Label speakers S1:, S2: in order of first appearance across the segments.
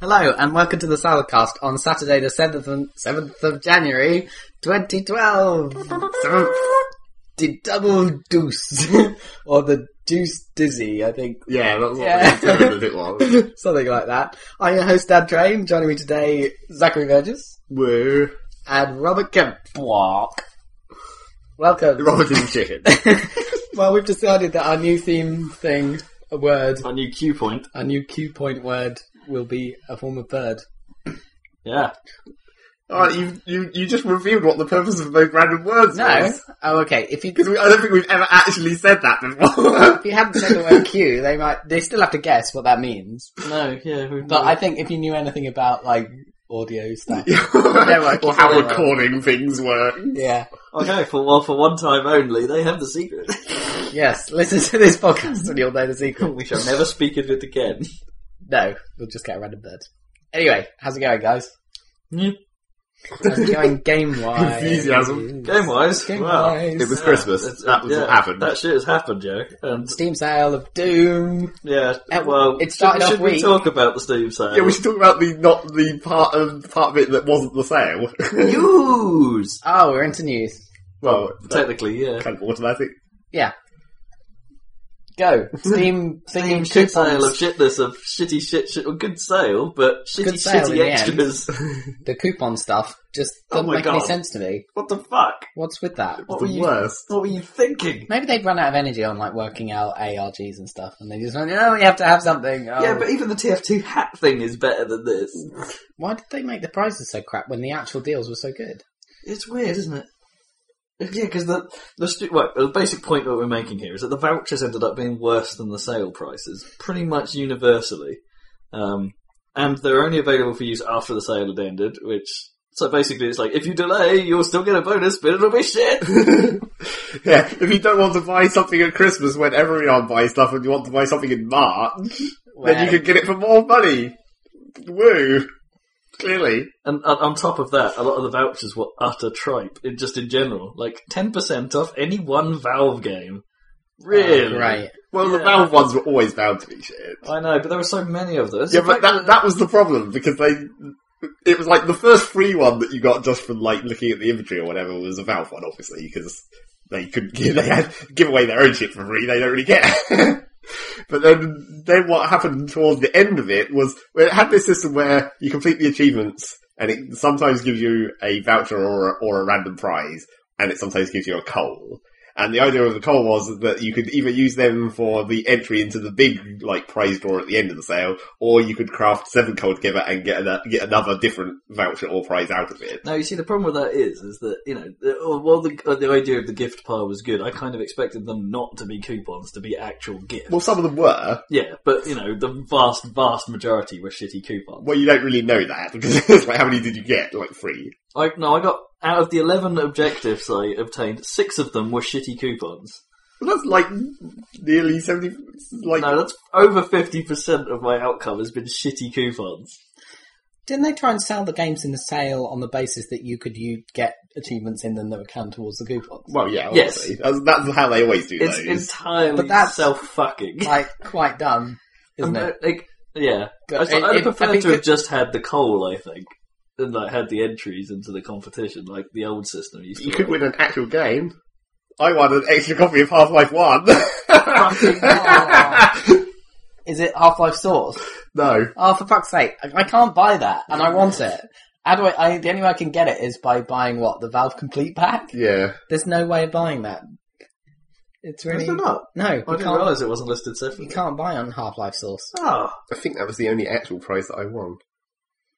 S1: Hello and welcome to the Saladcast on Saturday the 7th and 7th of January 2012. Seventh the double deuce or the deuce dizzy, I think.
S2: Yeah, that's what
S1: Yeah.
S2: that's what it was.
S1: Something like that. I'm your host Dad Train, joining me today Zachary Burgess
S2: Woo.
S1: and Robert Kemp. Welcome.
S2: Robert and Chicken.
S1: well, we've decided that our new theme thing, a word,
S2: Our new cue point.
S1: our new cue point word will be a form of bird.
S3: Yeah.
S2: Alright, you, you, you just revealed what the purpose of those random words was.
S1: Oh, okay. If you
S2: Because I don't think we've ever actually said that before.
S1: if you hadn't said the word Q, they might they still have to guess what that means.
S3: No, yeah. we
S1: But I think if you knew anything about like audio stuff, I
S2: or
S1: keep
S2: how
S1: it right.
S2: recording things work.
S1: yeah,
S3: okay, Oh, for well, for one time only, they have the secret.
S1: yes, listen to this podcast and you'll know the secret.
S3: we shall never speak of it again.
S1: No, we'll just get a random bird. Anyway, how's it going, guys?
S3: Yeah.
S1: How's it going game wise?
S2: Enthusiasm.
S3: Game wise,
S1: Game
S3: wow.
S1: wise.
S2: It was Christmas.
S3: That's-
S2: that was
S3: yeah,
S2: what happened.
S3: That shit has happened, Joe. And
S1: Steam sale of Doom.
S3: yeah,
S1: Uh,
S3: well,
S1: it
S3: should,
S1: started off
S3: should we
S1: weak.
S3: talk about the Steam sale?
S2: yeah, we should talk about the not the part of part of it that wasn't the sale.
S3: News.
S1: Oh, we're into news.
S2: well, that's
S3: Technically, yeah.
S2: kind of automatic.
S1: Yeah. Go. Steam
S3: Steam
S1: thinking
S3: shit sale of
S1: coupons.
S3: shitness of shitty shit shit. Well, good sale, but shitty
S1: Good sale in
S3: shitty
S1: the end.
S3: extras.
S1: The coupon stuff just
S3: Oh
S1: doesn't
S3: my
S1: make any
S3: God.
S1: sense to me.
S3: what the fuck?
S1: What's with that?
S3: What
S2: the
S3: were you?
S2: worst.
S3: What were you thinking?
S1: Maybe they'd run out of energy on like working out ARGs and stuff, and they just went, "Oh, we have to have something." Oh.
S3: Yeah, but even the TF2 hat thing is better than this.
S1: why did they make the prices so crap when the actual deals were so good?
S3: It's weird, isn't it? Yeah, because the the, stu- well, the basic point that we're making here is that the vouchers ended up being worse than the sale prices, pretty much universally, um, and they're only available for use after the sale had ended. Which so basically, it's like if you delay, you'll still get a bonus, but it'll be shit.
S2: yeah, if you don't want to buy something at Christmas when everyone buys stuff and you want to buy something in March, then you
S1: Well,
S2: can get it for more money. Woo! Clearly.
S3: And on on top of that, a lot of the vouchers were utter tripe, in, just in general, like ten percent off any one Valve game. Oh, Really?
S1: right?
S2: Well, the
S3: Yeah. Oh,
S2: Valve ones were always bound to be shit.
S3: I know, but there were so many of those.
S2: Yeah, but that, that was the problem because they. It was like the first free one that you got just from like looking at the imagery or whatever was a Valve one, obviously, because they couldn't give, they had give away their own shit for free. They don't really care. but then, then what happened towards the end of it was well, it had this system where you complete the achievements and it sometimes gives you a voucher or a, or a random prize, and it sometimes gives you a coal. And the idea of the coal was that you could either use them for the entry into the big like prize draw at the end of the sale, or you could craft seven coal together and get an- get another different voucher or prize out of it.
S3: Now you see the problem with that is, is that you know, the- oh, while the uh, the idea of the gift pile was good, I kind of expected them not to be coupons, to be actual gifts.
S2: Well, some of them were.
S3: yeah, but you know, the vast, vast majority were shitty coupons.
S2: Well, you don't really know that because it's like how many did you get? Like three.
S3: I no, I got out of the eleven objectives I obtained, six of them were shitty coupons.
S2: Well, that's like nearly seventy. Like
S3: No, that's over fifty percent of my outcome has been shitty coupons.
S1: Didn't they try and sell the games in the sale on the basis that you could you get achievements in them that would count towards the coupons?
S2: well, yeah,
S3: Yes.
S2: obviously. That's, that's how they always do
S3: It's
S2: those.
S3: entirely
S1: But that's-
S3: self-fucking.
S1: Like quite dumb, isn't
S3: Um,
S1: it?
S3: like, yeah,
S1: Go-
S3: I,
S1: it-
S3: would
S1: it- I
S3: prefer
S1: think
S3: to have
S1: it-
S3: just had the coal. I think, and like had the entries into the competition, like the old system used to.
S2: you could
S3: work.
S2: win an actual game. I won an extra copy of Half Life One.
S1: Fucking hell. Is it Half Life Source?
S2: no,
S1: Oh, for fuck's sake! I, I can't buy that, and I want it. How do I, I? The only way I can get it is by buying what the Valve Complete Pack.
S2: yeah.
S1: There's no way of buying that. It's really
S3: Is it not?
S1: no. You
S3: I didn't
S1: can't, Oh.
S3: realise it wasn't listed separately.
S1: you can't buy on Half Life Source.
S3: Ah,
S2: I think that was the only actual prize that I won.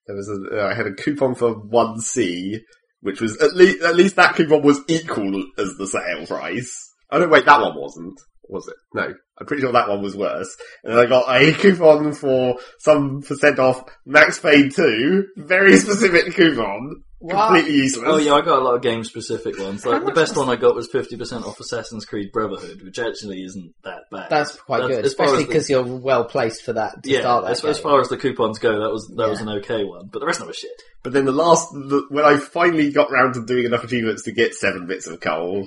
S2: There was a, uh, I had a coupon for one C, which was at least at least that coupon was equal as the sale price. Oh no, wait, that one wasn't, was it? No, I'm pretty sure that one was worse. And then I got a coupon for some percent off Max Payne Two, very specific coupon,
S1: What?
S2: completely useless.
S3: oh yeah, I got a lot of game specific ones.
S1: How
S3: Like the
S1: much
S3: best
S1: was-
S3: one I got was fifty percent off Assassin's Creed Brotherhood, which actually isn't that bad.
S1: That's quite
S3: That's-
S1: good,
S3: as far as
S1: especially
S3: the-
S1: because you're well placed for that to
S3: yeah,
S1: start that.
S3: as, as
S1: game.
S3: far as the coupons go, that was that was
S1: Yeah.
S3: an okay one, but the rest of it was shit.
S2: But then the last, the, when I finally got round to doing enough achievements to get seven bits of coal,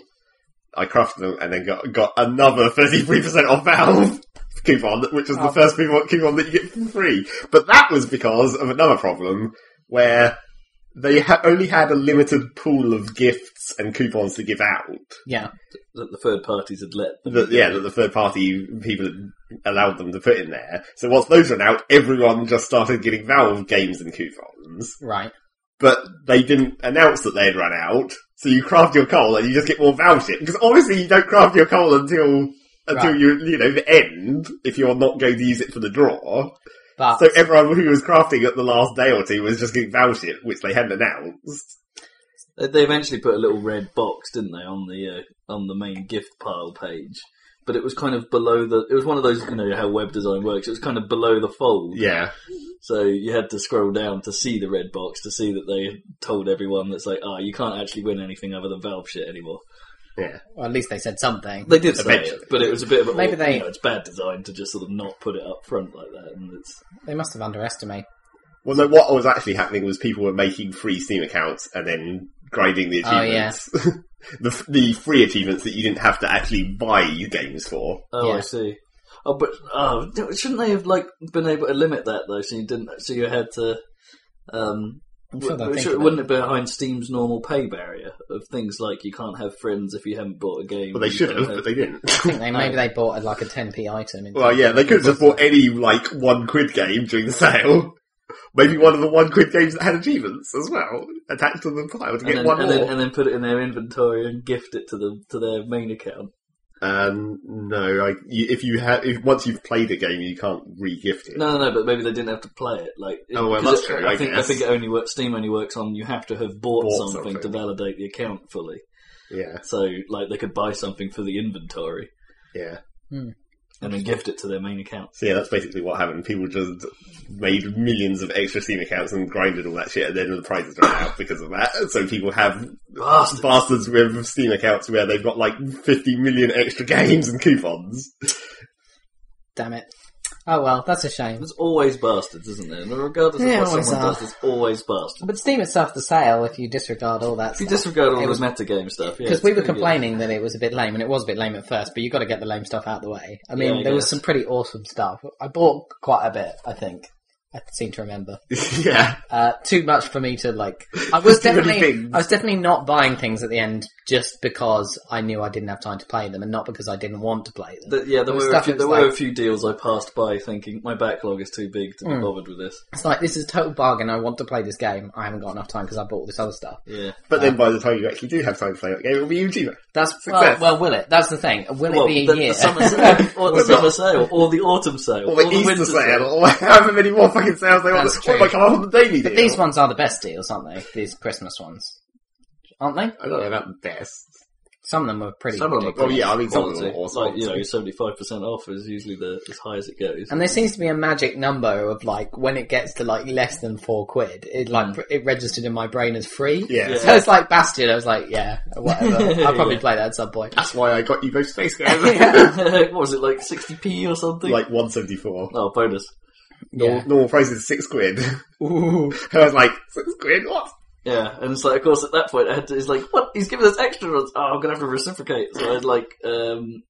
S2: I crafted them and then got got another thirty three percent off valve coupon, which was
S1: Oh.
S2: the first coupon coupon that you get for free. But that was because of another problem where they ha- only had a limited pool of gifts and coupons to give out.
S1: Yeah.
S3: that the third parties had let them.
S2: That, yeah, that the third party people had allowed them to put in there. So once those ran out, everyone just started getting Valve games and coupons.
S1: Right.
S2: But they didn't announce that they'd run out. So you craft your coal and you just get more Valve shit. Because obviously you don't craft your coal until until
S1: Right.
S2: you you know the end if you're not going to use it for the draw.
S1: But
S2: So everyone who was crafting at the last day or two was just getting Valve shit, which they hadn't announced.
S3: They- They eventually put a little red box, didn't they, on the uh, on the main gift pile page. But it was kind of below the. It was one of those, you know, how web design works. It was kind of below the fold,
S2: Yeah.
S3: so you had to scroll down to see the red box to see that they told everyone that's like, ah, you can't actually win anything other than Valve shit anymore.
S1: well, at least they said something.
S3: They did say
S2: Eventually.
S3: it, but it was a bit of a,
S1: Maybe they-
S3: You know, it's bad design to just sort of not put it up front like that, and it's
S1: They must have underestimated.
S2: Well, no, what was actually happening was people were making free Steam accounts and then grinding the
S1: Oh,
S2: achievements. the, the free achievements that you didn't have to actually buy games for.
S3: Oh,
S1: Yeah.
S3: I see. Oh, but oh, don't- shouldn't they have like been able to limit that though? So you didn't. So you had to. Um,
S1: I'm sure they'll
S3: w-
S1: think
S3: should-
S1: about
S3: wouldn't it be behind Steam's normal pay barrier of things like you can't have friends if you haven't bought a game?
S2: Well,
S1: Mm,
S2: they
S3: you
S2: should
S3: can't
S2: have, but they didn't.
S1: I think they maybe they bought like a 10p item. in-
S2: well, yeah, they could have just bought any, like, one quid game during the sale. Maybe one of the one quid games that had achievements as well, attached to the pile to
S3: and
S2: get
S3: then,
S2: one
S3: and,
S2: more.
S3: then, and then put it in their inventory and gift it to them to their main account.
S2: Um, no, like, you, if you have, if once you've played a game, you can't re-gift it.
S3: No, no, no. But maybe they didn't have to play it. Like, it-
S2: Oh, well,
S3: 'cause
S2: that's
S3: it-
S2: true,
S3: I,
S2: I
S3: think
S2: guess.
S3: I think it only works. Steam only works on you have to have bought,
S2: Bought
S3: something to
S2: something.
S3: validate the account fully.
S2: Yeah,
S3: So, like, they could buy something for the inventory.
S2: yeah.
S3: and then gift it to their main account.
S2: So yeah, that's basically what happened. People just made millions of extra Steam accounts and grinded all that shit, and then the prizes ran out because of that. So people have
S3: Bastard.
S2: bastards with Steam accounts where they've got like 50 million extra games and coupons.
S1: Damn it. Oh well, that's a shame.
S3: There's always bastards, isn't there? And Regardless of
S1: Yeah,
S3: what
S1: always
S3: someone
S1: are.
S3: does, there's always bastards.
S1: But Steam itself, the sale, if you disregard all that
S3: If you
S1: stuff.
S3: disregard
S1: It
S3: all
S1: was-
S3: the metagame stuff, yeah,
S1: because
S3: it's
S1: we were
S3: pretty good.
S1: complaining that it was a bit lame, and it was a bit lame at first, but you got to get the lame stuff out of the way. I mean,
S3: Yeah, I
S1: there was
S3: guess.
S1: some pretty awesome stuff. I bought quite a bit, I think. I seem to remember.
S2: yeah.
S1: Uh, too much for me to like. I was
S2: Too many
S1: definitely,
S2: things.
S1: I was definitely not buying things at the end just because I knew I didn't have time to play them, and not because I didn't want to play them.
S3: The- yeah,
S1: There
S3: there,
S1: was
S3: were, a
S1: stuff
S3: few,
S1: that
S3: there
S1: was
S3: were a
S1: like-
S3: few deals I passed by thinking my backlog is too big
S1: Hmm.
S3: to be bothered with this.
S1: It's like this is a total bargain. I want to play this game. I haven't got enough time because I bought all this other stuff.
S3: Yeah.
S2: But then by the time you actually do have time to play that game, it'll be a YouTuber.
S1: That's well,
S2: Success.
S1: well, will it? That's the thing. Will
S3: well,
S1: it be a
S3: the,
S1: year?
S3: the summer sale, or the summer sale, or the autumn sale,
S2: Or the Easter
S3: winter
S2: sale, or however many more fucking sales they want.
S1: That's
S2: Oh my
S1: true.
S2: god, I'm on the daily
S1: but
S2: deal.
S1: these ones are the best deals, aren't they? These Christmas ones, aren't they?
S2: I don't know about best.
S1: Some of them are pretty.
S3: Some of them are
S1: ridiculous.
S2: Oh yeah, I mean, some of them
S3: Quality.
S2: are awesome.
S3: Like, you know, 75% off is usually the as high as it goes.
S1: And there seems to be a magic number of like when it gets to like less than four quid, it like pr- it registered in my brain as free.
S2: Yeah.
S3: Mm. Yeah.
S1: So it's like Bastion. I was like, yeah, whatever. I'll probably
S3: Yeah.
S1: play that at some point.
S2: That's why I got you both space games.
S3: what was it, like 60p or something?
S2: like 174.
S3: oh, bonus.
S1: Yeah.
S2: Normal price is six quid.
S1: Ooh.
S2: I was like, six quid? What?
S3: Yeah, and it's like, of course, at that point, I had to. It's like, what? He's giving us extra ones. Oh, I'm gonna have to reciprocate. So I would like, um,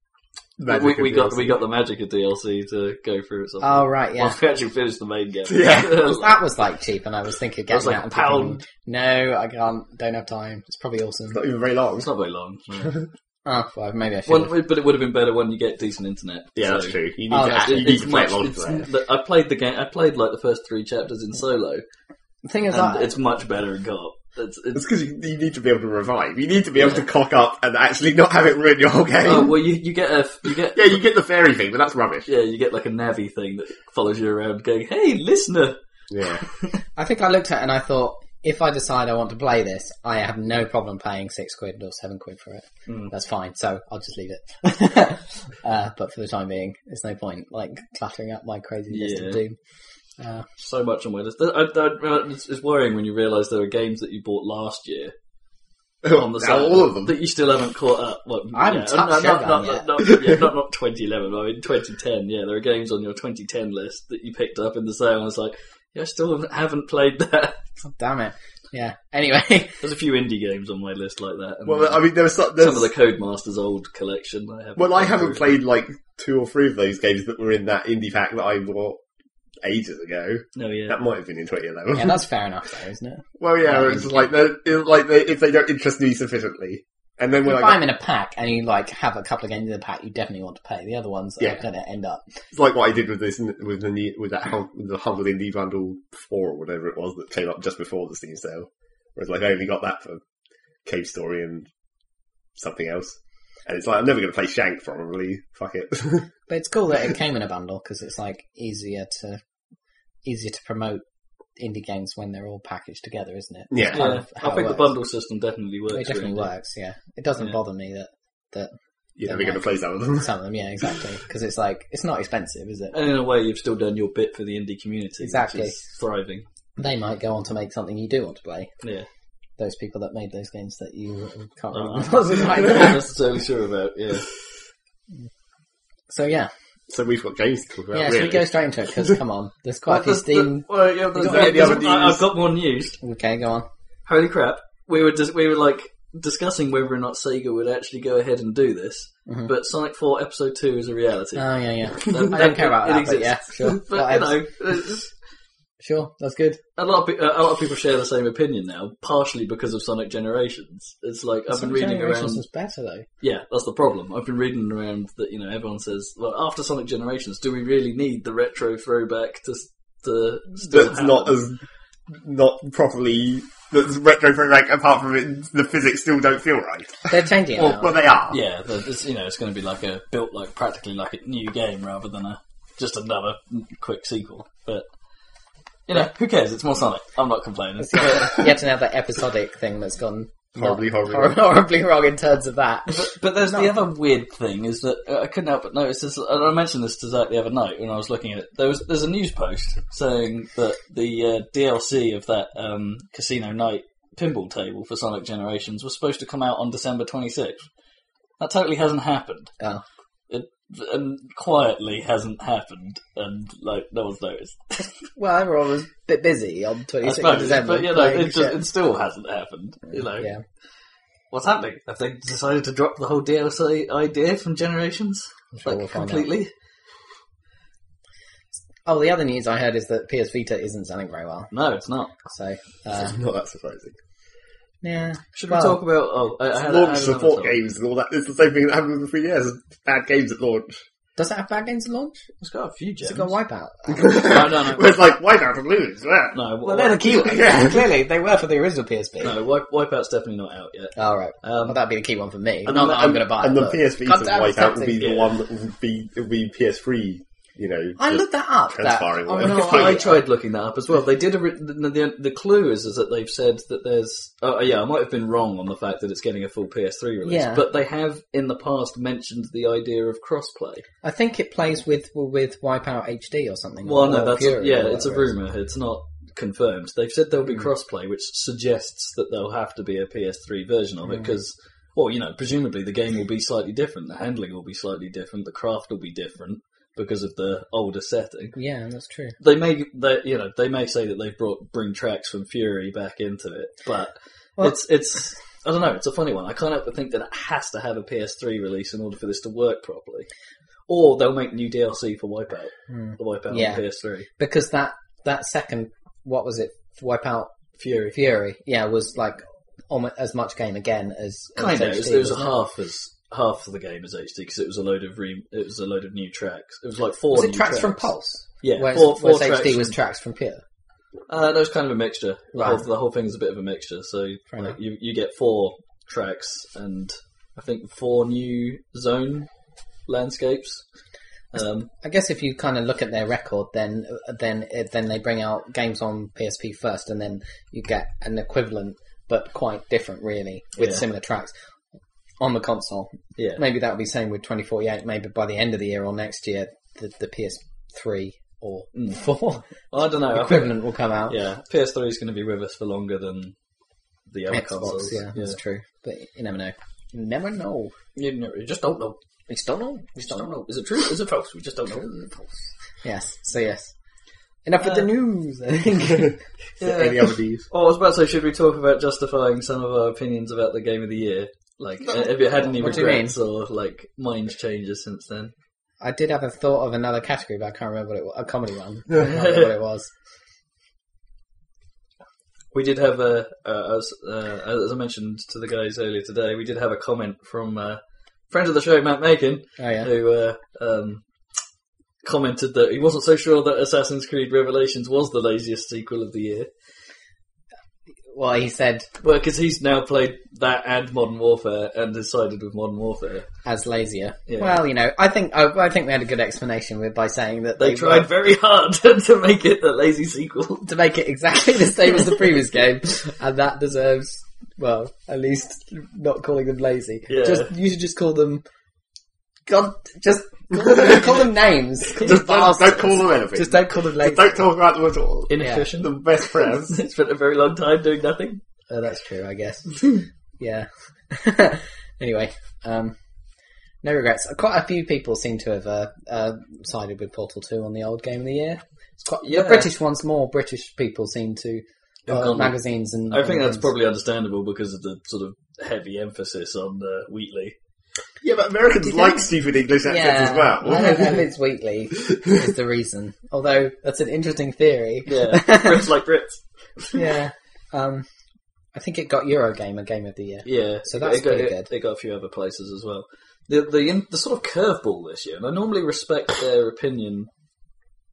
S3: we,
S2: Magic
S3: we got
S2: appeals.
S3: we got the magic of DLC to go through. Or something.
S1: Oh right, yeah.
S3: Once we actually finished the main game.
S2: Yeah.
S1: Because that was like cheap, and I was thinking of
S3: That was
S1: getting
S3: like
S1: that.
S3: a
S1: and thinking, no, I can't. Don't have time. It's probably awesome.
S2: Not even very long.
S3: it's not very long. no.
S1: Oh, well, maybe I should.
S3: One- but it would have been better when you get decent internet.
S2: Yeah,
S3: So
S2: that's true. You need
S1: Oh,
S2: to
S1: that's
S2: actually
S3: it-
S2: you need
S3: it's
S2: to play
S3: much.
S2: it
S3: It's,
S2: multiplayer.
S3: I played the game. I played like the first three chapters in solo,
S1: the thing is,
S3: and
S1: I,
S3: it's much better in co-op. It's,
S2: It's
S3: it's,
S2: because you, you need to be able to revive. You need to be able to cock up and actually not have it ruin your whole game.
S3: oh well, you you get a you get
S2: yeah, you get the fairy thing, but that's rubbish.
S3: yeah you get like a navvy thing that follows you around, going, "Hey, listener."
S2: Yeah.
S1: I think I looked at it and I thought, if I decide I want to play this, I have no problem paying six quid or seven quid for it.
S3: Mm.
S1: That's fine. So I'll just leave it. uh, but for the time being, there's no point like cluttering up my crazy list
S3: Yeah.
S1: of doom.
S3: so much on my list. I, I, I- it's, it's worrying when you realise there are games that you bought last year on the
S2: now
S3: site
S2: all of them.
S3: that you still haven't caught up. Well,
S1: I haven't
S3: yeah, not,
S1: touched Shogun
S3: not,
S1: yet.
S3: not, not- yeah, not- not 2011, but I mean 2010. Yeah, there are games on your 2010 list that you picked up in the sale, and it's like, yeah, I still haven't played that.
S1: God damn it. Yeah. Anyway,
S3: There's a few indie games on my list like that. and
S1: uh,
S2: Well, I mean, there was some, there's,
S3: some of the Codemasters old collection. I haven't
S2: Well, I
S3: gone
S2: haven't
S3: through.
S2: played like two or three of those games that were in that indie pack that I bought ages ago.
S3: No, yeah.
S2: That might have been in 2011.
S1: yeah, that's fair enough, though, isn't it?
S2: well, yeah, it's like they're, it's like they, if they don't interest me sufficiently, and then
S1: If
S2: when
S1: you
S2: I
S1: buy
S2: got,
S1: them in a pack and you like have a couple of games in the pack, you definitely want to pay. The other ones
S2: Yeah.
S1: are going to end up.
S2: it's like what I did with this with the new- with that hum- with the humble indie bundle four or whatever it was that came up just before the Steam sale, whereas like I only got that for Cave Story and something else. And it's like I'm never going to play Shank probably. Fuck it.
S1: But it's cool that it came in a bundle because it's like easier to easier to promote indie games when they're all packaged together, isn't it?
S2: yeah.
S1: kind
S3: yeah.
S1: of how
S3: I
S1: it
S3: think the
S1: works.
S3: bundle system definitely works.
S1: It definitely
S3: really.
S1: works. Yeah, it doesn't
S3: Yeah.
S1: bother me that Yeah,
S2: You're never going to
S1: like-
S2: play some of them.
S1: some of them. Yeah, exactly. Because it's like it's not expensive, is it?
S3: And in a way, you've still done your bit for the indie community,
S1: Exactly.
S3: which is thriving.
S1: They might go on to make something you do want to play.
S3: Yeah,
S1: Those people that made those games that you can't
S3: Uh,
S1: remember. what it's
S3: I'm
S1: like.
S3: not necessarily sure about. Yeah,
S1: so yeah,
S2: So we've got games to talk about.
S1: yeah. Should
S2: really.
S1: we go straight into it? Because come on, there's quite a few
S3: Well, there's-
S1: Steam.
S3: well, yeah, there's-
S2: Is there any other
S3: there's- I-
S2: news?
S3: I've got more news.
S1: Okay, go on.
S3: Holy crap! We were just, we were like discussing whether or not Sega would actually go ahead and do this,
S1: Mhm.
S3: but Sonic Four Episode Two is a reality.
S1: Oh yeah, yeah.
S3: That-
S1: I don't care about
S3: it
S1: that, but yeah,
S3: exists.
S1: sure.
S3: but you
S1: Whatever.
S3: know, it's-
S1: Sure, that's good.
S3: a lot of pe- a lot of people share the same opinion now, partially because of Sonic Generations. It's like I've been
S1: Sonic
S3: reading
S1: Generations
S3: around.
S1: is better though.
S3: Yeah, that's the problem. I've been reading around that you know everyone says, well, after Sonic Generations, do we really need the retro throwback to to still
S2: that's
S3: happen?
S2: not as not properly that's retro for like apart from it the physics still don't feel right.
S1: They're changing it.
S2: Well,
S1: now.
S2: well they are.
S3: yeah, but it's you know it's going to be like a built like practically like a new game rather than a just another quick sequel. But you know who cares? It's more Sonic. I'm not complaining.
S1: It's yet, yet another episodic thing that's gone
S2: Horribly,
S1: not-
S2: horribly
S1: hor- horribly wrong in terms of that.
S3: But, but there's the other weird thing is that uh, I couldn't help but notice this. And I mentioned this to Zach the other night when I was looking at it. There was there's a news post saying that the uh, DLC of that um, Casino Night pinball table for Sonic Generations was supposed to come out on December 26th. That totally hasn't happened.
S1: Oh.
S3: It and quietly hasn't happened, and like no one's noticed.
S1: Well, everyone was a bit busy on
S3: I
S1: 26th of
S3: suppose,
S1: December.
S3: but you know,
S1: playing
S3: it, just,
S1: shit.
S3: it still hasn't happened. You know,
S1: yeah.
S3: what's happening? Have they decided to drop the whole DLC idea from Generations?
S1: sure
S3: like
S1: we'll find out.
S3: completely?
S1: Oh, the other news I heard is that PS Vita isn't selling very well.
S3: No, it's not.
S1: So, uh,
S2: not that surprising.
S1: yeah.
S3: Should
S1: Well-
S3: we talk about? Oh, I, I had, I
S2: launch
S3: had
S2: support
S3: another topic.
S2: games and all that. It's the same thing that happened with the 3DS. Bad games at launch.
S1: Does it have bad games at launch?
S3: It's got a few gems.
S1: Has it got Wipeout?
S3: no, no,
S2: Where it's like, why not lose? Yeah.
S3: no,
S1: well, they're the key one.
S2: Yeah.
S1: Clearly, they were for the original PSP.
S3: no. Wipe, Wipeout's definitely not out yet.
S1: All right.
S3: Um,
S1: well, that'd be the key one for me.
S2: And
S1: Not that I'm
S2: and-
S1: going to buy
S2: And
S1: it.
S2: the
S1: but-
S2: PS
S1: God
S2: Vita
S1: damn,
S2: wipeout will be
S1: something.
S2: the
S3: yeah.
S2: one that will be will be PS3. You know,
S1: I
S2: just-
S1: looked that up. That,
S2: Transpiring
S1: oh,
S2: one.
S1: no,
S3: I, I tried looking that up as well. They did a, re- the, the the clue is is that they've said that there's oh yeah I might have been wrong on the fact that it's getting a full PS3 release,
S1: Yeah.
S3: but they have in the past mentioned the idea of crossplay.
S1: I think it plays with with Wipeout HD or something.
S3: Well,
S1: or,
S3: no,
S1: or
S3: that's
S1: Oh, Fury
S3: yeah,
S1: or
S3: it's a
S1: whatever it is.
S3: rumor. It's not confirmed. They've said there'll be
S1: Hmm.
S3: crossplay, which suggests that there'll have to be a PS3 version of it
S1: Hmm.
S3: because, well, you know, presumably the game will be slightly different. The handling will be slightly different. The craft will be different because of the older setting.
S1: Yeah, that's true.
S3: They may, they, you know, they may say that they've brought bring tracks from Fury back into it, but
S1: Well-
S3: it's it's. I don't know. It's a funny one. I can't help but think that it has to have a PS3 release in order for this to work properly, or they'll make new DLC for Wipeout,
S1: Hmm.
S3: the Wipeout
S1: Yeah.
S3: on PS3.
S1: Because that that second, what was it? Wipeout
S3: Fury.
S1: Fury. Yeah, was like almost as much game again as as
S3: Kind of. It
S1: HD,
S3: was a
S1: wasn't it?
S3: half as half of the game as HD because it was a load of re- it was a load of new tracks. It was like four.
S1: Was it
S3: new
S1: tracks from Pulse?
S3: Yeah,
S1: whereas,
S3: four, four
S1: whereas
S3: tracks.
S1: HD was
S3: from-
S1: tracks from Pure.
S3: uh, that was kind of a mixture. The, whole,
S1: Right.
S3: the whole thing is a bit of a mixture. So
S1: Fair
S3: like,
S1: enough.
S3: you you get four tracks and I think four new zone landscapes. Um,
S1: I guess if you kind of look at their record, then then then they bring out games on PSP first, and then you get an equivalent but quite different, really, with
S3: Yeah.
S1: similar tracks on the console.
S3: yeah.
S1: Maybe that will be same with 2048. Maybe by the end of the year or next year, the, the PS3 or
S3: Mm. Oh,
S1: four
S3: I don't know. I think-
S1: equivalent will come out.
S3: yeah, PS3 is going to be with us for longer than the other
S1: Xbox,
S3: consoles.
S1: yeah, that's true. But you never know. You never know.
S3: You, know, you just don't know.
S1: We still know.
S3: We just don't know. Is it true? Is it false? We just don't know.
S1: Yes. So yes. Enough with the
S3: Uh,
S1: news, I think.
S2: Is there Any other news?
S3: Oh, I was about to say, should we talk about justifying some of our opinions about the game of the year? Like, uh, have you had any
S1: What do you
S3: regrets or like mind changes since then?
S1: I did have a thought of another category, but I can't remember what it was. A comedy one. I can't remember what it was.
S3: We did have a, uh, as, uh, as I mentioned to the guys earlier today, we did have a comment from uh, friend of the show, Matt Macon,
S1: Oh yeah.
S3: who uh, um, commented that he wasn't so sure that Assassin's Creed Revelations was the laziest sequel of the year.
S1: Well, he said
S3: Well, because he's now played that and Modern Warfare and has sided with Modern Warfare.
S1: as lazier.
S3: Yeah.
S1: Well, you know, I think I, I think we had a good explanation with by saying that
S3: They,
S1: they,
S3: tried
S1: were-
S3: very hard to make it a lazy sequel.
S1: to make it exactly the same as the previous game, and that deserves well, at least not calling them lazy.
S3: Yeah.
S1: Just you should just call them God. Just call them, call them names. Call them
S2: Just don't,
S1: bastards.
S2: don't call them anything.
S1: Just don't call them lazy.
S2: Don't talk about them at all.
S3: Inefficient.
S2: The best friends.
S3: It's been a very long time doing nothing.
S1: Oh, that's true, I guess. yeah. anyway, um, no regrets. Quite a few people seem to have uh, uh, sided with Portal 2 on the old game of the year. It's quite,
S3: Yeah.
S1: The British ones more. British people seem to.
S3: Have
S1: Uh,
S3: gone-
S1: magazines and.
S3: I think
S1: and
S3: that's
S1: things.
S3: probably understandable because of the sort of heavy emphasis on uh, Wheatley.
S2: Yeah, but Americans
S1: You
S2: like
S1: think?
S2: stupid English accents
S1: Yeah,
S2: as well.
S1: I don't know if it's Wheatley is the reason. Although that's an interesting theory.
S3: Yeah, Brits like Brits.
S1: yeah. Um, I think it got Eurogamer Game of the Year.
S3: Yeah,
S1: So that's
S3: they got,
S1: pretty good.
S3: They got a few other places as well. The the in- the sort of curveball this year, and I normally respect their opinion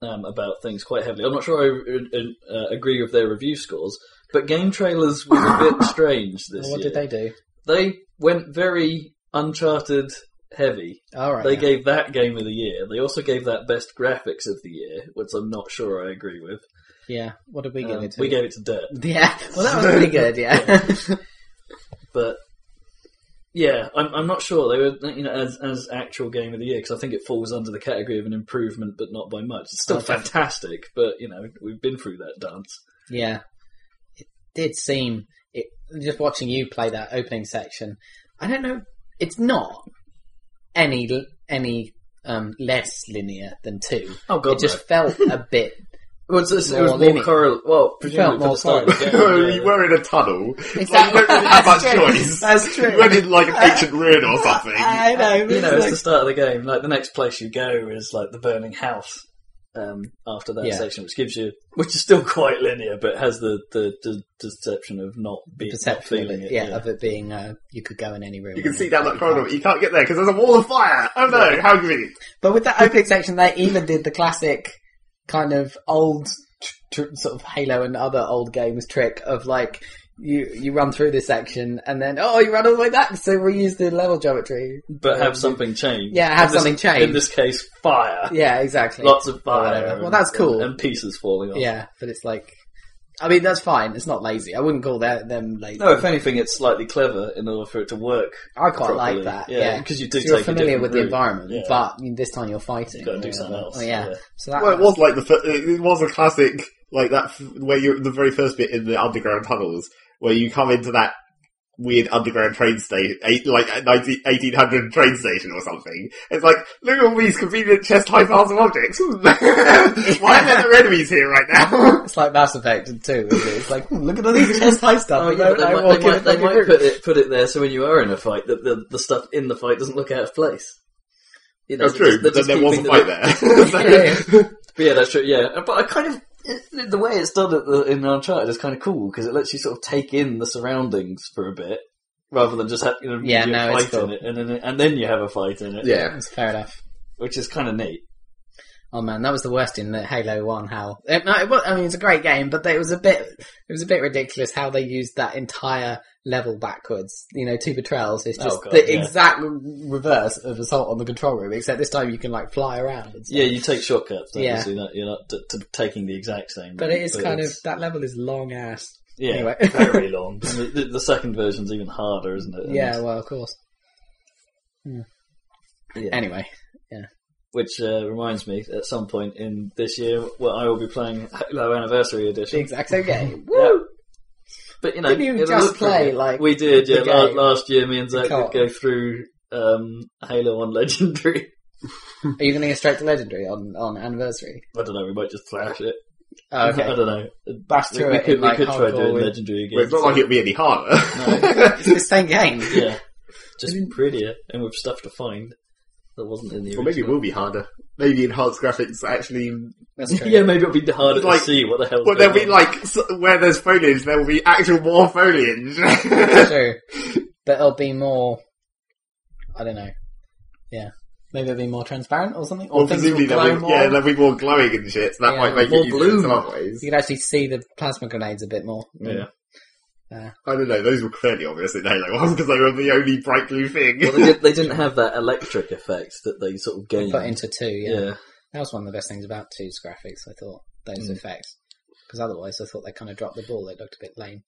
S3: um, about things quite heavily. I'm not sure I uh, uh, agree with their review scores, but game trailers was a bit strange this
S1: Well, what
S3: year.
S1: did they do?
S3: they went very Uncharted heavy.
S1: All right.
S3: They
S1: yeah.
S3: gave that game of the year. They also gave that best graphics of the year, which I'm not sure I agree with.
S1: yeah. What did we give
S3: Um,
S1: it to?
S3: we gave it to Dirt,
S1: Yeah. Well, that was pretty good. Yeah.
S3: but yeah, I'm, I'm not sure they were you know as as actual game of the year because I think it falls under the category of an improvement, but not by much. It's still
S1: Okay.
S3: fantastic, but you know we've been through that dance.
S1: Yeah, it did seem it. Just watching you play that opening section, I don't know. It's not any any um, less linear than two.
S3: Oh god,
S1: it just felt a bit.
S3: no. it was, it
S1: more
S3: was more
S1: linear.
S3: correl- Well, presumably
S1: felt
S3: for the start of the game, yeah.
S2: we were in a tunnel. Like, we don't really have much
S1: That's true. Uh,
S2: choice.
S1: That's
S2: We went
S1: true.
S2: in like an ancient ruin or something.
S1: I know.
S3: you know,
S1: it's
S3: it's the
S1: like-
S3: start of the game. Like the next place you go is like the burning house. Um, after that
S1: Yeah.
S3: section, which gives you, which is still quite linear, but has the the, the deception of not being not
S1: perception of
S3: feeling
S1: it,
S3: it.
S1: yeah, of it being uh, you could go in any room.
S2: You can
S1: and
S2: see
S1: it-
S2: down that corridor, but you can't get there because there's a wall of fire. Oh no, how convenient.
S1: But with that opening section, they even did the classic kind of old tr- tr- sort of Halo and other old games trick of like you you run through this section and then oh you run all the way back, so we use the level geometry.
S3: But have something change.
S1: Yeah, have
S3: In this-
S1: something change.
S3: In this case, fire.
S1: Yeah, exactly.
S3: Lots of
S1: Or
S3: fire.
S1: whatever.
S3: and-
S1: Well, that's cool.
S3: And, pieces falling off.
S1: yeah, but it's like, I mean that's fine. It's not lazy. I wouldn't call that them lazy.
S3: No, if anything, it's slightly clever in order for it to work.
S1: I quite
S3: properly.
S1: like that.
S3: Yeah,
S1: Yeah,
S3: because you do.
S1: So you're
S3: take a
S1: familiar
S3: different
S1: with the
S3: route.
S1: environment,
S3: Yeah.
S1: but this time you're fighting.
S3: You've got to do
S1: or
S3: something
S1: whatever.
S3: else.
S1: Oh, yeah.
S3: Yeah.
S1: so that
S2: Well, it was like the fir- it it was a classic, like that f- where you the very first bit in the underground tunnels where you come into that weird underground train station, eight, like a 19- 1800 train station or something. It's like look at all these convenient chest high piles of objects. Why are there enemies here right now?
S1: It's like Mass Effect too. Isn't it? It's like hmm, look at all these chest high stuff.
S3: Oh,
S1: and
S3: yeah,
S1: you
S3: but they
S1: don't
S3: might,
S1: walk
S3: they
S1: in
S3: might, they
S1: fucking
S3: might
S1: room.
S3: put it put it there so when you are in a fight, that the, the stuff in the fight doesn't look out of place. You know,
S2: That's
S3: they're
S2: true.
S3: just- they're
S2: But then
S3: just
S2: there was a
S3: keeping
S2: fight
S3: the-
S2: there. So-
S1: Yeah.
S3: But yeah, that's true. Yeah, but I kind of the way it's done at the, in Uncharted is kind of cool because it lets you sort of take in the surroundings for a bit rather than just have you know,
S1: Yeah,
S3: you
S1: no,
S3: fight
S1: it's cool.
S3: in it, and then and then you have a fight in it.
S2: yeah.
S1: That's fair enough.
S3: which is kind of neat.
S1: Oh man, that was the worst in the Halo One. How it, no, it was, I mean, it's a great game, but it was a bit it was a bit ridiculous how they used that entire level backwards. You know, two betrayals. It's just
S3: Oh, God,
S1: the
S3: yeah.
S1: exact reverse of Assault on the Control Room, except this time you can like fly around. And stuff.
S3: Yeah, you take shortcuts. Don't
S1: Yeah.
S3: you? So you're not, you're not t- t- taking the exact same.
S1: but
S3: route,
S1: it is kind of
S3: it's-
S1: that level is long ass.
S3: yeah,
S1: anyway.
S3: very long. And the, the, the second version's even harder, isn't it? And-
S1: Yeah, well, of course. Hmm.
S3: Yeah.
S1: Anyway,
S3: Which uh, reminds me, at some point in this year, well, I will be playing Halo Anniversary
S1: the
S3: Edition.
S1: exact same game.
S3: Yeah. But you know,
S1: Didn't you
S3: it'll
S1: just
S3: look pretty
S1: play,
S3: good.
S1: like,
S3: we did?
S1: the
S3: Yeah, la-
S1: game?
S3: last year me and Zach did
S1: Co-op.
S3: go through um, Halo on Legendary.
S1: Are you going to get straight to Legendary on on Anniversary?
S3: I don't know. We might just flash it.
S1: Oh,
S3: I
S1: okay.
S3: don't know.
S1: Back
S3: We,
S1: to
S3: we
S1: it
S3: could,
S1: in
S3: we
S1: like
S3: could try doing
S1: hardcore. with-
S3: legendary again.
S2: Well, it's not like it'd be any harder.
S1: It's the same game.
S3: yeah, just prettier and with stuff to find that wasn't in the
S2: or maybe it
S3: original.
S2: will be harder. Maybe enhanced graphics actually.
S1: That's true.
S3: yeah, maybe it'll be harder
S2: Like-
S3: to see what the hell.
S2: Well, there'll be like s- where there's foliage, there will be actual more foliage.
S1: That's true. But it'll be more. I don't know. Yeah. Maybe it'll be more transparent or something. Or
S2: Or
S1: things will
S2: presumably
S1: glow
S2: there'll be,
S1: more.
S2: yeah, there'll be more glowing and shit, so that
S1: Yeah,
S2: might make
S3: more
S2: it easier in
S3: bloom.
S2: some other ways.
S1: You can actually see the plasma grenades a bit more.
S3: yeah.
S2: I don't know, those were clearly obvious in Halo 1 because they were the only bright blue thing.
S3: Well, they, did, they didn't have that electric effect that they sort of gained.
S1: Put into two, yeah.
S3: yeah.
S1: That was one of the best things about two's graphics, I thought. Those
S3: Mm.
S1: effects. Because otherwise I thought they kind of dropped the ball. They looked a bit lame.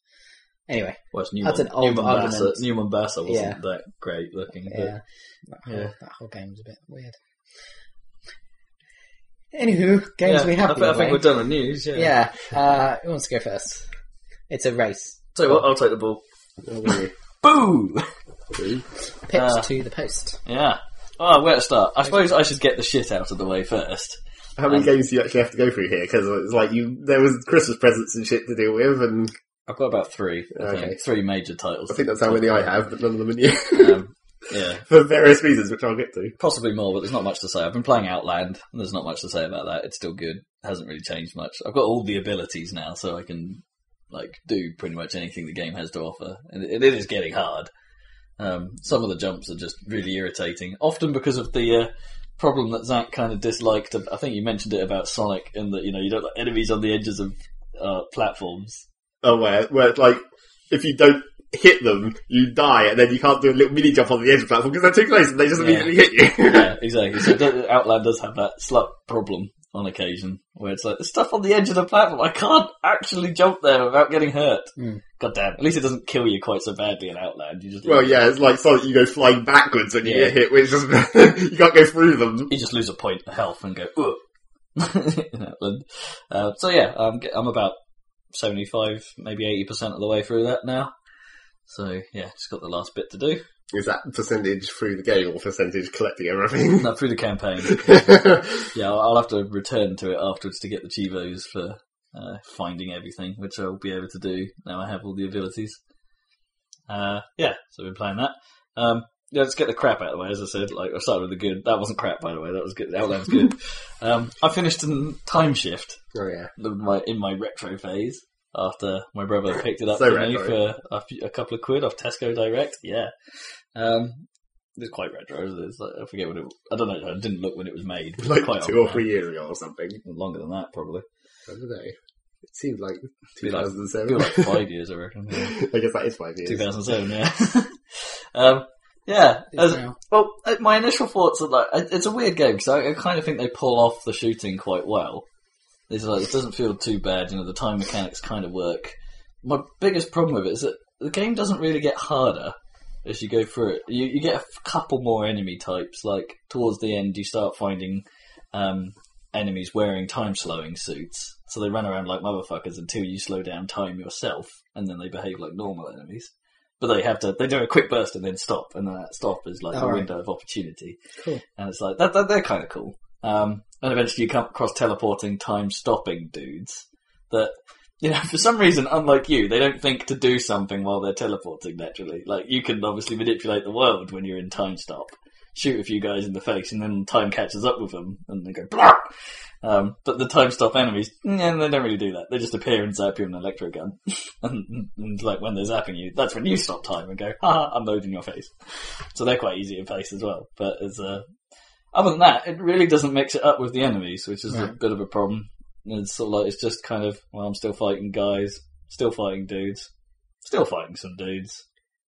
S1: Anyway,
S3: Well, it's New
S1: That's
S3: Mon-
S1: an old
S3: New Mombasa-
S1: argument.
S3: New Mombasa wasn't
S1: Yeah.
S3: that great looking. But
S1: yeah. That whole,
S3: yeah.
S1: that whole game was a bit weird. Anywho, games
S3: Yeah,
S1: we have
S3: I,
S1: been
S3: thi- I think
S1: playing.
S3: we're done with news. Yeah.
S1: Yeah. Uh, who wants to go first? It's a race.
S3: So what? I'll take the ball. Boo!
S1: Pitch
S3: Uh,
S1: to the post.
S3: Yeah. Oh, where to start? I suppose I should get the shit out of the way first.
S2: How many
S3: Um,
S2: games do you actually have to go through here? Because it's like you, there was Christmas presents and shit to deal with, and
S3: I've got about three. I
S2: Okay.
S3: think. Three major titles.
S2: I think that's how many I have, but none of them are new.
S3: Um, yeah.
S2: For various reasons, which I'll get to.
S3: Possibly more, but there's not much to say. I've been playing Outland, and there's not much to say about that. It's still good. It hasn't really changed much. I've got all the abilities now, so I can like do pretty much anything the game has to offer, and it, it is getting hard. Um, some of the jumps are just really irritating, often because of the uh, problem that Zach kind of disliked. I think you mentioned it about Sonic, and that you know you don't like enemies on the edges of uh, platforms.
S2: Oh, where, where it's like, if you don't hit them, you die, and then you can't do a little mini jump on the edge of the platform because they're too close and they just
S3: Yeah.
S2: immediately hit you.
S3: yeah, exactly. So the- Outland does have that slut problem on occasion, where it's like there's stuff on the edge of the platform. I can't actually jump there without getting hurt.
S1: Hmm.
S3: God damn! At least it doesn't kill you quite so badly in Outland. You just
S2: well, yeah, it's like Sonic, you go flying backwards and you
S3: Yeah.
S2: get hit, which just, you can't go through them.
S3: you just lose a point of health and go. Ugh. in Outland. Uh, so yeah, I'm ge- I'm about seventy five, maybe eighty percent of the way through that now. So yeah, just got the last bit to do.
S2: Is that percentage through the game or percentage collecting everything? Oh,
S3: Now through the campaign. Yeah, I'll I'll have to return to it afterwards to get the Chivos for uh, finding everything, which I'll be able to do now I have all the abilities. Uh, yeah, so we're playing that. Um, yeah, let's get the crap out of the way, as I said. Like, I started with the good. That wasn't crap, by the way. That was good. That was good. um, I finished in time shift
S2: oh, yeah.
S3: in my, in my retro phase after my brother picked it up
S2: So
S3: for me
S2: retro.
S3: for a, few- a couple of quid off Tesco Direct. Yeah. Um, it's quite retro. isn't it? It's like- I forget when it. I don't know. I didn't look when it was made. but
S2: Like
S3: quite
S2: two
S3: old
S2: or
S3: now.
S2: three years ago or something.
S3: Longer than that, probably.
S2: I don't know. It seemed like
S3: Be like- I
S2: 2007.
S3: feel like five years, I reckon. Yeah.
S2: I guess that is five years.
S3: 2007, yeah. um, yeah. as-
S1: Now.
S3: well, uh, my initial thoughts are like, it- it's a weird game because I, I kind of think they pull off the shooting quite well. It's like, it doesn't feel too bad, you know, the time mechanics kind of work. My biggest problem with it is that the game doesn't really get harder as you go through it. You, you get a f- couple more enemy types, like, towards the end you start finding um, enemies wearing time slowing suits. So they run around like motherfuckers until you slow down time yourself, and then they behave like normal enemies. But they have to, they do a quick burst and then stop, and then that stop is like
S1: Oh,
S3: a
S1: right.
S3: window of opportunity.
S1: Cool.
S3: And it's like, that, that they're kind of cool. Um, and eventually you come across teleporting time stopping dudes that, you know, for some reason, unlike you, they don't think to do something while they're teleporting naturally. Like, you can obviously manipulate the world when you're in time stop shoot a few guys in the face, and then time catches up with them, and they go blah. Um, but the time stop enemies, and they don't really do that. They just appear and zap you with an electro gun, and, and like when they're zapping you, that's when you stop time and go, "Ha! I'm loading your face." So they're quite easy in face as well. But as uh, other than that, it really doesn't mix it up with the enemies, which is a
S1: Right.
S3: bit of a problem. It's sort of like it's just kind of well, I'm still fighting guys, still fighting dudes, still fighting some dudes.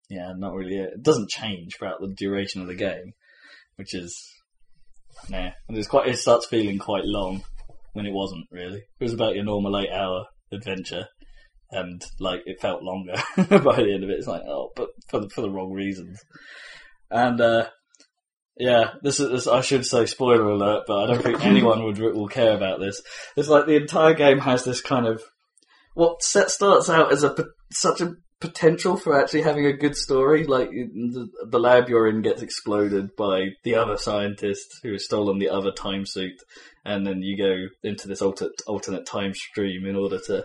S3: Yeah, not really. It, it doesn't change throughout the duration of the game which is nah. And it's quite it starts feeling quite long when it wasn't really. It was about your normal eight hour adventure, and like it felt longer by the end of it. It's like oh, but for the for the wrong reasons. And uh, yeah, this is this, I should say spoiler alert, but I don't think anyone would will care about this. It's like the entire game has this kind of what set starts out as a p- such a potential for actually having a good story. Like the, the lab you're in gets exploded by the other scientist who has stolen the other time suit, and then you go into this alternate alternate time stream in order to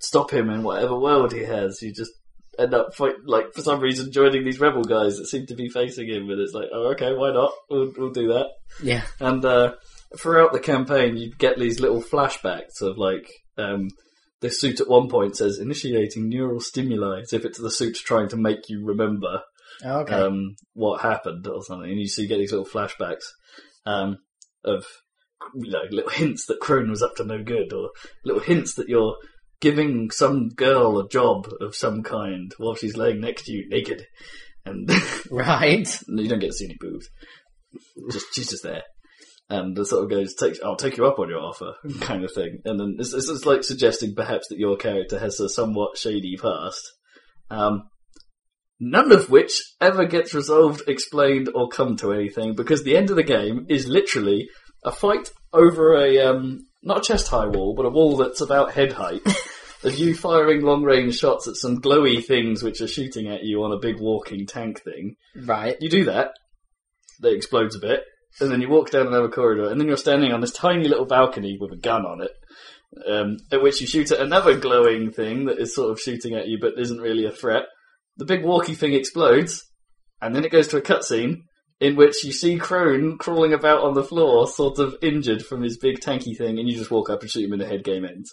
S3: stop him in whatever world he has. You just end up fight, like for some reason joining these rebel guys that seem to be facing him, and it's like, oh okay, why not? We'll, we'll do that.
S1: Yeah.
S3: And uh, throughout the campaign, you'd get these little flashbacks of like um, the suit at one point says initiating neural stimuli, as if it's the suit trying to make you remember
S4: Okay.
S3: um, what happened or something. And you so you get these little flashbacks um, of you know little hints that Crone was up to no good, or little hints that you're giving some girl a job of some kind while she's laying next to you naked, and
S1: Right.
S3: no, you don't get to see any boobs. Just she's just there, and it sort of goes, "Take, I'll take you up on your offer," kind of thing. And then it's, it's, it's like suggesting perhaps that your character has a somewhat shady past, um, none of which ever gets resolved, explained, or come to anything because the end of the game is literally a fight over a um, not a chest high wall, but a wall that's about head height. Of you firing long range shots at some glowy things which are shooting at you on a big walking tank thing,
S1: Right.
S3: you do that, that explodes a bit, and then you walk down another corridor, and then you're standing on this tiny little balcony with a gun on it, um, at which you shoot at another glowing thing that is sort of shooting at you but isn't really a threat. The big walkie thing explodes, and then it goes to a cutscene in which you see Crone crawling about on the floor, sort of injured from his big tanky thing, and you just walk up and shoot him in the head. Game ends.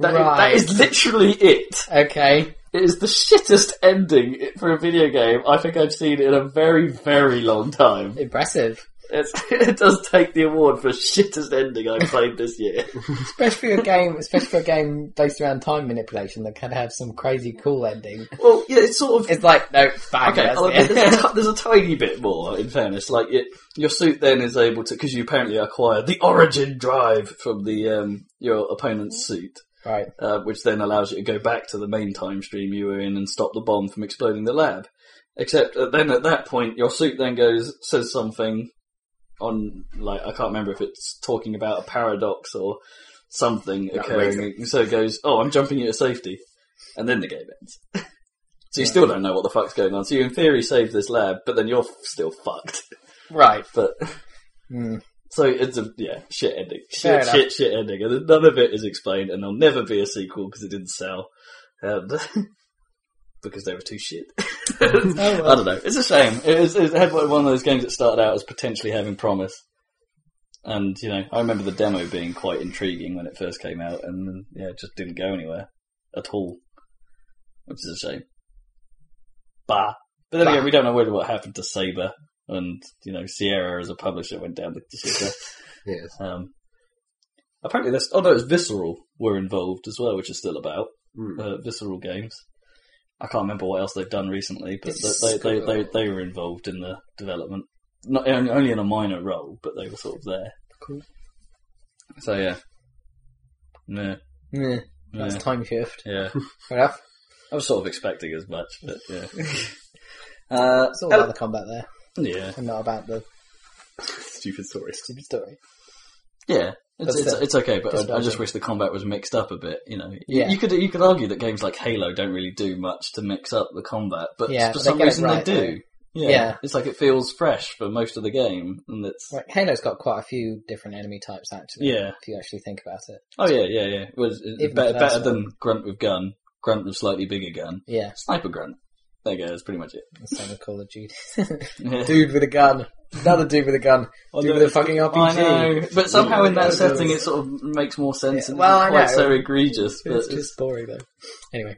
S3: That- that
S1: Right.
S3: is literally it.
S1: Okay.
S3: It is the shittest ending for a video game I think I've seen in a very, very long time.
S1: Impressive.
S3: It's, it does take the award for shittest ending I've played this year.
S1: Especially for a game, especially for a game based around time manipulation that can have some crazy cool ending.
S3: Well, yeah, it's sort of
S1: It's like, no, bang,
S3: Okay,
S1: that's
S3: I'll admit,
S1: it.
S3: there's, a ti- there's a tiny bit more, in fairness. Like, it, your suit then is able to, because you apparently acquired the origin drive from the um, your opponent's suit,
S1: Right.
S3: uh, which then allows you to go back to the main time stream you were in and stop the bomb from exploding the lab. Except that then at that point, your suit then goes, says something on, like, I can't remember if it's talking about a paradox or something
S2: makes
S3: occurring. So it goes, oh, I'm jumping you to safety. And then the game ends. So you still don't know what the fuck's going on. So you, in theory, save this lab, but then you're f- still fucked.
S1: Right.
S3: But
S1: Hmm.
S3: so it's a yeah shit ending,
S1: Fair
S3: shit
S1: enough.
S3: shit shit ending, and none of it is explained, and there'll never be a sequel because it didn't sell, and because they were too shit.
S1: Oh,
S3: I don't know. It's a shame. It, was, it had one of those games that started out as potentially having promise, and you know I remember the demo being quite intriguing when it first came out, and then, yeah, it just didn't go anywhere at all, which is a shame. Bah. But then
S1: Bah.
S3: again, we don't know really what happened to Saber, and you know Sierra as a publisher went down the shitter.
S2: Yes.
S3: Um, apparently, that's oh no, it's Visceral were involved as well, which is still about
S2: Hmm.
S3: uh, Visceral Games. I can't remember what else they've done recently, but they, they, they, they, they were involved in the development, not only only in a minor role, but they were sort of there.
S1: Cool.
S3: So yeah, yeah,
S1: Yeah, that's
S3: yeah,
S1: time shift.
S3: yeah.
S1: Fair enough.
S3: I was sort of expecting as much, but yeah. Uh,
S1: It's all about the combat there,
S3: yeah,
S1: and not about the
S2: Stupid stories.
S1: stupid story.
S3: yeah, it's,
S1: That's
S3: it's,
S1: it.
S3: it's okay, but
S1: Just
S3: I, I just
S1: dodging.
S3: wish the combat was mixed up a bit. You know,
S1: Yeah.
S3: you could you could argue that games like Halo don't really do much to mix up the combat, but
S1: Yeah,
S3: for
S1: but they
S3: some
S1: get it
S3: reason
S1: right,
S3: they do.
S1: though.
S3: Yeah.
S1: Yeah.
S3: it's like it feels fresh for most of the game, and it's
S1: Like Halo's got quite a few different enemy types actually.
S3: yeah,
S1: If you actually think about it.
S3: oh yeah, yeah, yeah. It was it's
S1: Even
S3: better,
S1: the first
S3: better than grunt with gun, grunt with slightly bigger gun,
S1: Yeah.
S3: sniper grunt. There you go. That's pretty much it.
S1: Instead of Call of Duty.
S3: Yeah.
S1: dude with a gun. Another dude with a gun. Dude with a fucking RPG.
S3: I know, but somehow in
S1: Yeah,
S3: that
S1: it does.
S3: setting, it sort of makes more sense.
S1: Yeah,
S3: and
S1: well,
S3: it's
S1: I
S3: quite
S1: know.
S3: so egregious, but
S1: It's just boring though. Anyway.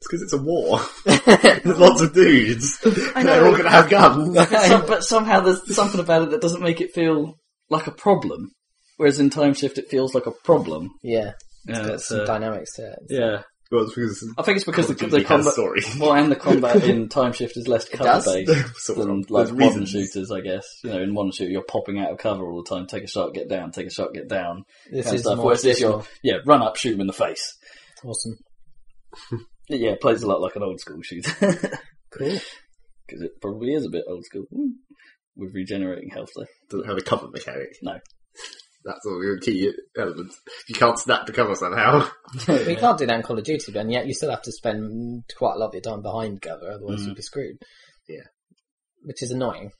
S2: It's because it's a war. There's lots of dudes. They're
S3: know.
S2: all going to have guns.
S3: Some, but somehow there's something about it that doesn't make it feel like a problem. Whereas in Time Shift, it feels like a problem.
S1: Yeah.
S3: Yeah,
S1: Got some dynamics to it.
S3: yeah.
S2: well, it's because
S3: I think it's because the,
S2: Call of
S3: the
S2: Duty has
S3: combat,
S2: stories.
S3: well, and the combat in Time Shift is less cover
S1: does.
S3: based
S2: sort of,
S3: than like
S2: there's
S3: modern
S2: reasons.
S3: shooters, I guess. You know, in modern shooter, you're popping out of cover all the time. Take a shot, get down. Take a shot, get down.
S1: This
S3: kind of
S1: is
S3: stuff.
S1: more
S3: Whereas this,
S1: traditional.
S3: you're yeah, run up, shoot him in the face.
S1: Awesome.
S3: Yeah, it plays a lot like an old school shooter.
S1: Cool.
S3: because it probably is a bit old school. With regenerating health, though.
S2: Doesn't have a cover mechanic. That's all your key elements. You can't snap the cover somehow.
S1: But you can't do that in Call of Duty, and yet you still have to spend quite a lot of your time behind cover, otherwise
S2: Mm.
S1: you'd be screwed.
S2: Yeah.
S1: Which is annoying.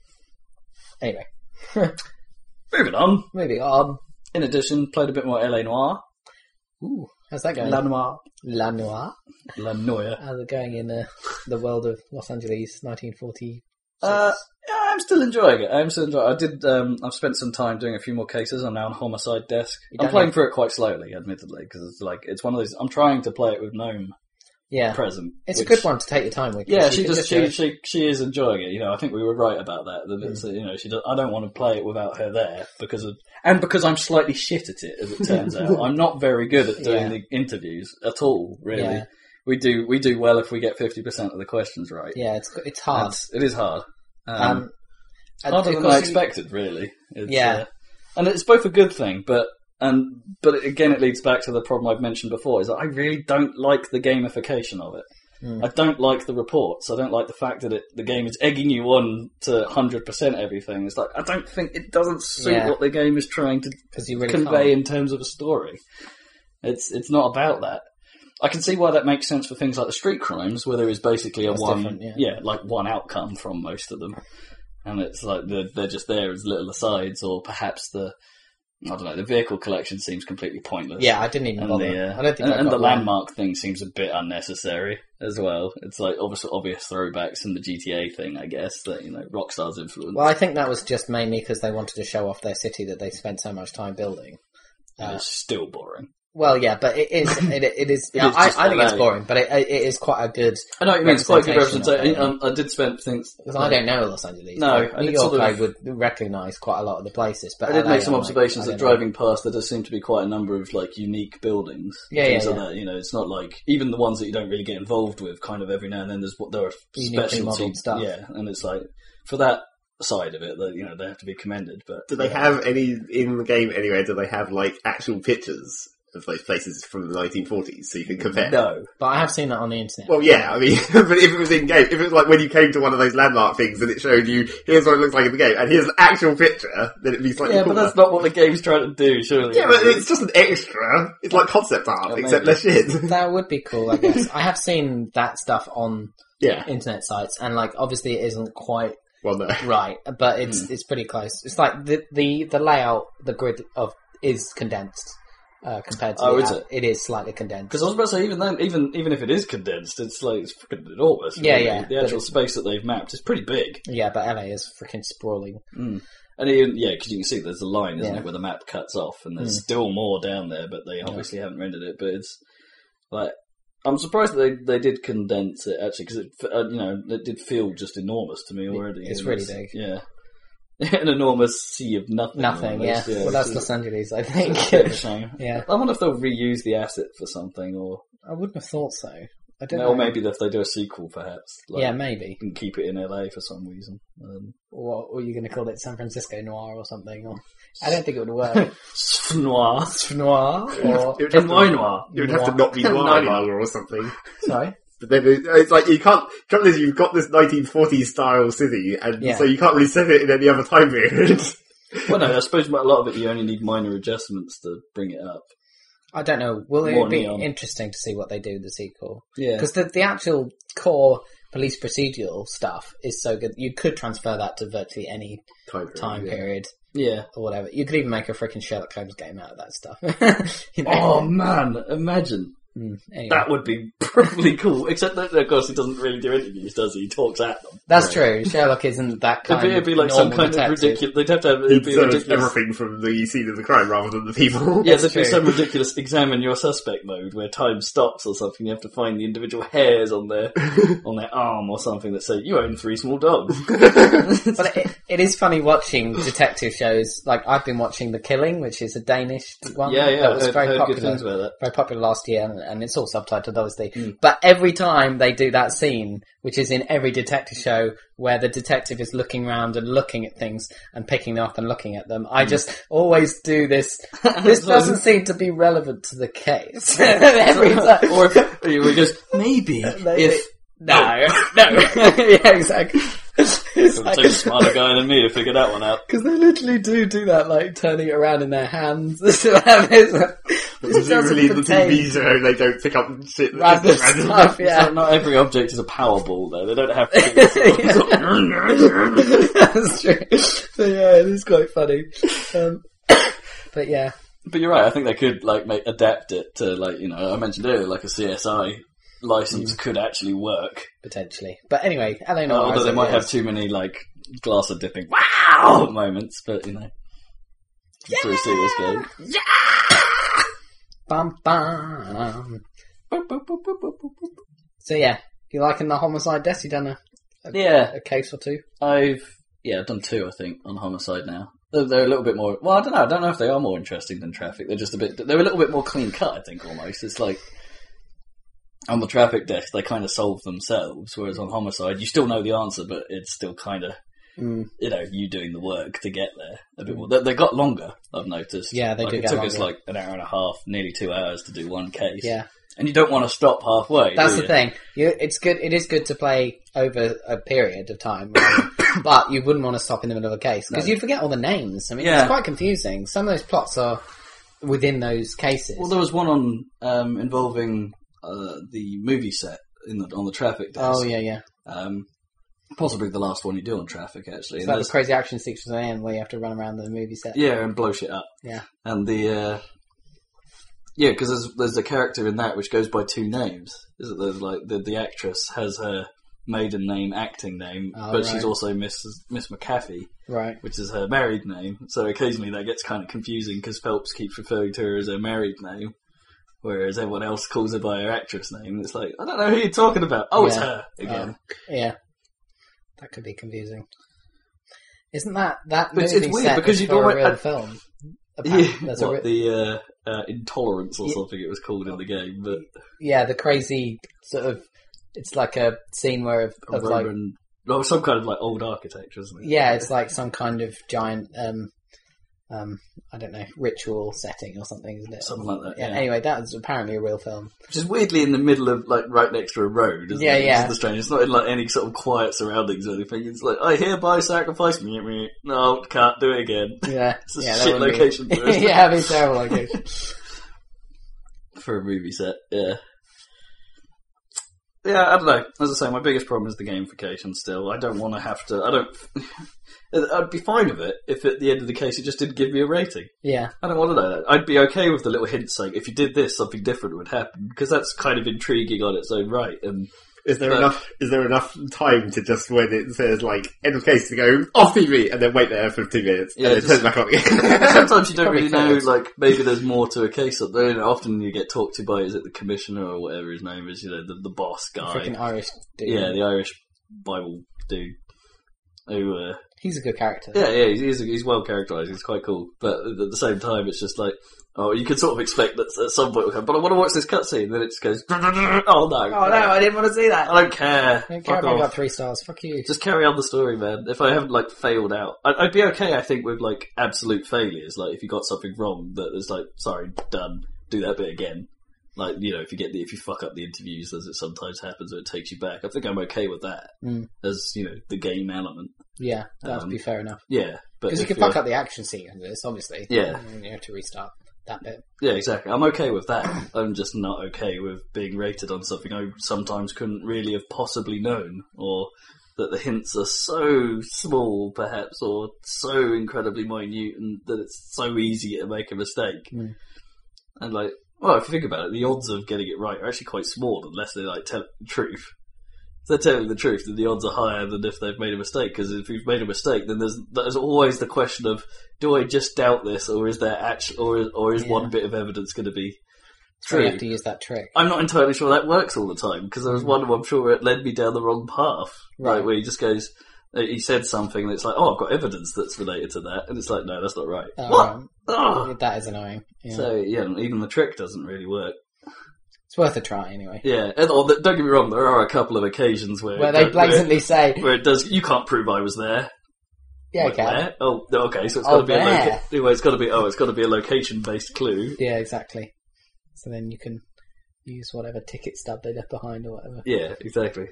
S1: Anyway,
S3: Moving on.
S1: moving on.
S3: In addition, played a bit more LA Noir.
S1: Ooh, how's that going?
S3: La Noir.
S1: La Noire.
S3: La Noir.
S1: How's it going in uh, the world of Los Angeles 1940?
S3: Uh, yeah, I'm still enjoying it. I'm still enjoying. It. I did. Um, I've spent some time doing a few more cases. I'm now on homicide desk.
S1: You
S3: I'm
S1: don't
S3: playing
S1: have-
S3: through it quite slowly, admittedly, because it's like it's one of those. I'm trying to play it with gnome
S1: Yeah.
S3: present.
S1: It's
S3: which-
S1: a good one to take your time with. 'cause
S3: Yeah,
S1: you
S3: she
S1: can
S3: just
S1: go-
S3: she, she she is enjoying it. You know, I think we were right about that. That it's,
S1: Mm.
S3: you know, she does, I don't want to play it without her there because of and because I'm slightly shit at it. As it turns out, I'm not very good at doing
S1: Yeah.
S3: the interviews at all. Really,
S1: Yeah.
S3: we do we do well if we get fifty percent of the questions right.
S1: Yeah, it's it's hard.
S3: That's- it is hard. Um,
S1: Um, and
S3: harder
S1: of
S3: than
S1: course
S3: I
S1: you-
S3: expected, really. It's,
S1: Yeah.
S3: uh, and it's both a good thing, but and but again, it leads back to the problem I've mentioned before: is that I really don't like the gamification of it.
S1: Hmm.
S3: I don't like the reports. I don't like the fact that it, the game is egging you on to hundred percent everything. It's like I don't think it doesn't suit
S1: Yeah.
S3: what the game is trying to
S1: Because you really
S3: convey
S1: can't.
S3: in terms of a story. It's it's not about that. I can see why that makes sense for things like the street crimes, where there is basically a
S1: That's
S3: one,
S1: different, yeah.
S3: like one outcome from most of them, and it's like they're, they're just there as little asides, or perhaps the I don't know. The vehicle collection seems completely pointless.
S1: Yeah, I didn't even
S3: And
S1: bother.
S3: the, uh,
S1: I don't think
S3: and,
S1: I
S3: and
S1: got
S3: the
S1: one.
S3: landmark thing seems a bit unnecessary as well. It's like obvious, obvious throwbacks in the GTA thing, I guess. That you know, Rockstar's influence.
S1: Well, I think that was just mainly because they wanted to show off their city that they spent so much time building.
S3: And it's still boring.
S1: Well, yeah, but it is. It, it is. yeah,
S3: is
S1: I,
S3: just
S1: I think it's
S3: LA.
S1: boring, but it, it is quite a good.
S3: I know what you mean. It's quite a good
S1: Representation
S3: representation.
S1: of
S3: Um, I did spend things.
S1: Because I don't know Los Angeles.
S3: No,
S1: but
S3: and
S1: New
S3: it's
S1: York.
S3: sort
S1: I
S3: of-
S1: would recognise quite a lot of the places, but
S3: I did
S1: LA,
S3: make some
S1: I'm like,
S3: observations
S1: I
S3: that
S1: don't know.
S3: driving past there does seem to be quite a number of like unique buildings. and
S1: Yeah, yeah,
S3: things like
S1: yeah.
S3: that. You know, it's not like even the ones that you don't really get involved with. Kind of every now and then, there's what there are
S1: Uniquely
S3: specialty
S1: modelled stuff.
S3: Yeah, and it's like for that side of it, that you know, they have to be commended. But
S2: Do they have any in the game anywhere? Do they have like actual pictures of those places from the 1940s so you can compare?
S3: No,
S1: But I have seen that on the internet.
S2: Well, yeah, I mean, but if it was in game, if it was like when you came to one of those landmark things and it showed you, here's what it looks like in the game, and here's the actual picture, then it'd be slightly
S3: yeah, but
S2: cooler.
S3: that's not what the game's trying to do, surely.
S2: yeah, but it's just an extra. It's like concept art,
S3: Yeah, maybe.
S2: except less shit.
S1: that would be cool, I guess. I have seen that stuff on
S2: yeah.
S1: internet sites, and like obviously it isn't quite
S2: Well, no.
S1: right, but it's it's pretty close. It's like the the, the layout, the grid of is condensed uh, compared to
S3: Oh,
S1: the
S3: is
S1: app. It is slightly condensed.
S3: Because I was about to say, even then, even even if it is condensed, it's like it's freaking enormous.
S1: Yeah,
S3: really.
S1: yeah,
S3: The
S1: but
S3: actual
S1: it's-
S3: space that they've mapped is pretty big.
S1: Yeah, but LA is freaking sprawling.
S3: And even, yeah, because you can see there's a line, isn't
S1: Yeah. Hmm.
S3: it, where the map cuts off, and there's still more down there, but they obviously haven't rendered it. But it's like I'm surprised that they they did condense it actually, because it f- uh, you know it did feel just enormous to me already.
S1: it's
S3: and
S1: really big.
S3: Yeah, an enormous sea of nothing.
S1: Nothing, yeah.
S3: almost,
S1: Well, that's
S3: it's
S1: Los
S3: just
S1: Angeles, I
S3: a bit of a
S1: think.
S3: shame.
S1: yeah,
S3: I wonder if they'll reuse the asset for something, or
S1: I wouldn't have thought so. I don't know.
S3: or maybe if they do a sequel, perhaps. Like,
S1: yeah, maybe.
S3: and keep it in LA for some reason. Um,
S1: What were you going to call it? San Francisco Noir or something? Or I don't think it would work.
S3: noir.
S1: Noir or
S2: It would have to-
S3: noir.
S2: it would have to not be
S3: Noir.
S2: wine or something.
S1: sorry,
S2: But then it- it's like you can't. Trouble is, you've got this 1940s style city, and
S1: Yeah.
S2: so you can't really set it in any other time period.
S3: Well, no, I suppose a lot of it you only need minor adjustments to bring it up.
S1: I don't know. Will
S3: More
S1: it be
S3: neon.
S1: interesting to see what they do with the sequel?
S3: Yeah,
S1: Because the, the actual core police procedural stuff is so good. You could transfer that to virtually any
S2: time period.
S1: time
S2: yeah.
S1: period
S3: yeah.
S1: or whatever. You could even make a freaking Sherlock Holmes game out of that stuff. You know?
S3: Oh man, imagine
S1: Mm, anyway.
S3: that would be probably cool. Except that, of course, he doesn't really do interviews, does he? He talks at them.
S1: That's true. Sherlock isn't that
S3: It'd
S1: kind
S3: be, it'd be like some
S1: normal
S3: kind
S1: detective.
S3: of ridiculous. They'd have to have
S2: He
S3: it'd be a
S2: observes
S3: ridiculous.
S2: everything from the scene of the crime rather than the people.
S3: Yeah, there'd be
S1: true.
S3: some ridiculous examine your suspect mode where time stops or something. You have to find the individual hairs on their on their arm or something that say you own three small dogs.
S1: But it, it is funny watching detective shows. Like I've been watching The Killing, which is a Danish one.
S3: Yeah, yeah,
S1: that was
S3: I've
S1: very
S3: heard
S1: popular.
S3: good things about that.
S1: very popular last year, and, and it's all subtitled, obviously. But every time they do that scene, which is in every detective show, where the detective is looking around and looking at things and picking them up and looking at them, I just always do this. This doesn't seem to be relevant to the case. every time.
S3: or if he goes, maybe if
S1: no, no, yeah, exactly. It's
S3: It
S1: like-
S3: takes a smarter guy than me to figure that one out.
S1: Because they literally do do that, like turning it around in their hands. to have it- this doesn't
S2: Presumably the
S1: pertain
S2: TV show, they don't pick up shit that's
S1: random
S2: just
S1: stuff.
S3: Yeah.
S1: Yeah,
S3: Not every object is a power ball, though. They don't have to.
S2: random.
S1: that's true. So yeah, it is quite funny. Um, but yeah,
S3: but you're right. I think they could like make adapt it to like you know I mentioned earlier, like a CSI license could actually work.
S1: potentially. But anyway, Eleanor.
S3: Uh, although they
S1: Morrison
S3: might have
S1: is-
S3: too many like glass of dipping wow moments, but you know. Yeah! Pretty serious game.
S1: Bum, bum.
S3: Boop, boop, boop, boop, boop, boop, boop.
S1: So yeah, you liking the homicide death? You done a,
S3: Yeah,
S1: a case or two?
S3: I've yeah I've done two I think on homicide now. They're, they're a little bit more. Well, I don't know. I don't know if they are more interesting than traffic. They're just a bit. They're a little bit more clean cut. I think almost. It's like on the traffic desk they kind of solve themselves, whereas on homicide you still know the answer, but it's still kind of
S1: Mm.
S3: you know you doing the work to get there a bit more. They, they got longer. I've noticed.
S1: Yeah, they
S3: like,
S1: do
S3: It
S1: get
S3: took us
S1: longer.
S3: like an hour and a half, nearly two hours to do one case.
S1: Yeah.
S3: and you don't want to stop halfway.
S1: That's
S3: do
S1: the
S3: you?
S1: thing. You, it's good. It is good to play over a period of time, um, but you wouldn't want to stop in the middle of a case because
S3: No.
S1: you'd forget all the names. I mean, it's
S3: Yeah.
S1: quite confusing. Some of those plots are within those cases.
S3: Well, there was one on um, involving uh, the movie set in the, on the traffic desk.
S1: oh yeah, yeah.
S3: Um, possibly the last one you do on traffic, actually.
S1: It's
S3: And
S1: like the
S3: there's-
S1: crazy action sequence at the end where you have to run around the movie set.
S3: yeah, and blow shit up.
S1: Yeah.
S3: And the uh, yeah, because there's there's a character in that which goes by two names. Is it? There's like the the actress has her maiden name, acting name,
S1: Oh,
S3: but
S1: right.
S3: she's also Miss Miss McAfee,
S1: Right.
S3: which is her married name. So occasionally that gets kind of confusing because Phelps keeps referring to her as her married name. Whereas everyone else calls her by her actress name, it's like I don't know who you're talking about. Oh, it's
S1: Yeah.
S3: her again.
S1: Um, yeah. That could be confusing. Isn't that that
S3: But it's-
S1: movie
S3: it's weird
S1: set
S3: because
S1: is
S3: you'd
S1: for a
S3: always-
S1: real
S3: I-
S1: film? Apparently,
S3: Yeah,
S1: there's a
S3: what,
S1: re-
S3: the uh, uh, intolerance or
S1: Yeah.
S3: something it was called in the game, but
S1: yeah, the crazy sort of. It's like a scene where of,
S3: a
S1: of like
S3: Roman, well, some kind of like old architecture, isn't it?
S1: Yeah, it's like some kind of giant, um, um, I don't know, ritual setting or something, isn't it?
S3: something like that.
S1: yeah.
S3: Yeah,
S1: Anyway, that was apparently a real film.
S3: which is weirdly in the middle of like right next to a road. Isn't
S1: Yeah,
S3: it? Which
S1: yeah.
S3: Is the strange. It's not in like any sort of quiet surroundings or anything. It's like I hereby sacrifice. Meh, meh. No, can't do it again.
S1: Yeah,
S3: It's a
S1: yeah, that
S3: shit
S1: would be-
S3: location. for us.
S1: yeah, it'd be terrible location.
S3: for a movie set. Yeah. Yeah, I don't know. As I say, my biggest problem is the gamification. Still, I don't want to have to. I don't. I'd be fine with it if at the end of the case it just didn't give me a rating.
S1: Yeah,
S3: I don't want to know that. I'd be okay with the little hint saying if you did this, something different would happen because that's kind of intriguing on its own right. And
S2: Is there
S3: But-
S2: enough? Is there enough time to just when it says like end of case to go off TV and then wait there for two minutes
S3: Yeah,
S2: and then
S3: just-
S2: turn it back on again?
S3: sometimes you don't really know.
S1: Probably could.
S3: Like maybe there's more to a case. Up there. You know, often you get talked to by is it the commissioner or whatever his name is? You know, the, the boss guy.
S1: freaking Irish dude.
S3: Yeah, the Irish Bible dude who uh,
S1: he's a good character.
S3: Yeah, yeah, he's he's, he's well characterized. He's quite cool, but at the same time, it's just like, oh, you can sort of expect that at some point, it'll come, but I want to watch this cutscene. Then it just goes, oh no, oh
S1: Oh no, I didn't want to see that.
S3: I don't care.
S1: I don't care
S3: Fuck
S1: if I
S3: off.
S1: got three stars. Fuck you.
S3: Just carry on the story, man. If I haven't like failed out, I'd, I'd be okay. I think with like absolute failures, like if you got something wrong, that is like, sorry, done. Do that bit again. Like you know, if you get the if you fuck up the interviews, as it sometimes happens, or it takes you back. I think I'm okay with that
S1: Mm.
S3: as you know the game element.
S1: yeah, that'd
S3: Um,
S1: be fair enough.
S3: Yeah, but
S1: Because you
S3: if
S1: can
S3: you're-
S1: fuck up the action sequences, obviously.
S3: Yeah.
S1: And you have to restart that bit.
S3: Yeah, exactly. I'm okay with that. I'm just not okay with being rated on something I sometimes couldn't really have possibly known, or that the hints are so small, perhaps, or so incredibly minute, and that it's so easy to make a mistake.
S1: Mm.
S3: And like, well, if you think about it, the odds of getting it right are actually quite small unless they like tell the truth. If they're telling the truth, then the odds are higher than if they've made a mistake. Because if you've made a mistake, then there's there's always the question of do I just doubt this, or is there actually, or or is
S1: Yeah.
S3: one bit of evidence going to be
S1: So you
S3: true?
S1: have to use that trick.
S3: I'm not entirely sure that works all the time because there was one where I'm sure where it led me down the wrong path. Right,
S1: Mm. Right.
S3: where he just goes, uh, he said something, and it's like, oh, I've got evidence that's related to that, and it's like, no, that's not right. what?
S1: Um,
S3: Ah!
S1: that is annoying. Yeah.
S3: So yeah, even the trick doesn't really work.
S1: it's worth a try anyway.
S3: Yeah, and, or the- don't get me wrong, there are a couple of occasions where
S1: Where they
S3: don't- where-
S1: blatantly say,
S3: where it does. You can't prove I was there.
S1: yeah,
S3: Like,
S1: okay.
S3: where? Oh, no, okay. So it's
S1: Oh,
S3: got to be. A
S1: there.
S3: loca- anyway, it's got to be. Oh, it's got to be a location-based clue.
S1: Yeah, exactly. So then you can use whatever ticket stub they left behind or whatever.
S3: Yeah, exactly.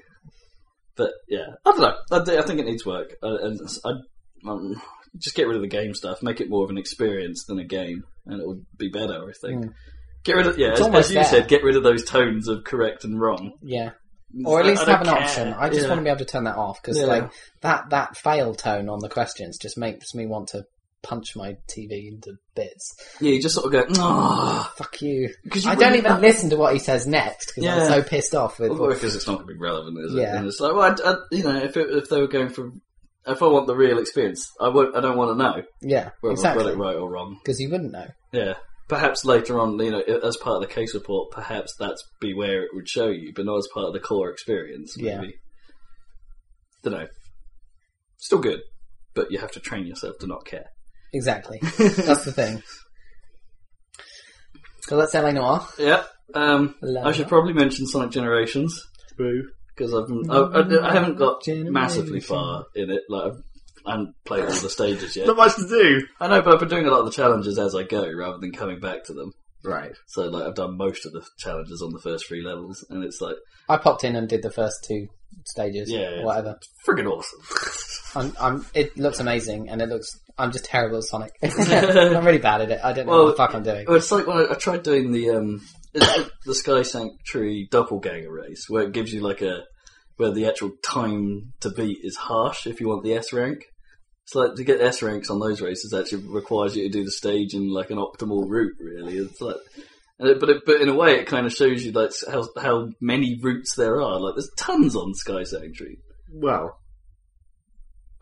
S3: But yeah, I don't know. I, thi- I think it needs work, uh, and s- I um, just get rid of the game stuff, make it more of an experience than a game, and it will be better. I think. Get rid of yeah,
S1: Hmm. It's
S3: as,
S1: almost
S3: as you
S1: there.
S3: said, get rid of those tones of correct and wrong,
S1: Yeah. Or at
S3: I-
S1: least
S3: I don't
S1: have an
S3: care.
S1: option. I just
S3: Yeah.
S1: want to be able to turn that off because
S3: Yeah.
S1: like that that fail tone on the questions just makes me want to punch my TV into bits.
S3: Yeah, you just sort of go, no,
S1: Fuck you.
S3: because
S1: I don't even listen to what he says next because I'm
S3: Yeah.
S1: so pissed off with.
S3: because it's not going to be relevant, is it?
S1: Yeah.
S3: And it's like, well, I, I, you know, if it, if they were going for, if I want the real experience, I won't, I don't want to know
S1: yeah,
S3: whether I got
S1: exactly.
S3: it right or wrong.
S1: Because you wouldn't know.
S3: Yeah. Perhaps later on, you know, i- as part of the case report, perhaps that's be where it would show you, but not as part of the core experience. Maybe.
S1: Yeah.
S3: Don't know. Still good, but you have to train yourself to not care.
S1: Exactly. That's the thing. So that's LA Noir.
S3: Yeah. Um,
S1: Love
S3: I should
S1: it.
S3: probably mention Sonic Generations
S2: Boo.
S3: because I've been, I, I, I haven't got
S1: Generation.
S3: massively far in it. Like I've, I haven't played all the stages yet.
S2: Not much to do.
S3: I know, but I've been doing a lot of the challenges as I go rather than coming back to them.
S2: Right.
S3: So like I've done most of the challenges on the first three levels, and it's like
S1: I popped in and did the first two stages.
S3: Yeah, yeah.
S1: Whatever.
S3: friggin' awesome.
S1: I'm, I'm, it looks amazing and it looks. I'm just terrible at Sonic. I'm really bad at it. I don't know
S3: Well,
S1: what the fuck I'm doing.
S3: Well, Oh, it's like when I, I tried doing the um, it's the Sky Sanctuary doppelganger race, where it gives you like a where the actual time to beat is harsh if you want the S rank. It's like to get S ranks on those races actually requires you to do the stage in like an optimal route. Really, it's like. and it- But it, but in a way, it kind of shows you like how how many routes there are. Like there's tons on Sky Sanctuary.
S2: Well,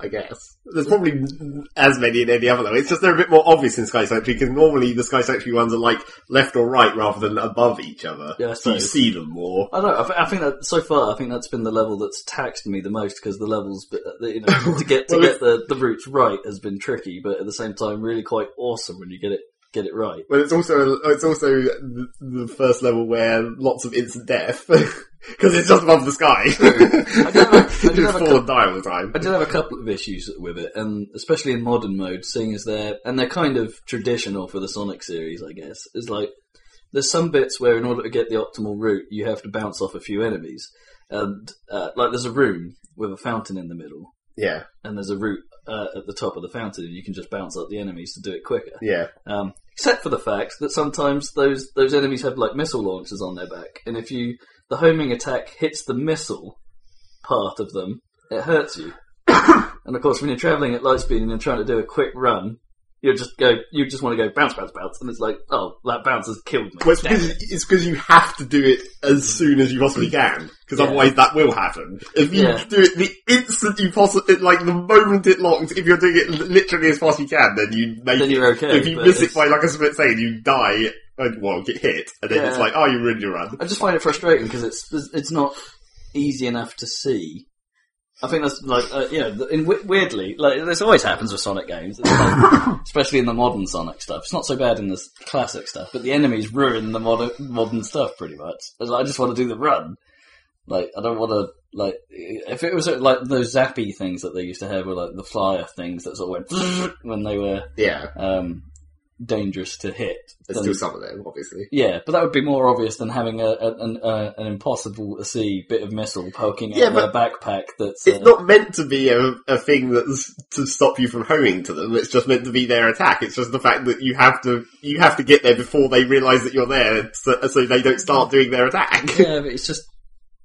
S2: I guess. There's probably as many in any other though. It's just they're a bit more obvious in Sky Sanctuary because normally the Sky Sanctuary ones are like left or right rather than above each other.
S3: Yeah, I
S2: so you
S3: suppose.
S2: see them more.
S3: I don't know. I, th- I think that so far, I think that's been the level that's taxed me the most because the levels, uh, you know, to get to
S2: Well,
S3: get the the routes right has been tricky, but at the same time, really quite awesome when you get it get it right.
S2: Well, it's also it's also the, the first level where lots of instant death because it's just above the sky.
S3: I did have a- I did
S2: You
S3: have a
S2: fall
S3: cou-
S2: and die all the time.
S3: I did have a couple of issues with it, and especially in modern mode, seeing as they're and they're kind of traditional for the Sonic series, I guess. Is like there's some bits where in order to get the optimal route, you have to bounce off a few enemies, and uh, like there's a room with a fountain in the middle,
S2: Yeah,
S3: and there's a route uh, at the top of the fountain, and you can just bounce up the enemies to do it quicker.
S2: yeah.
S3: Um, except for the fact that sometimes those those enemies have like missile launchers on their back, and if you the homing attack hits the missile part of them, it hurts you. and of course, when you're traveling at light speed and you're trying to do a quick run, you just go you just want to go bounce, bounce, bounce, and it's like, oh, that bounce has killed me.
S2: Well, it's because it's because you have to do it as soon as you possibly can, because
S3: Yeah.
S2: otherwise that will happen. If you
S3: Yeah.
S2: do it the instant you possibly, like the moment it locks, if you're doing it literally as fast as you can, then you make.
S3: Then
S2: it.
S3: you're okay.
S2: if you
S3: but
S2: miss it
S3: it's-
S2: by like a split second, you die. And, well, get hit, and then it's
S3: Yeah.
S2: like, oh, you ruined your run.
S3: I just find it frustrating because it's it's not easy enough to see. I think that's like uh, you know, the- in, weirdly, like this always happens with Sonic games, It's like- especially in the modern Sonic stuff. It's not so bad in the s- classic stuff, but the enemies ruin the modern modern stuff pretty much. It's like, I just want to do the run. Like I don't want to like if it was uh, like those zappy things that they used to have were like the flyer things that sort of went when they were
S2: Yeah,
S3: um, dangerous to hit.
S2: there's
S3: then-
S2: still some of them, obviously.
S4: Yeah, but that would be more obvious than having a, a, an, uh an impossible to see bit of missile poking
S2: Yeah,
S4: out of their backpack. That's uh,
S2: It's not meant to be a, a thing that's to stop you from homing to them. It's just meant to be their attack. It's just the fact that you have to you have to get there before they realise that you're there, so, so they don't start doing their attack.
S4: yeah, but it's just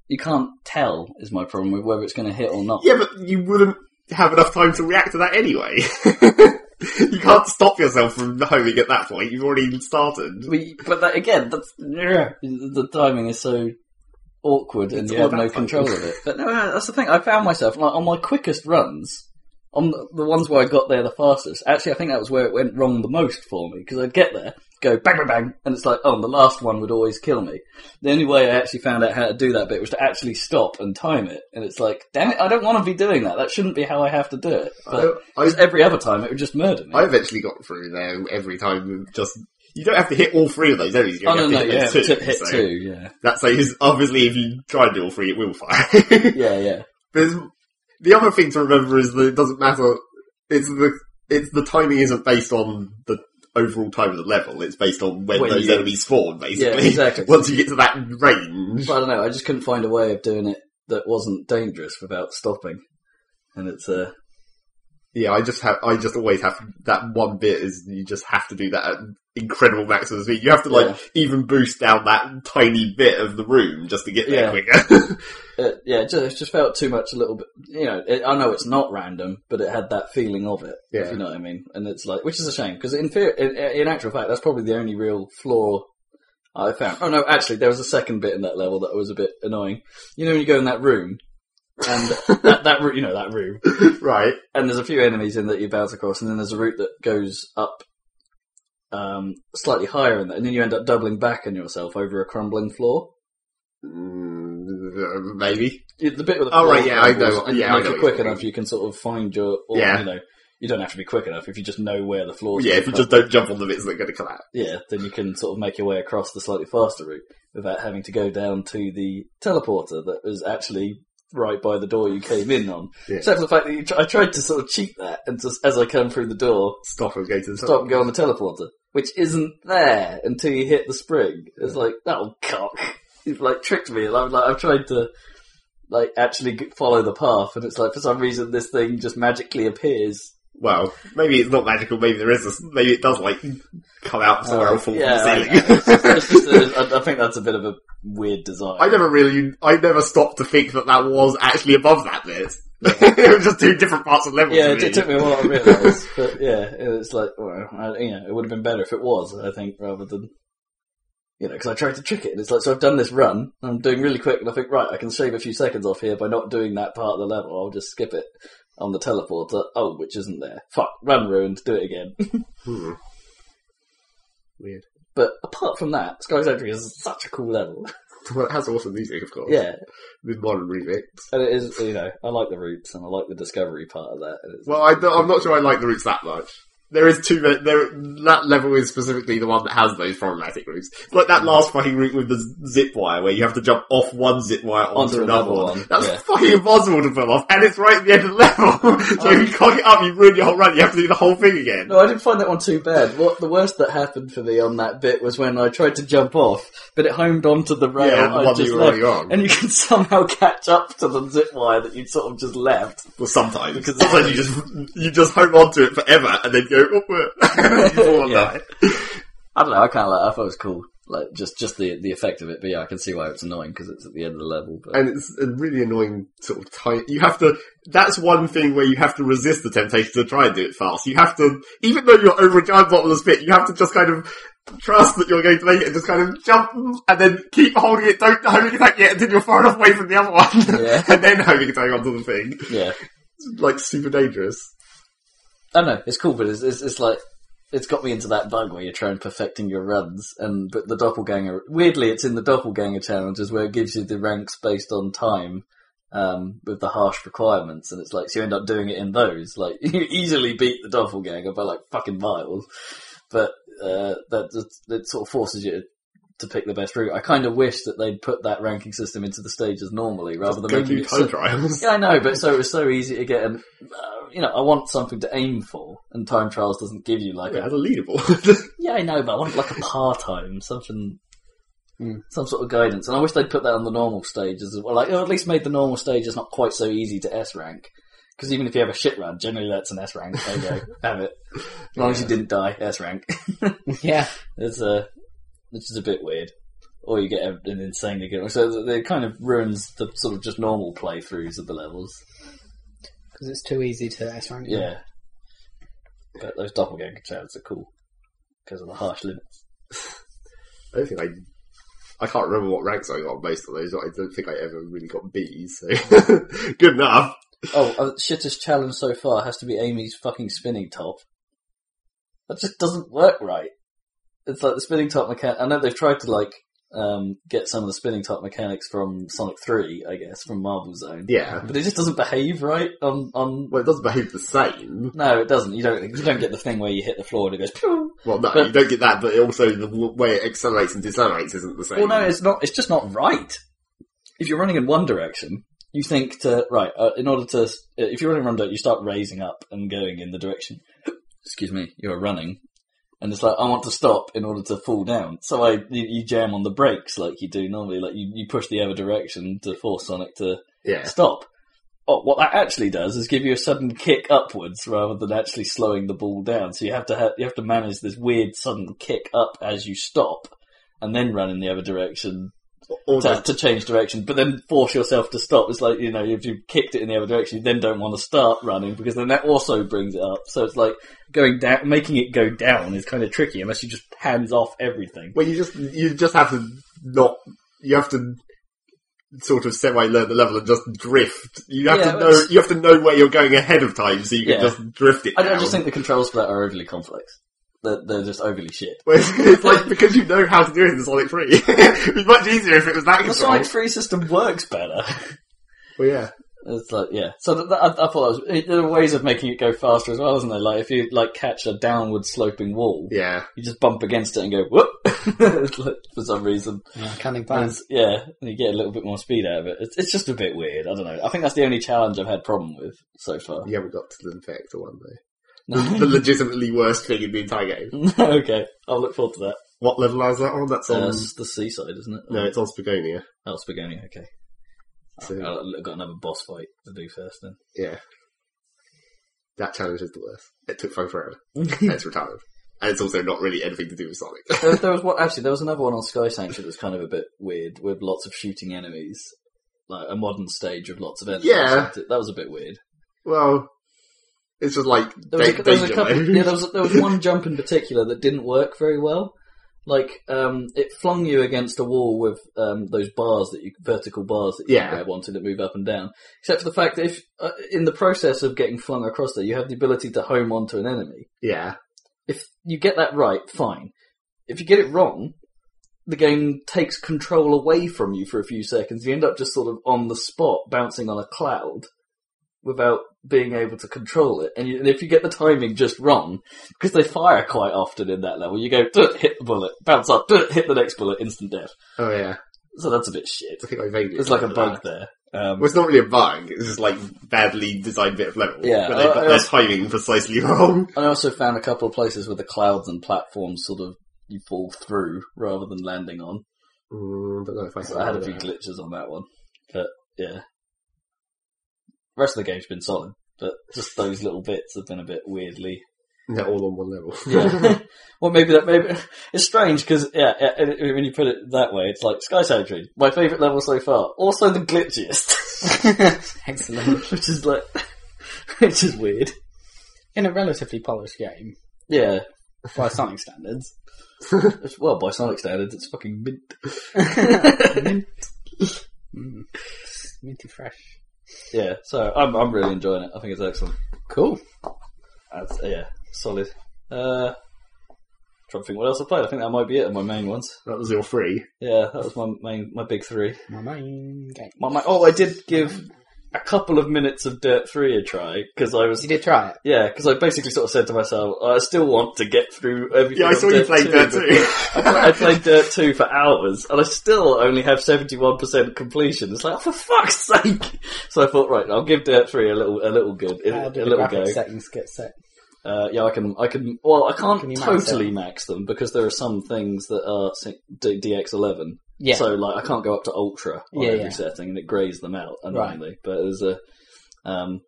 S4: you can't tell is my problem with whether it's going to hit or not.
S2: yeah, but you wouldn't have enough time to react to that anyway. you can't stop yourself from homing at that point. You've already started.
S4: We, but that, again, that's yeah, the timing is so awkward, and
S2: It's
S4: you
S2: all
S4: have no
S2: about timing.
S4: control of it. But no, that's the thing. I found myself like on my quickest runs, on the, the ones where I got there the fastest. Actually, I think that was where it went wrong the most for me because I'd get there, go bang, bang, bang, and it's like, oh, and the last one would always kill me. The only way I actually found out how to do that bit was to actually stop and time it, and it's like, damn it, I don't want to be doing that. That shouldn't be how I have to do it. But
S2: I,
S4: every other time, it would just murder me.
S2: I eventually got through there every time. Just you don't have to hit all three of those. Enemies. You
S4: Oh
S2: only
S4: no, no,
S2: have to hit
S4: yeah,
S2: those two,
S4: hit, hit
S2: so
S4: two, yeah,
S2: That's so obviously if you try and do all three, it will fire.
S4: yeah, yeah.
S2: There's, the other thing to remember is that it doesn't matter. It's the it's the timing isn't based on the overall time of the level. It's based on when,
S3: When
S2: those
S3: you-
S2: enemies spawn, basically.
S3: Yeah, exactly.
S2: Once you get to that range,
S3: But I don't know. I just couldn't find a way of doing it that wasn't dangerous without stopping. And it's uh,
S2: Yeah, I just have, I just always have that one bit is you just have to do that at incredible maximum speed. You have to like
S3: Yeah.
S2: even boost down that tiny bit of the room just to get there
S3: Yeah.
S2: quicker.
S3: it, yeah, it just, just felt too much a little bit. You know, it, I know it's not random, but it had that feeling of it.
S2: Yeah.
S3: If you know what I mean. And it's like, which is a shame because in, fear- in in actual fact, that's probably the only real flaw I found. Oh no, actually, there was a second bit in that level that was a bit annoying. You know, when you go in that room. and that, that room, you know, that room,
S2: right.
S3: and there's a few enemies in that you bounce across, and then there's a route that goes up um, slightly higher in that, and then you end up doubling back on yourself over a crumbling floor.
S2: Mm, maybe.
S3: You- The bit with the
S2: Oh,
S3: floor
S2: right, yeah, I know-
S3: crumbles, And
S2: yeah, I
S3: if
S2: know
S3: you're
S2: what
S3: quick
S2: you
S3: enough,
S2: mean.
S3: you can sort of find your, or
S2: Yeah.
S3: you know, you don't have to be quick enough if you just know where the floors.
S2: Yeah,
S3: are.
S2: if you just don't jump on them, it's not going to come out.
S3: yeah, then you can sort of make your way across the slightly faster route without having to go down to the teleporter that was actually right by the door you came in on.
S2: Yeah.
S3: Except for the fact that you tr- I tried to sort of cheat that, and just as I come through the door,
S2: Stop and go to the
S3: stop and go on the teleporter, which isn't there until you hit the spring. It's like, oh, cock. You've like tricked me, and I'm like, I've tried to like actually g- follow the path, and it's like for some reason this thing just magically appears.
S2: Well, maybe it's not magical. Maybe there is. This, maybe it does like come out
S3: Oh.
S2: somewhere or fall
S3: yeah, I,
S2: from
S3: know. It's just-
S2: the
S3: it's just
S2: ceiling.
S3: a- I- I think that's a bit of a weird design.
S2: I never really, I never stopped to think that that was actually above that bit. it was just two different parts of levels.
S3: Yeah, it,
S2: really.
S3: it took me a while to realise, but yeah, it's like, well, I, you know, it would have been better if it was, I think, rather than, you know, because I tried to trick it, and it's like, so I've done this run, and I'm doing really quick, and I think, right, I can shave a few seconds off here by not doing that part of the level, I'll just skip it on the teleporter, oh, which isn't there. Fuck, run ruined, do it again.
S2: Hmm. Weird.
S3: But apart from that, Sky's Entry is such a cool level.
S2: Well, it has awesome music, of course.
S3: yeah,
S2: With modern remix.
S3: and it is, you know, I like the roots, and I like the discovery part of that. and it's-
S2: Well, I don't, I'm not sure I like the roots that much. There is too many, there, that level is specifically the one that has those problematic routes. It's like that last fucking route with the zip wire where you have to jump off one zip wire onto,
S3: Onto
S2: another,
S3: another
S2: one.
S3: one,
S2: That's
S3: yeah.
S2: fucking impossible to pull off, and it's right at the end of the level. so if you cock it up, you ruin your whole run, you have to do the whole thing again.
S3: Oh. No, I didn't find that one too bad. What the worst that happened for me on that bit was when I tried to jump off, but it homed onto the rail
S2: yeah, the
S3: I
S2: one that
S3: just
S2: you were already
S3: left.
S2: on.
S3: And you can somehow catch up to the zip wire that you'd sort of just left.
S2: Well, sometimes. Because sometimes you just, you just home on to it forever and then go, oh, well," you fall and
S3: Yeah.
S2: die.
S3: I don't know. I kind of like. I thought it was cool. Like just just the the effect of it. But yeah, I can see why it's annoying because it's at the end of the level. But
S2: and it's a really annoying sort of time. You have to. That's one thing where you have to resist the temptation to try and do it fast. You have to, even though you're over a giant bottomless pit, you have to just kind of trust that you're going to make it and just kind of jump and then keep holding it. Don't home attack yet until you're far enough away from the other one,
S3: Yeah.
S2: and then home attack onto the thing.
S3: yeah,
S2: It's, like super dangerous.
S3: I don't know. It's cool, but it's it's, it's like. It's got me into that bug where you're trying perfecting your runs, and but the doppelganger. Weirdly, it's in the doppelganger challenges where it gives you the ranks based on time, um, with the harsh requirements, and it's like so you end up doing it in those. Like you easily beat the doppelganger by like fucking miles, but uh, that that- that sort of forces you to pick the best route. I kind of wish that they'd put that ranking system into the stages normally rather than
S2: Go
S3: making
S2: do
S3: it
S2: time
S3: so.
S2: trials.
S3: Yeah, I know, but so it was so easy to get. And uh, you know, I want something to aim for, and time trials doesn't give you like
S2: Yeah,
S3: a.
S2: as a leaderboard.
S3: Yeah, I know, but I want like a par time, something,
S1: Hmm.
S3: some sort of guidance. And I wish they'd put that on the normal stages as well. Like, or at least made the normal stages not quite so easy to S rank. Because even if you have a shit run, generally that's an S rank. There you go, have it. As long as you didn't die, S rank.
S1: Yeah.
S3: It's a, which is a bit weird. Or you get an insanely good one. So it- it kind of ruins the sort of just normal playthroughs of the levels.
S1: Because it's too easy to S rank. them.
S3: Yeah. But those doppelganger clouds are cool. Because of the harsh limits.
S2: I don't think I. I can't remember what ranks I got on most of those. but I don't think I ever really got B's. So good enough.
S3: Oh, uh, shittest challenge so far has to be Amy's fucking spinning top. That just doesn't work right. It's like the spinning top mechanic. I know they've tried to like um, get some of the spinning top mechanics from Sonic Three, I guess, from Marvel Zone.
S2: Yeah.
S3: but it just doesn't behave right on on.
S2: Well, it does behave the same.
S3: No, it doesn't. You don't. You don't get the thing where you hit the floor and it goes. Pew!
S2: Well, no,
S3: But-
S2: you don't get that, but also the w- way it accelerates and decelerates isn't the same.
S3: Well, no, it's not. It's just not right. If you're running in one direction, you think to right uh, in order to. If you're running one direction, you start raising up and going in the direction. Excuse me, you're running, and it's like I want to stop in order to fall down. So I, you, you jam on the brakes like you do normally. Like you, you push the other direction to force Sonic to
S2: Yeah.
S3: stop. Oh, what that actually does is give you a sudden kick upwards rather than actually slowing the ball down. So you have to ha- you have to manage this weird sudden kick up as you stop, and then run in the other direction to,
S2: Almost,
S3: to change direction. But then force yourself to stop. It's like you know if you kicked it in the other direction, you then don't want to start running because then that also brings it up. So it's like going down, making it go down is kind of tricky unless you just hands off everything.
S2: well, you just you just have to not. You have to sort of semi learn the level and just drift. You have
S3: Yeah,
S2: to
S3: but
S2: know.
S3: it's-
S2: You have to know where you're going ahead of time, so you can
S3: Yeah.
S2: just drift it.
S3: I, I
S2: down.
S3: just think the controls for that are overly complex. They're, they're just overly shit.
S2: Well, it's, it's like because you know how to do it in Sonic 3. it'd be much easier if it was that
S3: The
S2: control.
S3: Sonic 3 system works better.
S2: Well, yeah.
S3: It's like, yeah. So th th- I, I thought that was, there are ways of making it go faster as well, isn't there? Like, if you, like, catch a downward sloping wall,
S2: Yeah.
S3: you just bump against it and go, whoop! It's like, for some reason.
S1: Uh, Cunning
S3: And
S1: plan.
S3: it's- yeah, and you get a little bit more speed out of it. It's, it's just a bit weird. I don't know. I think that's the only challenge I've had problem with so far.
S2: You haven't got to the Infector one, though. The
S3: No.
S2: legitimately worst thing in the entire game.
S3: okay. I'll look forward to that.
S2: What level is that on? That's
S3: So
S2: on...
S3: it's the seaside, isn't it?
S2: no, it's on Spagonia.
S3: Oh, Spagonia, okay.
S2: So,
S3: I'll- I've got another boss fight to do first then.
S2: yeah. That challenge is the worst. It took fucking forever. And it's retired. And it's also not really anything to do with Sonic.
S3: there, there was one actually. There was another one on Sky Sanctuary that's kind of a bit weird, with lots of shooting enemies, like a modern stage of lots of enemies.
S2: Yeah.
S3: that was a bit weird.
S2: well, it's just like
S3: There was, a,
S2: da-
S3: there was a
S2: danger
S3: couple.
S2: mode.
S3: Yeah, there was there was one jump in particular that didn't work very well. Like um, it flung you against a wall with um, those bars that you vertical bars that you
S2: Yeah.
S3: grab onto that move up and down. Except for the fact that if uh, in the process of getting flung across there, you have the ability to home onto an enemy.
S2: yeah.
S3: if you get that right, fine. If you get it wrong, the game takes control away from you for a few seconds. You end up just sort of on the spot, bouncing on a cloud without being able to control it. And, you, and if you get the timing just wrong, because they fire quite often in that level, you go, "Duh," hit the bullet, bounce up, "Duh," hit the next bullet, instant death.
S2: Oh, yeah.
S3: So that's a bit shit.
S2: I think I vaguely
S3: There's like a
S2: remember that.
S3: bug there. Um,
S2: Well, it's not really a bug. It's just like badly designed bit of level.
S3: Yeah, Uh,
S2: where they
S3: I-
S2: got
S3: I
S2: their
S3: also-
S2: timing precisely wrong.
S3: I also found a couple of places where the clouds and platforms sort of you fall through rather than landing on.
S2: Mm, don't know if I,
S3: So I had a few glitches on that one, but yeah. Rest of the game's been solid, but just those little bits have been a bit weirdly.
S2: They're all on one level.
S3: Yeah. well, maybe that maybe it's strange because yeah, yeah, and it- when you put it that way, it's like Sky Sanctuary, my favourite level so far. Also the glitchiest,
S1: Excellent.
S3: which is like, which is weird.
S1: In a relatively polished game,
S3: Yeah.
S1: by Sonic standards.
S3: It's- Well, by Sonic standards, it's fucking mint.
S1: Mint. Mm. Minty fresh.
S3: Yeah. So I'm I'm really enjoying it. I think it's excellent.
S1: Cool.
S3: That's, yeah, solid. Uh, trying to think what else I played. I think that might be it. My main ones.
S2: That was your free.
S3: Yeah, that was my main, my big three.
S1: My main game.
S3: My, my oh, I did give a couple of minutes of Dirt Three a try because I
S1: You
S3: was
S1: did try it.
S3: yeah because I basically sort of said to myself I still want to get through everything.
S2: Yeah,
S3: on
S2: I saw you
S3: Dirt
S2: played
S3: 2,
S2: that
S3: but
S2: too.
S3: I played Dirt Two for hours and I still only have seventy one percent completion. It's like oh, for fuck's sake. So I thought right, I'll give Dirt Three a little a little good a,
S1: How
S3: a
S1: Uh, did the
S3: little
S1: graphic
S3: go.
S1: settings get set?
S3: Uh, yeah, I can. I can. Well, I can't
S1: Can you max
S3: totally max them because there are some things that are si- D- DX11.
S1: Yeah.
S3: So like, I can't go up to ultra on
S1: Yeah,
S3: every
S1: yeah.
S3: setting, and it grays them out annoyingly. But there's a. Um,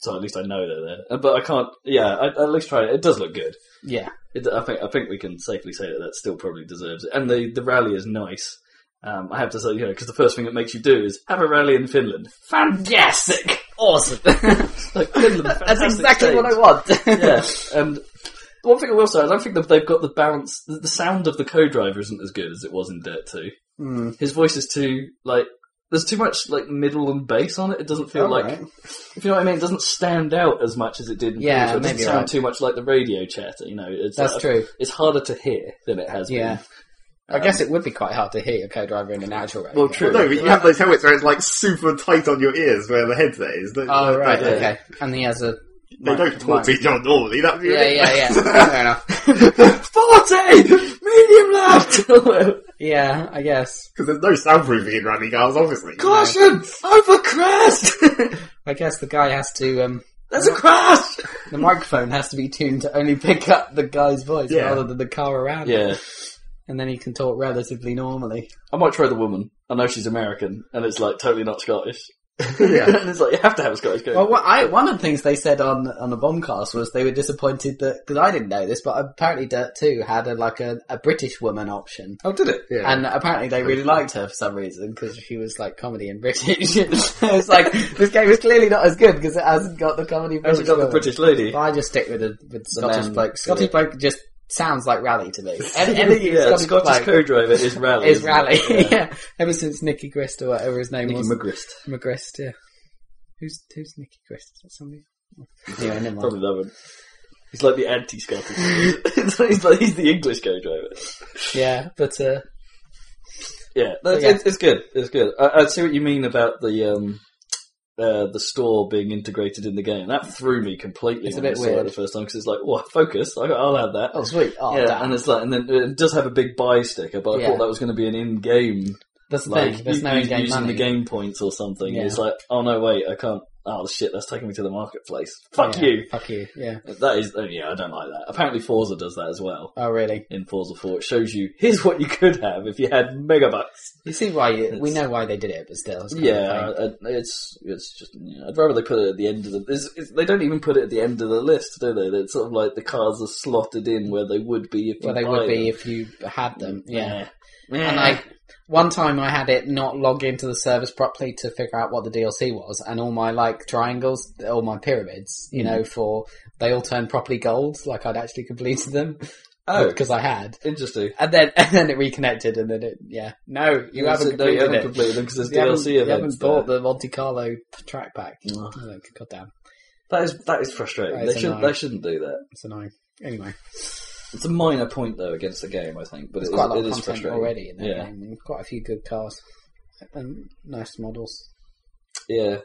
S3: so at least I know they're there. Uh, But I can't. Yeah, I, at least try it. It does look good.
S1: yeah.
S3: It, I think. I think we can safely say that that still probably deserves it. And the the rally is nice. Um, I have to say, you know, because the first thing it makes you do is have a rally in Finland. Fantastic.
S1: Awesome.
S3: Like Finland,
S1: That's
S3: fantastic
S1: exactly
S3: stage
S1: what I want.
S3: yeah, and the Um, one thing I will say, I don't think that they've got the balance. The the sound of the co-driver isn't as good as it was in Dirt Two.
S1: Mm.
S3: His voice is too like. There's too much like middle and bass on it. It doesn't feel like
S1: Alright.
S3: if you know what I mean. It doesn't stand out as much as it did. In
S1: Yeah,
S3: Portal. it doesn't
S1: maybe
S3: sound
S1: right.
S3: too much like the radio chatter. You know, it's,
S1: That's
S3: uh,
S1: true.
S3: It's harder to hear than it has
S1: Yeah. I guess
S3: um,
S1: it would be quite hard to hear your co-driver in an actual race.
S3: Well, true.
S2: No, but you have those helmets where it's like super tight on your ears where the headset is. They,
S1: Oh, right,
S2: They,
S1: okay. And he has a...
S2: they don't talk to each other normally. That'd be
S1: Yeah,
S2: it.
S1: yeah, yeah. Fair enough.
S3: been. Forty medium left.
S1: Yeah, I guess.
S2: Because there's no soundproofing in rally cars, obviously.
S3: Caution! Over crest.
S1: I guess the guy has to, um,
S3: There's a crash.
S1: the microphone has to be tuned to only pick up the guy's voice
S2: Yeah.
S1: rather than the car around. him.
S3: Yeah.
S1: And then he can talk relatively normally.
S3: I might try the woman. I know she's American, and it's like totally not Scottish.
S2: yeah.
S3: and it's like you have to have a Scottish code.
S1: Well, what I, one of the things they said on on the bombcast was they were disappointed that because I didn't know this, but apparently Dirt Two had a, like a, a British woman option,
S3: oh, did it?
S2: Yeah.
S1: and apparently they really liked her for some reason because she was like comedy and British. it's like this game is clearly not as good because it hasn't got the comedy.
S3: As we
S1: British
S3: got the
S1: woman.
S3: British lady.
S1: But I just stick with the with Scottish
S4: man
S1: bloke. Scottish bloke just sounds like rally to me. Any- Anything
S3: Yeah,
S1: Scottish,
S3: Scottish
S1: bloke
S3: co-driver is rally.
S1: is
S3: isn't it?
S1: rally. Yeah. ever since Nicky Grist or whatever his name
S3: Nicky
S1: was.
S3: McGrist.
S1: McGrist, yeah. Who's who's Nicky Grist? Is that somebody? Anyway, never mind.
S3: Probably that one. He's like the anti-Scottish. It's like- he's like he's the English co-driver.
S1: Yeah, but uh,
S3: Yeah, no, it's,
S1: Yeah.
S3: It's, it's good. It's good. I, I see what you mean about the um, uh, the store being integrated in the game. That threw me completely
S1: It's a
S3: when I
S1: bit
S3: saw it
S1: weird.
S3: the first time because it's like, oh, focus. I, I'll have that.
S1: oh sweet, oh
S3: yeah,
S1: damn.
S3: and it's like, and then it does have a big buy sticker, but I
S1: Yeah.
S3: thought that was going to be an in-game,
S1: That's the
S3: like
S1: thing. There's no
S3: u-
S1: in game
S3: using
S1: money.
S3: the game points or something.
S1: Yeah.
S3: It's like, oh no, wait, I can't. Oh shit, that's taking me to the marketplace. Fuck
S1: Yeah,
S3: you.
S1: Fuck you. Yeah.
S3: That is, oh, yeah, I don't like that. Apparently, Forza does that as well
S1: Oh really?
S3: in Forza 4. It shows you here's what you could have if you had megabucks.
S1: You see why you, we
S3: It's-
S1: know why they did it, but still. it's kind of
S3: Yeah, I, I- it's it's just yeah, I'd rather they put it at the end of the. It's, it's, they don't even put it at the end of the list, do they? It's sort of like the cars are slotted in where they would be if you
S1: Well, they
S3: buy
S1: would be
S3: them.
S1: if you had them. yeah.
S3: Yeah.
S1: And I, one time I had it not log into the service properly to figure out what the DLC was, and all my like triangles, all my pyramids, you know, for they all turned properly gold, like I'd actually completed them.
S3: Oh.
S1: because I had,
S3: interesting.
S1: and then and then it reconnected, and then it, yeah, no, you
S3: Yeah, so-
S1: haven't
S3: no, you
S1: completed
S3: haven't
S1: it.
S3: completed them because there's
S1: You haven't,
S3: DLC
S1: you
S3: events.
S1: haven't
S3: there.
S1: bought the Monte Carlo track pack.
S3: Ugh.
S1: Oh, God damn,
S3: That is that is frustrating.
S1: That is
S3: they shouldn't
S1: annoying.
S3: they shouldn't do that.
S1: it's annoying. Anyway,
S3: It's a minor point though against the game, I think. But
S1: there's
S3: it,
S1: quite a lot
S3: it
S1: of
S3: is
S1: content
S3: frustrating
S1: already in that
S3: Yeah.
S1: game, and quite a few good cars and nice models.
S3: Yeah.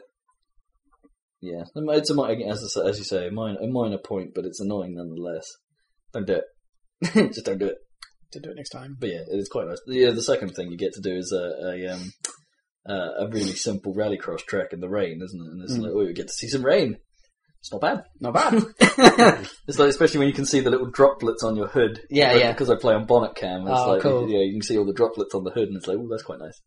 S3: Yeah. It's a minor, as, I say- as you say, a minor, a minor point, but it's annoying nonetheless. Don't do it. Just don't do it.
S1: To do it next time.
S3: But yeah, it is quite nice. Yeah, the second thing you get to do is a, a, um, uh, a really simple rallycross track in the rain, isn't it? And it's
S1: Mm.
S3: like, oh, you get to see some rain. It's not bad.
S1: Not bad.
S3: It's like, especially when you can see the little droplets on your hood.
S1: Yeah, yeah.
S3: Because I play on bonnet cam. It's
S1: Oh,
S3: like,
S1: cool.
S3: yeah, you can see all the droplets on the hood, and it's like, oh, that's quite nice.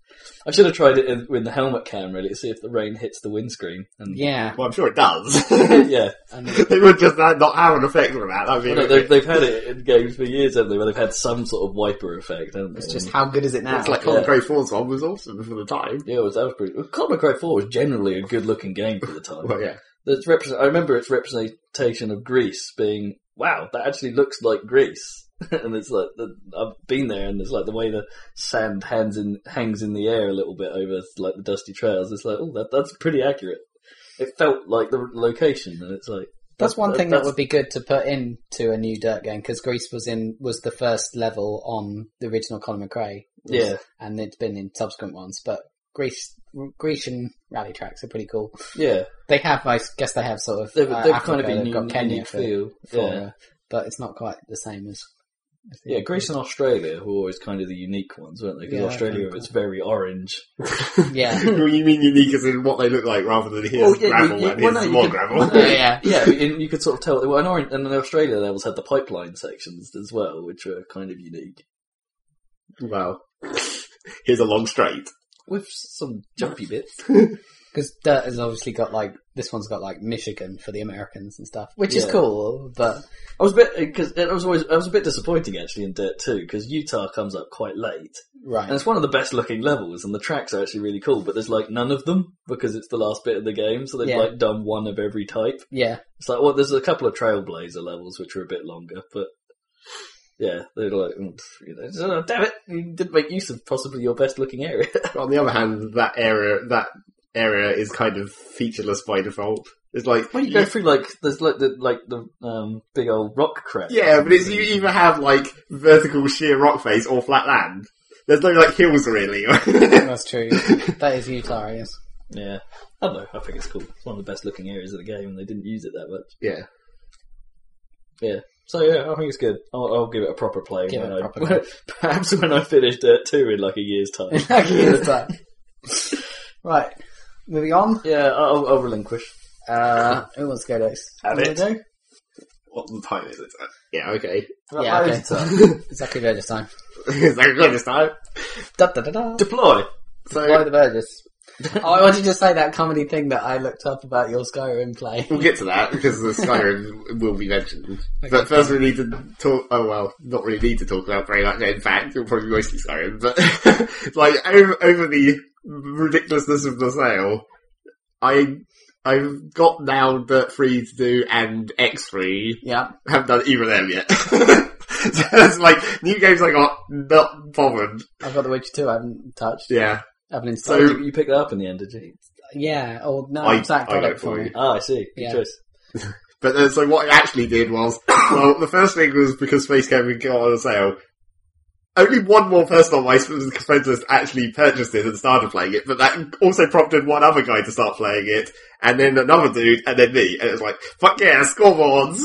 S3: I should have tried it in, with the helmet cam, really, to see if the rain hits the windscreen. And
S1: yeah.
S2: Well, I'm sure it does.
S3: yeah.
S1: And
S2: they would just uh, not have an effect on that. I mean,
S3: Well, no, they've, they've had it in games for years, haven't they? Where they've had some sort of wiper effect, haven't they?
S1: It's just how good is it now?
S2: it's like
S3: yeah.
S2: Concrete Falls one was awesome for the time.
S3: yeah, it was, that was pretty. well, Cobra Cry Four was generally a good-looking game for the time.
S2: Well, yeah.
S3: That's represent. I remember its representation of Greece being wow, that actually looks like Greece, and it's like the, I've been there, and it's like the way the sand hangs in hangs in the air a little bit over like the dusty trails. It's like oh, that, that's pretty accurate. It felt like the location, and it's like
S1: that's one thing that
S3: that's-
S1: would be good to put into a new Dirt game because Greece was in was the first level on the original Colin McRae. was-
S3: Yeah.
S1: and it's been in subsequent ones, but Greece. Grecian rally tracks are pretty cool.
S3: yeah,
S1: They have, I guess, they have sort of.
S3: they've,
S1: uh,
S3: they've
S1: Africa,
S3: kind of been
S1: they've got Kenya for,
S3: feel.
S1: for,
S3: yeah.
S1: uh, but it's not quite the same as.
S3: Yeah, Greece and Australia were always kind of the unique ones, weren't they? Because
S1: Yeah,
S3: Australia
S1: okay.
S3: was very orange.
S1: Yeah,
S2: Well, you mean unique as in what they look like rather than here's
S3: Oh, yeah,
S2: gravel
S3: you- you-
S2: and
S3: well,
S2: here's
S3: no, you
S2: more
S3: could-
S2: gravel.
S1: Uh, yeah.
S3: yeah, but you, you could sort of tell. Well, and, orange, and then Australia levels had the pipeline sections as well, which were kind of unique
S2: well, here's a long straight.
S3: with some jumpy bits.
S1: Because Dirt has obviously got like this one's got like Michigan for the Americans and stuff, which is
S3: Yeah.
S1: cool. But
S3: I was a bit because I was always I was a bit disappointing actually in Dirt Two because Utah comes up quite late
S1: right,
S3: and it's one of the best looking levels and the tracks are actually really cool, but there's like none of them because it's the last bit of the game, so they've
S1: Yeah.
S3: like done one of every type.
S1: yeah,
S3: It's like, well, there's a couple of Trailblazer levels which are a bit longer, but yeah, they're like, mm, pff, you know, so, damn it, you didn't make use of possibly your best looking area.
S2: But on the other hand, that area that area is kind of featureless by default. It's like
S3: well, you go through like there's like the like the um, big old rock crest.
S2: yeah, but it's you either have like vertical sheer rock face or flat land. There's no like hills really.
S1: that's true. that is Utah, yes.
S3: yeah. I don't know. I think it's cool. It's one of the best looking areas of the game, and they didn't use it that much.
S2: yeah,
S3: Yeah. So yeah, I think it's good. I'll, I'll give it a proper play.
S1: Give it
S3: when
S1: a
S3: I,
S1: proper play.
S3: perhaps when I finish Dirt Two in like a year's time.
S1: Exactly the same. right, moving on.
S3: yeah, I'll, I'll relinquish.
S1: Uh, who wants to go next?
S2: Have
S1: Wanna
S2: it.
S1: go?
S2: what time is it? Yeah, okay.
S1: Yeah,
S3: Right,
S1: okay. Exactly Burgess time.
S2: Is that good this time?
S1: Da, da, da, da.
S3: Deploy.
S2: So
S1: Fly the Burgess. Oh, I wanted to say that comedy thing that I looked up about your Skyrim play.
S2: We'll get to that because the Skyrim will be mentioned. But first, we need to talk. Oh well, not really need to talk about very much. In fact, it'll probably be mostly Skyrim. But like over, over the ridiculousness of the sale, I I've got now Dirt Free to do and X Free.
S1: Yeah.
S2: Haven't done either of them yet. so it's like new games I got not bothered.
S1: I've got The Witcher 2 I haven't touched.
S2: Yeah,
S1: I haven't
S2: So-
S1: installed it.
S3: you picked that up in the end, did you?
S1: Yeah, or no,
S2: I-
S1: I, Zach
S2: I
S1: got
S2: don't
S1: it for
S2: believe
S1: me.
S3: Ah, I see. Good
S1: Yeah.
S3: choice.
S2: But uh, so what I actually did was, well, the first thing was because Space Gaming got on sale. Only one more person on my friends list actually purchased it and started playing it, but that also prompted one other guy to start playing it, and then another dude, and then me, and it was like, fuck yeah, scoreboards!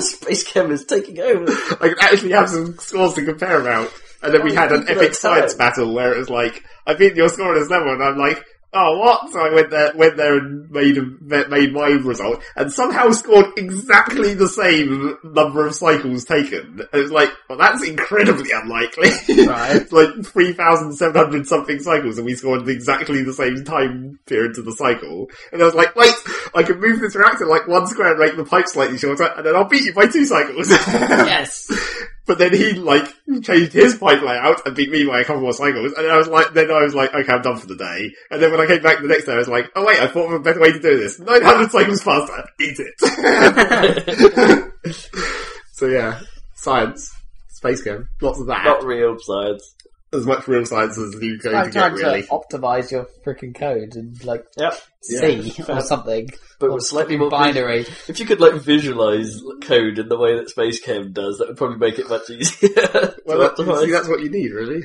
S3: Space Cam is taking over.
S2: I can actually have some scores to compare about. And then we
S3: Oh,
S2: had an
S3: good
S2: epic
S3: time.
S2: science battle where it was like, I beat your score on this level, and I'm like, oh what? So I went there, went there and made a- made my result, and somehow scored exactly the same number of cycles taken. And it's like, well, that's incredibly unlikely.
S1: Right.
S2: It's like three thousand seven hundred something cycles, and we scored exactly the same time period to the cycle. And I was like, wait, I can move this reactor like one square and make the pipe slightly shorter, and then I'll beat you by two cycles.
S1: Yes!
S2: But then he like changed his pipe layout and beat me by a couple more cycles. And I was like, then I was like, okay, I'm done for the day. And then when I came back the next day, I was like, oh wait, I thought of a better way to do this. 900 cycles faster. Eat it. so yeah, science, space game, lots of that.
S3: Not real science.
S2: as much real science as you going
S1: I'm
S2: to get
S1: trying
S2: really.
S1: to optimize your freaking code and like
S3: Yep.
S1: C
S3: fair.
S1: or something.
S3: But
S1: or
S3: with slightly more
S1: binary.
S3: If you could like visualize code in the way that Space Cam does, that would probably make it much easier. to
S2: Well, that,
S3: optimize.
S2: see, that's what you need really.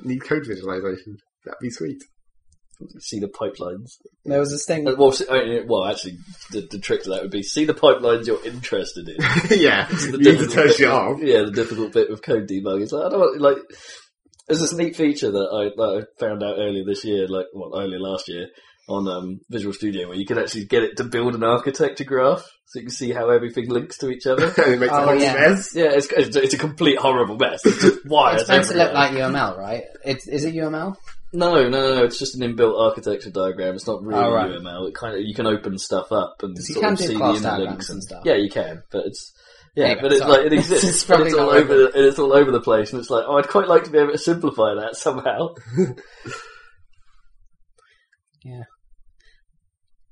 S2: You need code visualization. That'd be sweet.
S3: see the pipelines.
S1: There was this thing.
S3: Uh, Well, see- I mean, well, actually, the, the trick to that would be see the pipelines you're interested in.
S2: yeah, you need to turn shit off.
S3: Yeah, the difficult bit of code debug is like I don't want, like. There's this neat feature that I, that I found out earlier this year, like well, earlier last year on um, Visual Studio, where you can actually get it to build an architecture graph, so you can see how everything links to each other.
S2: and it makes a
S1: Oh,
S2: whole
S1: yeah.
S2: mess.
S3: yeah, it's it's, it's a complete horrible mess. It's just wires.
S1: It's meant to look
S3: everywhere.
S1: like UML, right? It's, is it UML?
S3: No, no, no. It's just an inbuilt architecture diagram. It's not really
S1: Oh, right.
S3: UML. It kind of you can open stuff up and
S1: Because you
S3: sort
S1: can
S3: of see
S1: do
S3: the
S1: class
S3: interlinks
S1: diagrams
S3: and
S1: and stuff.
S3: yeah, you can, but it's yeah,
S1: Anyway,
S3: but it's
S1: sorry.
S3: like it exists.
S1: It's
S3: and
S1: probably
S3: it's all
S1: not
S3: over. and It's all over the place, and it's like oh, I'd quite like to be able to simplify that somehow.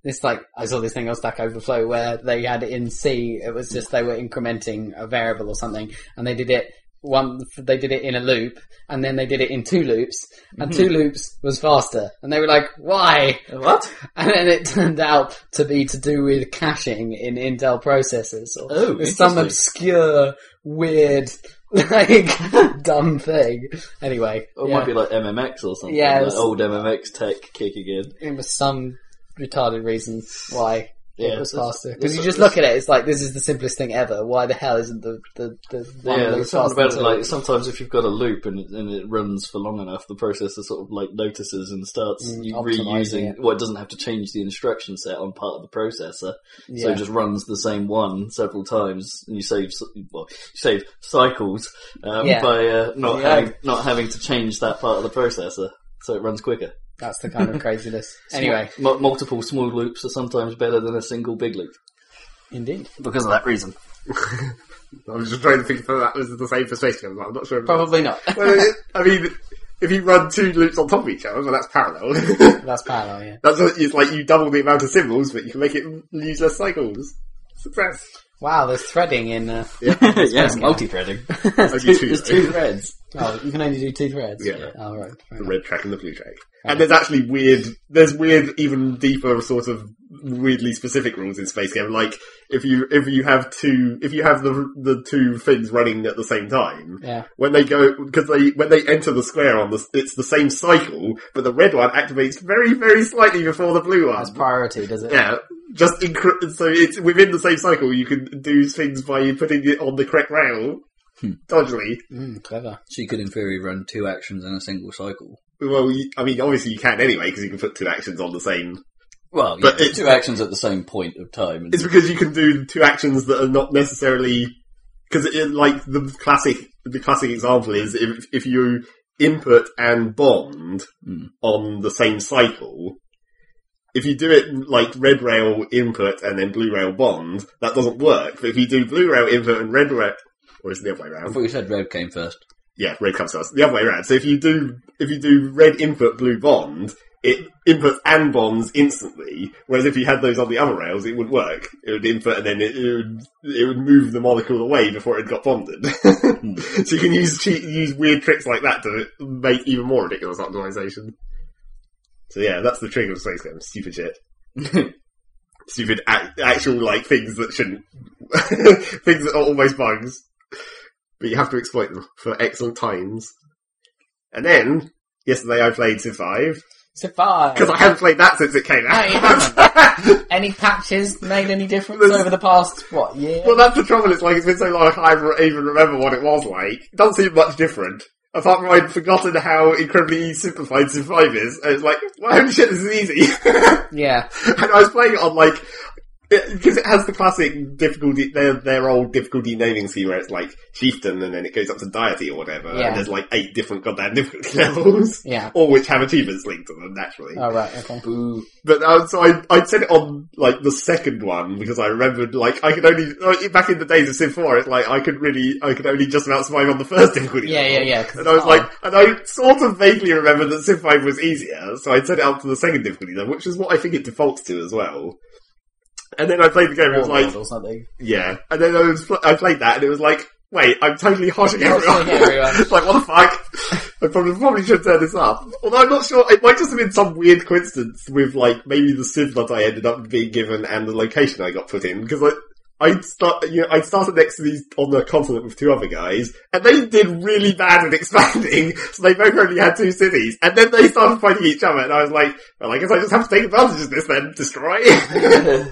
S1: It's like, I saw this thing on Stack Overflow where they had it in C, it was just they were incrementing a variable or something, and they did it one, they did it in a loop, and then they did it in two loops, and two
S3: Mm-hmm.
S1: loops was faster. And they were like, why?
S3: what?
S1: And then it turned out to be to do with caching in Intel processors or
S3: Oh,
S1: with some
S3: interesting.
S1: obscure, weird, like, dumb thing. Anyway,
S3: Or Oh, it
S1: yeah,
S3: might be like MMX or something.
S1: Yeah,
S3: like
S1: it's-
S3: old MMX tech kicking in.
S1: it was some retarded reason why
S3: Yeah,
S1: it was
S3: that's-
S1: faster. Because you
S3: that's-
S1: just look at it, it's like, this is the simplest thing ever. Why the hell isn't the, the, the one
S3: Yeah,
S1: loop
S3: there's something about
S1: faster
S3: it.
S1: than two?
S3: Like sometimes if you've got a loop and it, and it runs for long enough, the processor sort of like notices and starts
S1: Mm,
S3: you
S1: optimising
S3: reusing.
S1: it.
S3: Well, it doesn't have to change the instruction set on part of the processor, so
S1: Yeah.
S3: it just runs the same one several times, and you save s- well, you save cycles um,
S1: Yeah.
S3: by uh, not
S1: Yeah.
S3: having not having to change that part of the processor. So it runs quicker.
S1: That's the kind of craziness. anyway,
S3: Mu- multiple small loops are sometimes better than a single big loop
S1: indeed.
S3: because of that reason.
S2: I was just trying to think if that was the same for space games. I'm not sure. if it was.
S1: Probably not.
S2: well, it- I mean, if you run two loops on top of each other, well, that's parallel.
S1: That's parallel, yeah.
S2: that's what, it's like you double the amount of symbols, but you can make it use less cycles. Success.
S1: Wow, there's threading in, uh,
S3: yeah, multi-threading.
S2: Only two,
S3: There's
S2: though.
S3: two threads.
S1: oh, you can only do two threads.
S2: Yeah.
S1: Oh, right. fair
S2: The
S1: enough.
S2: red track and the blue track. And there's actually weird, there's weird, even deeper sort of weirdly specific rules in space game. Like if you if you have two if you have the the two fins running at the same time,
S1: Yeah.
S2: when they go because they when they enter the square on the it's the same cycle, but the red one activates very very slightly before the blue one.
S1: That's priority, does it?
S2: Yeah, just incre- so it's within the same cycle. You can do things by putting it on the correct rail. Dodgily.
S1: Mm, clever.
S4: So you could, in theory, run two actions in a single cycle.
S2: Well, you, I mean, obviously you can anyway because you can put two actions on the same.
S4: Well,
S2: But
S4: yeah,
S2: it-
S4: two actions at the same point of time.
S2: It's because you can do two actions that are not necessarily because like the classic the classic example is if if you input and bond
S4: Mm.
S2: on the same cycle, if you do it like red rail input and then blue rail bond, that doesn't work. But if you do blue rail input and red rail, or is it the other way
S4: I
S2: round?
S4: thought you said red came first.
S2: Yeah, red comes first. The other way around. So if you do if you do red input blue bond, it inputs and bonds instantly. Whereas if you had those on the other rails, it would work. It would input and then it, it would it would move the molecule away before it got bonded. so you can use cheat, use weird tricks like that to make even more ridiculous optimization. So yeah, that's the trick of space games. Stupid shit stupid act- actual like things that shouldn't things that are almost bugs, but you have to exploit them for excellent times. And then yesterday I played Civ Five because I
S1: Survive.
S2: haven't played that since it came
S1: No, you
S2: out.
S1: Any patches made any difference
S2: There's-
S1: over the past what year?
S2: well, that's the trouble. It's like it's been so long I can't re- even remember what it was like. It doesn't seem much different. Apart from I'd forgotten how incredibly simplified Civ 5 is, and it's like, well, holy shit, this is easy.
S1: Yeah,
S2: and I was playing it on like because it has the classic difficulty their their old difficulty naming scheme where it's like chieftain and then it goes up to deity or whatever.
S1: Yeah.
S2: And there's like eight different goddamn difficulty levels.
S1: yeah.
S2: All which have achievements linked to them naturally.
S1: All right, okay.
S3: Boo.
S2: But uh, so I I set it on like the second one because I remembered like I could only like, back in the days of Civ Four it's like I could really I could only just about survive on the first difficulty.
S1: Yeah,
S2: level.
S1: yeah, Oh. yeah. 'cause it's
S2: And I was
S1: hard.
S2: like, and I sort of vaguely remember that Civ 5 was easier, so I set it up to the second difficulty level, which is what I think it defaults to as well. And then I played the game and it was
S1: Warlord
S2: like,
S1: or something.
S2: yeah. And then I, was, pl- I played that and it was like, wait, I'm totally hoshing everyone.
S1: everyone.
S2: It's like, what the fuck? I probably, probably should turn this up. Although I'm not sure, it might just have been some weird coincidence with like, maybe the Civ that I ended up being given and the location I got put in, because I, I start, you know, I started next to these on the continent with two other guys, and they did really bad at expanding. So they both only had two cities, and then they started fighting each other, and I was like, "Well, I guess I just have to take advantage of this then, destroy."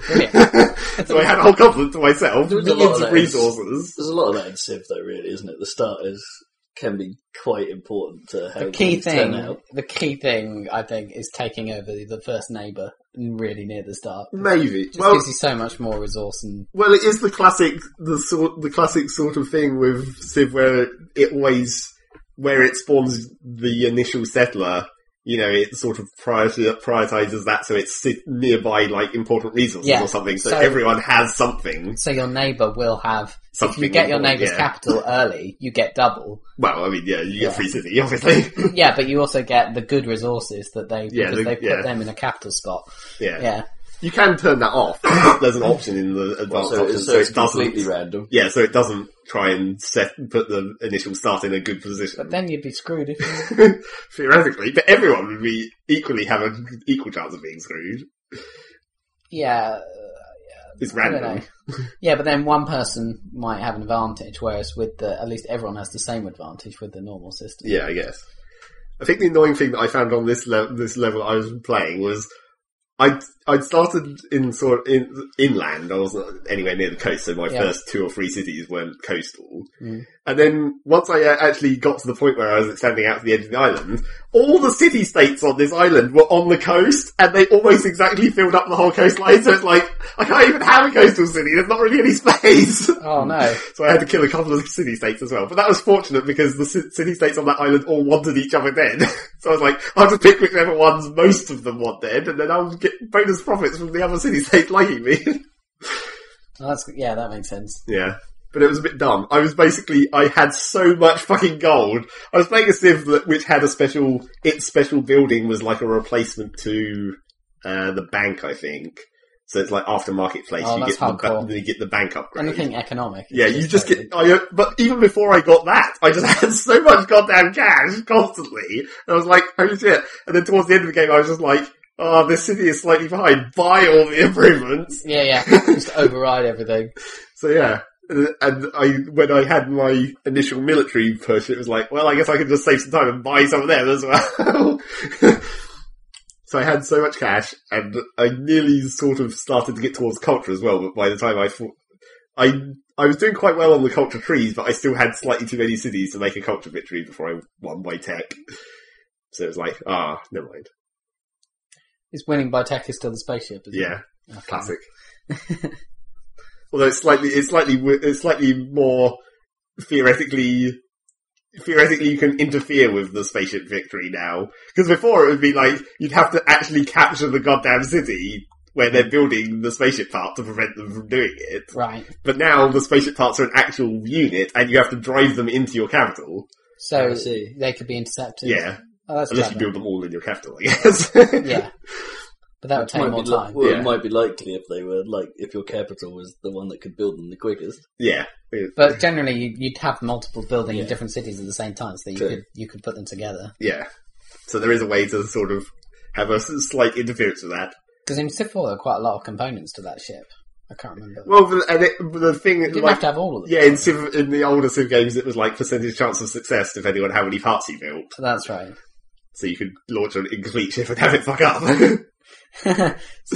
S2: so I had a whole continent to myself,
S3: There was a lot of
S2: millions of
S3: those.
S2: resources.
S3: There's a lot of that in Civ, though, really, isn't it? The start is can be quite important to how
S1: The key
S3: things turn
S1: thing,
S3: out.
S1: the key thing, I think, is taking over the first neighbour really near the start.
S2: Maybe.
S1: Just
S2: Well,
S1: gives you so much more resource and
S2: Well, it is the classic, the sort, the classic sort of thing with Civ where it always, where it spawns the initial settler. You know, it sort of priority, prioritizes that so it's sit- nearby, like important resources
S1: Yeah.
S2: or something. So,
S1: So-
S2: everyone has something.
S1: so your neighbour will have. If
S2: Something
S1: you get your
S2: important,
S1: neighbour's
S2: yeah.
S1: capital early, you get double.
S2: Well, I mean, yeah, you
S1: Yeah.
S2: get free city, obviously.
S1: Yeah, but you also get the good resources that they
S2: Yeah,
S1: because
S2: the-
S1: they put
S2: yeah.
S1: them in a capital spot.
S2: yeah.
S1: Yeah,
S2: you can turn that off. There's an option in the advanced
S3: Well, so,
S2: options,
S3: it's,
S2: so,
S3: so it's
S2: it doesn't.
S3: completely random.
S2: Yeah, so it doesn't try and set put the initial start in a good position.
S1: but then you'd be screwed if you
S2: theoretically, but everyone would be equally have an equal chance of being screwed.
S1: yeah.
S2: It's
S1: I don't
S2: random.
S1: know. yeah, but then one person might have an advantage, whereas with the at least everyone has the same advantage with the normal system.
S2: Yeah, I guess. I think the annoying thing that I found on this le- this level I was playing was I I started in sort of in inland. I wasn't anywhere near the coast, so my
S1: Yeah.
S2: first two or three cities weren't coastal.
S1: Mm.
S2: And then once I uh, actually got to the point where I was extending out to the edge of the island, all the city states on this island were on the coast, and they almost exactly filled up the whole coastline. So it's like I can't even have a coastal city. There's not really any space.
S1: Oh no.
S2: So I had to kill a couple of city states as well. But that was fortunate because the ci- city states on that island all wanted each other dead. so I was like, I'll just pick whichever ones most of them want dead, and then I'll get bonus profits from the other city states liking me.
S1: Well, that's yeah, that makes sense.
S2: yeah. But it was a bit dumb. I was basically, I had so much fucking gold. I was playing a Civ that, which had a special, its special building was like a replacement to, uh, the bank, I think. So it's like after marketplace,
S1: Oh,
S2: you,
S1: that's
S2: get the, ba-
S1: hardcore.
S2: you get the bank upgrade.
S1: Anything economic. is
S2: Yeah, you just
S1: totally-
S2: get. I, but even before I got that, I just had so much goddamn cash constantly. And I was like, holy shit. And then towards the end of the game, I was just like, oh, this city is slightly behind. Buy all the improvements.
S1: Yeah, yeah. Just override everything.
S2: So yeah. And and I, when I had my initial military push, it was like, well, I guess I can just save some time and buy some of them as well. so I had so much cash, and I nearly sort of started to get towards culture as well. But by the time I, thought, I, I was doing quite well on the culture trees, but I still had slightly too many cities to make a culture victory before I won by tech. So it was like, ah, never mind.
S1: Is winning by tech is still the spaceship? Isn't
S2: Yeah.
S1: it? Okay.
S2: classic. Although it's slightly, it's slightly, wi- it's slightly more theoretically theoretically you can interfere with the spaceship victory now. Because before it would be like, you'd have to actually capture the goddamn city where they're building the spaceship part to prevent them from doing it.
S1: Right.
S2: But now the spaceship parts are an actual unit and you have to drive them into your capital.
S1: So
S3: I see.
S1: they could be intercepted.
S2: Yeah.
S1: Oh, that's
S2: Unless you
S1: clever.
S2: build them all in your capital, I guess.
S1: Yeah. But that would take
S3: Might
S1: more
S3: be li-
S1: time.
S3: well,
S2: Yeah.
S3: It might be likely if they were like if your capital was the one that could build them the quickest.
S2: yeah.
S1: But generally, you- you'd have multiple building in
S3: Yeah.
S1: different cities at the same time, so you
S3: True.
S1: could you could put them together.
S2: Yeah. So there is a way to sort of have a s- slight interference with that.
S1: Because in Civ 4, there are quite a lot of components to that ship. I can't remember.
S2: Well, the- and it, the thing,
S1: you didn't
S2: like,
S1: have to have all of them.
S2: yeah, in, Civ, in the older Civ games, it was like percentage chance of success depending on how many parts you built.
S1: That's right.
S2: So you could launch an incomplete ship and have it fuck up.
S1: so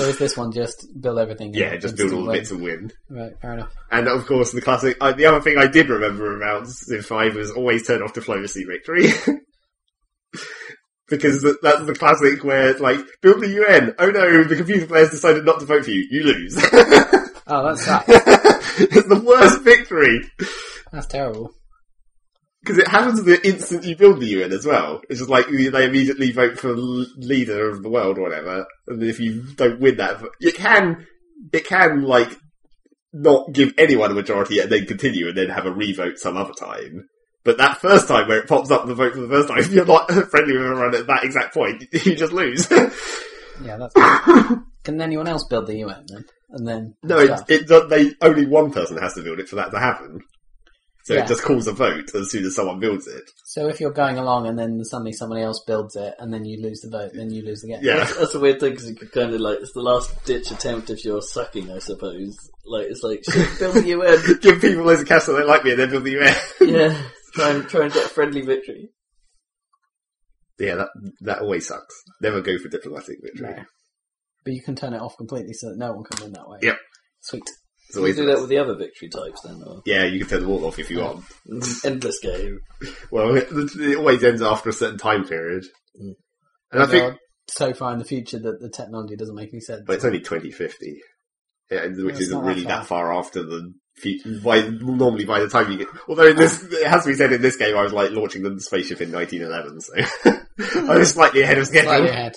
S1: is this one just build everything? in
S2: yeah, just build all the bits
S1: instant
S2: and win.
S1: way? Right, fair enough.
S2: And of course, the classic. Uh, the other thing I did remember about Civ Five was always turn off diplomacy victory. Because th- that's the classic where, it's like, build the UN. Oh no, the computer players decided not to vote for you. You lose.
S1: Oh, that's that.
S2: it's the worst victory
S1: That's terrible.
S2: because it happens the instant you build the UN as well. It's just like you- they immediately vote for l- leader of the world or whatever, and if you don't win that, it can it can like not give anyone a majority and then continue and then have a revote some other time. But that first time where it pops up the vote for the first time, if you're not friendly with everyone at that exact point, you just lose.
S1: Yeah, that's. Can anyone else build the UN then? And then
S2: no, it,
S1: stuff.
S2: it do- they only one person has to build it for that to happen. So
S1: Yeah.
S2: it just calls a vote as soon as someone builds it.
S1: So if you're going along and then suddenly somebody else builds it and then you lose the vote, then you lose the game.
S2: Yeah.
S3: That's, that's a weird thing because you could kind of like it's the last ditch attempt if you're sucking, I suppose. Like it's like shit, build the UN.
S2: Give people loads of cash so they like me and then build the UN.
S3: yeah, try and try and get a friendly victory.
S2: Yeah, that that always sucks. Never go for diplomatic victory.
S1: No. But you can turn it off completely so that no one can win that way.
S2: Yep.
S1: Sweet.
S2: It's
S3: So we
S2: always
S3: do
S2: the
S3: that
S2: best.
S3: with the other victory types then, or
S2: Yeah, you can turn them all off if you want.
S3: endless game.
S2: Well, it, it always ends after a certain time period.
S3: Mm.
S2: And I think,
S1: Well, so far in the future that the technology doesn't make any sense.
S2: but it's only 2050, yeah, and- which
S1: It's
S2: isn't
S1: not that
S2: really that
S1: far.
S2: far after the fu- by normally by the time you get. Although in this,
S1: Ah.
S2: it has to be said in this game, I was like launching the spaceship in 1911, so I was slightly ahead of schedule.
S1: Slightly ahead.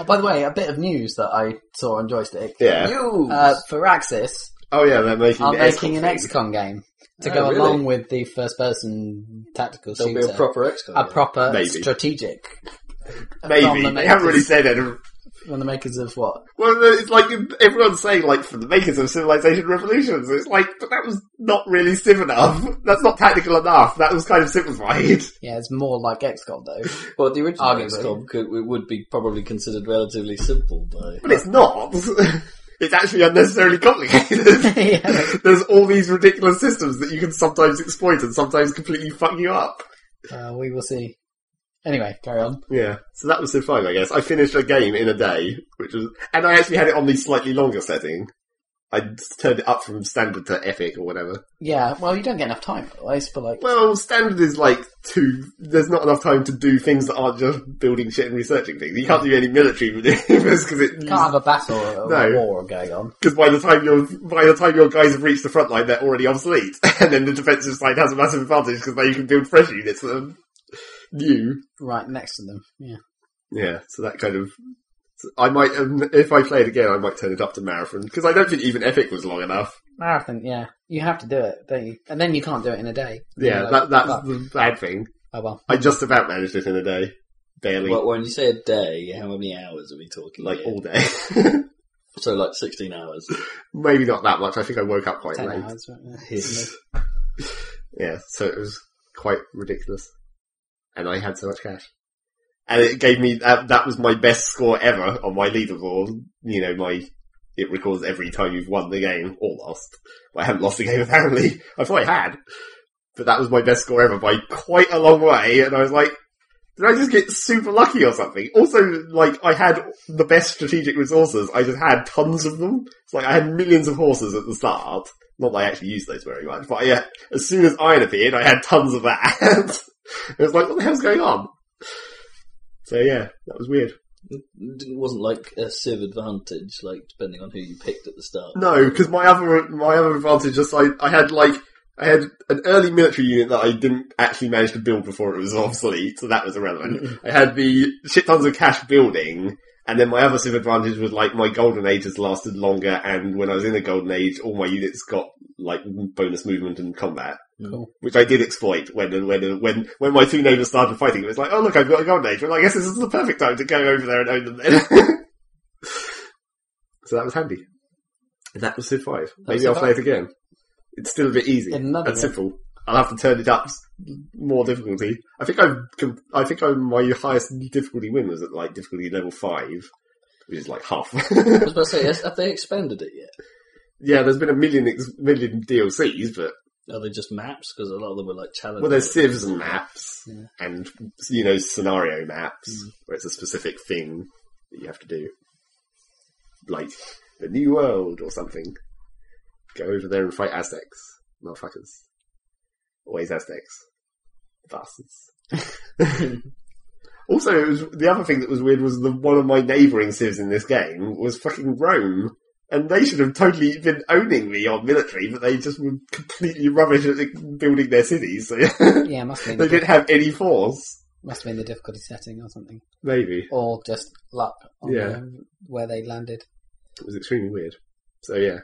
S1: Oh, by the way, a bit of news that I saw on Joystick.
S2: Yeah.
S3: You
S1: Uh, Firaxis
S2: Oh yeah, they're making
S1: are
S2: the
S1: making an
S2: thing.
S1: XCOM game to
S3: Oh,
S1: go
S3: really?
S1: along with the first-person tactical
S3: there'll
S1: shooter.
S3: be a proper XCOM.
S1: A proper
S2: Maybe.
S1: strategic. From
S2: Maybe
S1: the
S2: they haven't really
S1: makers-
S2: said it.
S1: From the makers of what?
S2: Well, it's like everyone's saying, like, for the makers of Civilization Revolutions, it's like, but that was not really civ enough. That's not tactical enough. That was kind of simplified.
S1: Yeah, it's more like XCOM though.
S3: well, the original
S1: Arguably.
S3: XCOM could, it would be probably considered relatively simple by.
S2: But it's not. It's actually unnecessarily complicated.
S1: yeah.
S2: There's all these ridiculous systems that you can sometimes exploit and sometimes completely fuck you up.
S1: Uh, we will see. Anyway, carry on.
S2: Yeah. So that was Civ 5, I guess. I finished a game in a day, which was, and I actually had it on the slightly longer setting. I just turned it up from standard to epic or whatever.
S1: Yeah, well, you don't get enough time otherwise, but like,
S2: Well, standard is like two. There's not enough time to do things that aren't just building shit and researching things. You can't do any military maneuvers because it
S1: can't have a battle or a
S2: No.
S1: war going on.
S2: because by the time your by the time your guys have reached the front line, they're already obsolete, and then the defensive side has a massive advantage because now you can build fresh units that are new.
S1: Right next to them. Yeah.
S2: Yeah, so that kind of. I might um, if I play it again, I might turn it up to marathon because I don't think even epic was long enough.
S1: Marathon, yeah. You have to do it, don't you? And then you can't do it in a day.
S2: Yeah,
S1: You're like,
S2: that that's
S1: fuck.
S2: the bad thing.
S1: Oh well.
S2: I just about managed it in a day, barely,
S3: Well, when you say a day, how many hours are we talking?
S2: like
S3: here?
S2: all day.
S3: so like sixteen hours.
S2: Maybe not that much. I think I woke up quite
S1: Ten
S2: late.
S1: hours. right? Yeah.
S2: Yeah, so it was quite ridiculous. And I had so much cash. And it gave me, that, that was my best score ever on my leaderboard. You know, my, it records every time you've won the game or lost. But I haven't lost the game apparently. I thought I had. But that was my best score ever by quite a long way. And I was like, did I just get super lucky or something? Also, like, I had the best strategic resources. I just had tons of them. It's like I had millions of horses at the start. Not that I actually used those very much, but yeah, as soon as iron appeared, I had tons of that. it was like, what the hell's going on? So yeah, that was weird.
S3: It wasn't like a civ advantage, like depending on who you picked at the start.
S2: No, because my other my other advantage just I I had like I had an early military unit that I didn't actually manage to build before it was obsolete, so that was irrelevant. I had the shit tons of cash building, and then my other disadvantage was like my golden age has lasted longer, and when I was in the golden age, all my units got like bonus movement and combat.
S4: Cool.
S2: Which I did exploit when when when when my two neighbors started fighting. It was like, oh look, I've got a golden age. Well, I guess this is the perfect time to go over there and own them. Then. so that was handy. And that was Civ Five.
S4: was
S2: Maybe
S4: Civ
S2: I'll play it
S4: 5.
S2: again. It's still a bit easy
S4: In another
S2: and
S4: game.
S2: simple. I'll have to turn it up s- more difficulty. I think I'm. com- I think I'm. My highest difficulty win was at like difficulty level five, which is like half.
S4: I was about to say, yes, have they expanded it yet?
S2: yeah, there's been a million ex- million DLCs, but
S4: Are they just maps? Because a lot of them were like challenge.
S2: well, there's civs and maps,
S4: Yeah.
S2: and you know scenario maps where it's a specific thing that you have to do, like the New World or something. Go over there and fight Aztecs, motherfuckers. Always Aztecs, bastards. also, it was, the other thing that was weird was the one of my neighbouring civs in this game was fucking Rome. And they should have totally been owning me on military, but they just were completely rubbish at building their cities. So
S1: Yeah, must have
S2: they
S1: been the,
S2: didn't have any force.
S1: must have been the difficulty setting or something,
S2: Maybe
S1: or just luck on
S2: Yeah.
S1: the- where they landed.
S2: it was extremely weird. So yeah,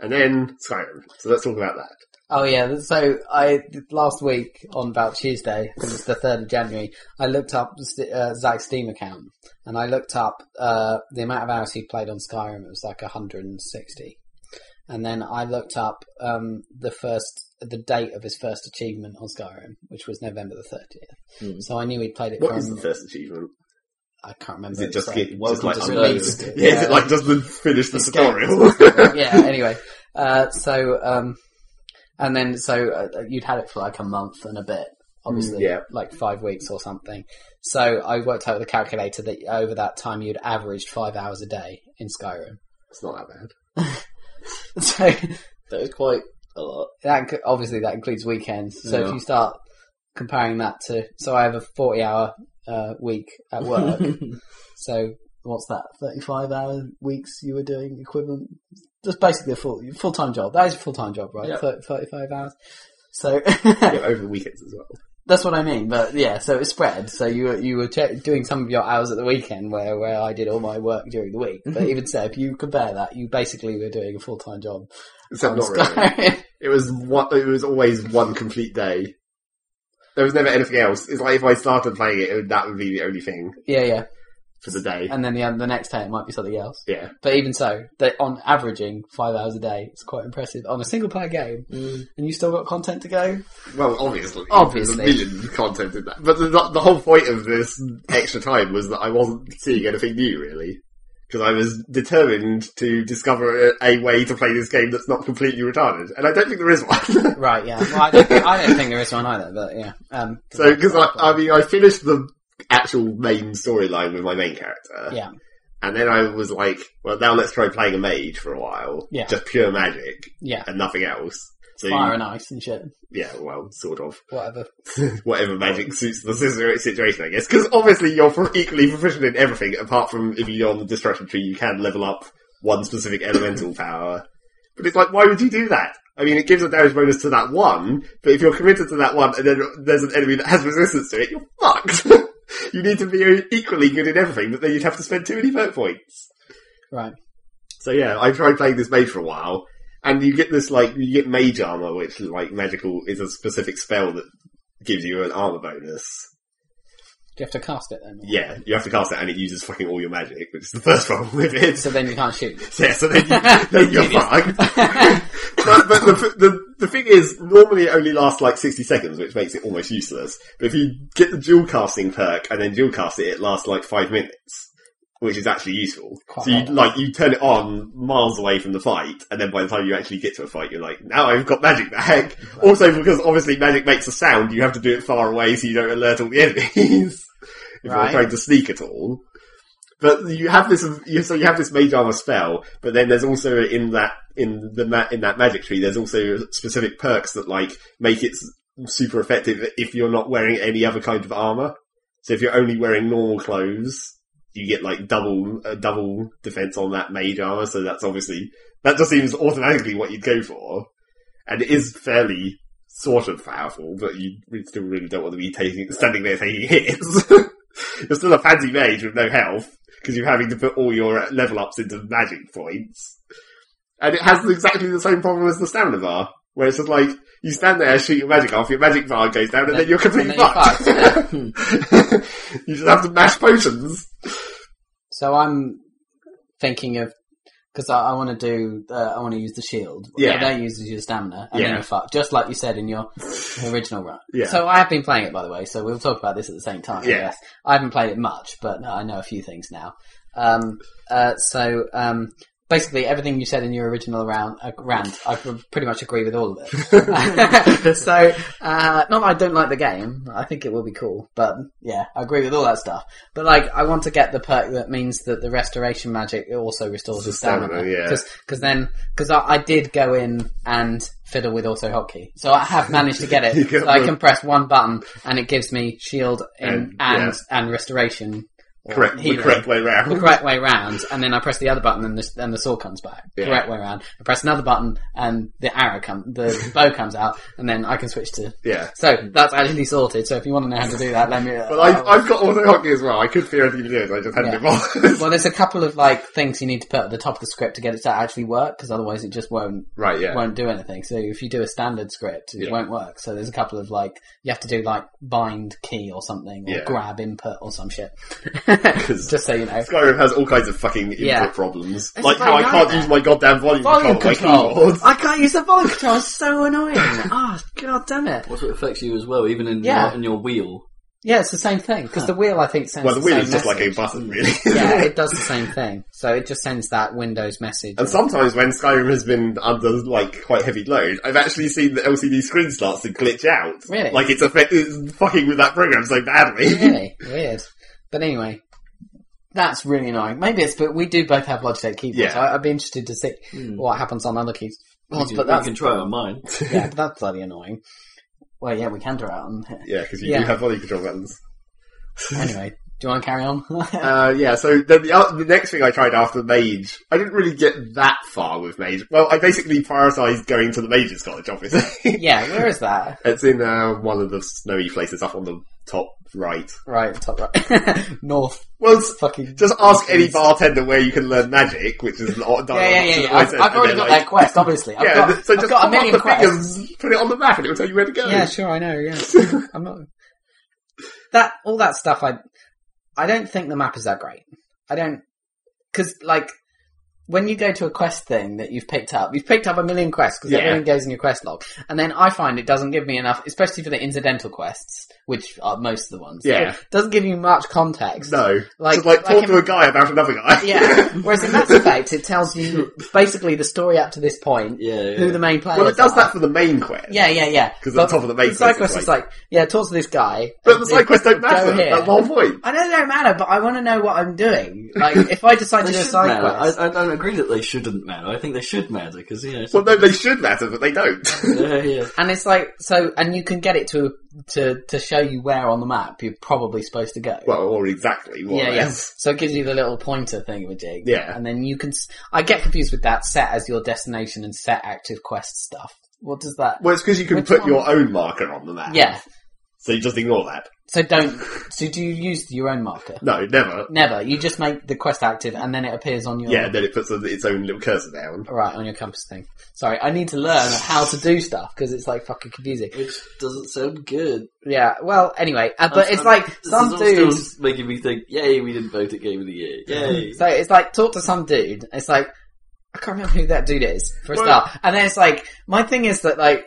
S2: and then Skyrim. So let's talk about that.
S1: Oh yeah, so I last week on about Tuesday, because it's the third of January, I looked up St- uh, Zach's Steam account, and I looked up uh, the amount of hours he played on Skyrim. It was like 160, and then I looked up um, the first the date of his first achievement on Skyrim, which was November the 30th.
S4: Hmm.
S1: So I knew he'd played it
S2: What
S1: from
S2: is the first achievement?
S1: I can't remember.
S2: Is it
S1: It's
S2: just
S1: like-
S2: get just
S4: welcome
S2: uh, like
S4: to
S2: unload?
S1: Skyrim.
S2: Yeah, is
S1: Yeah.
S2: it like just the finish the
S1: Escape.
S2: tutorial?
S1: yeah. Anyway, uh, so um, and then so uh, you'd had it for like a month and a bit, obviously,
S4: Mm,
S2: yeah.
S1: like five weeks or something. So I worked out with a calculator that over that time you'd averaged five hours a day in Skyrim.
S2: it's not that bad.
S1: So
S4: That was quite a lot.
S1: that inc- obviously that includes weekends. So
S4: Yeah.
S1: if you start comparing that to, so I have a forty-hour uh, week at work. so what's that? Thirty-five hour weeks you were doing equivalent. That's basically a full full time job. That is a full time job, right?
S4: Yeah.
S1: Thir- Thirty-five hours. So
S2: Yeah, over weekends as well.
S1: that's what I mean. But yeah, so it's spread. So you were, you were che- doing some of your hours at the weekend where, where I did all my work during the week.
S2: Mm-hmm.
S1: But even so, if you compare that, you basically were doing a full time job.
S2: Except
S1: on
S2: not really.
S1: Skyrim.
S2: It was one. It was always one complete day. There was never anything else. It's like if I started playing it, it would, that would be the only thing
S1: yeah, yeah.
S2: for the day.
S1: And then the the next day it might be something else.
S2: yeah,
S1: But even so, they, on averaging five hours a day, it's quite impressive on a single player game.
S2: Mm.
S1: And you still got content to go.
S2: Well, obviously,
S1: Obviously.
S2: there's a million content in that. But the, the whole point of this extra time was that I wasn't seeing anything new, really, because I was determined to discover a, a way to play this game that's not completely retarded, and I don't think there is one.
S1: Right? Yeah. Well, I don't, I don't think there is one either. But yeah. Um,
S2: so, because I, I mean, I finished the actual main storyline with my main character,
S1: yeah.
S2: and then I was like, well, now let's try playing a mage for a while,
S1: Yeah.
S2: just pure magic
S1: Yeah.
S2: and nothing else. So,
S1: Fire and ice and shit.
S2: yeah, well, sort of.
S1: Whatever.
S2: whatever magic suits the situ- situation, I guess. Because obviously you're pro- equally proficient in everything, apart from if you're on the destruction tree, you can level up one specific elemental power. But it's like, why would you do that? I mean, it gives a damage bonus to that one, but if you're committed to that one and then there's an enemy that has resistance to it, you're fucked. you need to be equally good in everything, but then you'd have to spend too many vote points.
S1: Right.
S2: So yeah, I tried playing this mage for a while, and you get this like you get mage armor, which like magical is a specific spell that gives you an armor bonus.
S1: Do you have to cast it then?
S2: Yeah, you have to cast it, and it uses fucking all your magic, which is the first problem with it.
S1: So then you can't shoot.
S2: yeah, so then, you, then you're fucked. but but the, the the thing is, normally it only lasts like sixty seconds, which makes it almost useless. But if you get the dual casting perk and then dual cast it, it lasts like five minutes, which is actually useful.
S1: Quite
S2: so you
S1: right.
S2: like you turn it on miles away from the fight, and then by the time you actually get to a fight, you're like, now I've got magic back. Also, because obviously magic makes a sound, you have to do it far away so you don't alert all the enemies if
S1: Right.
S2: you're trying to sneak at all. But you have this, you, so you have this mage armor spell, but then there's also in that in the ma- in that magic tree, there's also specific perks that like make it s- super effective if you're not wearing any other kind of armor. So if you're only wearing normal clothes, you get like double uh, double defense on that mage armor. So that's obviously that just seems automatically what you'd go for, and it is fairly sort of powerful, but you re- still really don't want to be taking, standing there taking hits. You're still a fancy mage with no health, because you're having to put all your uh, level ups into magic points. And it has exactly the same problem as the stamina bar, where it's just like, you stand there, shoot your magic off, your magic bar goes down, and then,
S4: Then-
S2: you're completely
S4: and then
S2: fucked. you just have to mash potions.
S1: So I'm thinking of because I, I want to do uh, I want to use the shield.
S2: Yeah.
S1: that uses your stamina. And
S2: Yeah.
S1: then you fuck, just like you said in your original run.
S2: Yeah.
S1: So I have been playing it by the way. So we'll talk about this at the same time.
S2: Yeah.
S1: I guess I haven't played it much, but I know a few things now. Um, uh, so um, basically, everything you said in your original round, uh, rant, I pr- pretty much agree with all of it. so, uh, not that I don't like the game, I think it will be cool, but yeah, I agree with all that stuff. But like, I want to get the perk that means that the restoration magic also restores
S2: The
S1: his stamina.
S2: stamina, yeah.
S1: Because then, because I, I did go in and fiddle with auto hotkey, so I have managed to get
S2: You
S1: it.
S2: got
S1: so I
S2: the-
S1: can press one button and it gives me shield in,
S2: And-
S1: and,
S2: yeah.
S1: and, restoration. or
S2: Correct, the
S1: healing
S2: correct way round.
S1: the correct way round, and then I press the other button, and the, and the saw comes back.
S2: Yeah.
S1: Correct way round. I press another button, and the arrow come, the bow comes out, and then I can switch to.
S2: Yeah.
S1: So that's actually sorted. So if you want to know how to do that, let me. uh,
S2: But I, I've got auto hockey as well. I could theoretically do it. I just hadn't
S1: Oh. Yeah.
S2: evolved.
S1: well, there's a couple of like things you need to put at the top of the script to get it to actually work, because otherwise it just won't
S2: right, yeah.
S1: won't do anything. So if you do a standard script, it
S2: Yeah.
S1: won't work. So there's a couple of like you have to do like bind key or something, or
S2: Yeah.
S1: grab input or some shit.
S2: 'Cause-
S1: just so you know,
S2: Skyrim has all kinds of fucking input
S1: Yeah.
S2: problems.
S1: It's
S2: like
S1: a
S2: how I
S1: fucking
S2: can't
S1: nightmare.
S2: use my goddamn volume,
S1: volume
S2: control on my
S1: control.
S2: keyboard.
S1: I can't use the volume control. It's so annoying. Oh god damn it!
S4: Also, it affects you as well, even in
S1: Yeah.
S4: your, in your wheel.
S1: Yeah, it's the same thing because the wheel I think sends.
S2: Well, the wheel
S1: same
S2: is just like a
S1: message.
S2: button, really.
S1: yeah, it does the same thing. So it just sends that Windows message.
S2: and sometimes when Skyrim has been under like quite heavy load, I've actually seen the LCD screen starts to glitch out.
S1: Really?
S2: Like it's affect- it's fucking with that program so badly.
S1: really weird. But anyway, that's really annoying. Maybe it's but we do both have Logitech keyboards.
S2: Yeah.
S1: I, I'd be interested to see what happens on other keyboards.
S4: You can,
S1: But
S4: you
S1: that's
S4: can try it on mine.
S1: yeah, but that's bloody annoying. Well, yeah, we can draw out on
S2: yeah, because you
S1: Yeah.
S2: do have volume control buttons.
S1: Anyway, do you want to carry on?
S2: Uh, yeah, so then the, o- the next thing I tried after Mage, I didn't really get that far with Mage. Well, I basically prioritised going to the Mage's College, obviously.
S1: yeah, where is that?
S2: It's in uh, one of the snowy places up on the top right.
S1: Right, top right, north.
S2: Well, it's-
S1: Fucking
S2: just ask any bartender where you can learn magic, which is not done.
S1: Yeah, yeah, yeah.
S2: which
S1: yeah.
S2: is what I
S1: I've,
S2: said,
S1: I've
S2: and
S1: already
S2: then,
S1: got
S2: like,
S1: that quest, obviously. I've
S2: yeah,
S1: got,
S2: th- so
S1: I've
S2: just
S1: got a
S2: pop up
S1: million
S2: the
S1: quests.
S2: fingers, put it on the map, and it will tell you where to go.
S1: Yeah, sure, I know. Yeah, I'm not that all that stuff. I I don't think the map is that great. I don't because like when you go to a quest thing that you've picked up, you've picked up a million quests because
S2: Yeah.
S1: everything goes in your quest log, and then I find it doesn't give me enough, especially for the incidental quests, which are most of the ones.
S2: Yeah.
S1: it doesn't give you much context.
S2: No,
S1: Like-
S2: just like
S1: like
S2: talk
S1: in-
S2: to a guy about another guy.
S1: Yeah. Whereas in Mass Effect, it tells you basically the story up to this point,
S4: Yeah, yeah.
S1: who the main players.
S2: well, it does
S1: are.
S2: that for the main quest.
S1: Yeah, yeah, yeah.
S2: 'Cause
S1: But
S2: at the top of the main
S1: side
S2: quest,
S1: quest
S2: it's
S1: is like, yeah, talk to this guy.
S2: but the side quests don't
S1: Go
S2: matter.
S1: here.
S2: That's the whole point.
S1: I know they don't matter, but I want to know what I'm doing. Like, if I decide to
S4: They
S1: do a
S4: should
S1: side
S4: matter.
S1: quest,
S4: I, I don't agree that they shouldn't matter. I think they should matter because you know. it's-
S2: Well, no, they should matter, but they don't.
S4: yeah, yeah.
S1: and it's like so, and you can get it to to to show you where on the map you're probably supposed to go.
S2: well, or exactly. More
S1: yeah,
S2: or
S1: yeah.
S2: less.
S1: So it gives you the little pointer thing with jig.
S2: Yeah.
S1: and then you can. s- I get confused with that set as your destination and set active quest stuff. What does that?
S2: Well, it's because you can
S1: Which
S2: put
S1: one?
S2: your own marker on the map.
S1: Yeah.
S2: So you just ignore that.
S1: So don't. So do you use your own marker?
S2: No, never.
S1: Never. You just make the quest active, and then it appears on your
S2: Yeah, then it puts a, its own little cursor down.
S1: Right, on your compass thing. Sorry, I need to learn how to do stuff because it's like fucking confusing.
S4: Which doesn't sound good.
S1: Yeah, well, anyway, uh, but
S4: I'm-
S1: it's
S4: I'm-
S1: like
S4: this
S1: some
S4: is all
S1: dude.
S4: still making me think. Yay, we didn't vote at Game of the Year. Yay.
S1: So it's like talk to some dude. It's like I can't remember who that dude is for a
S2: Well-
S1: start, and then it's like my thing is that like.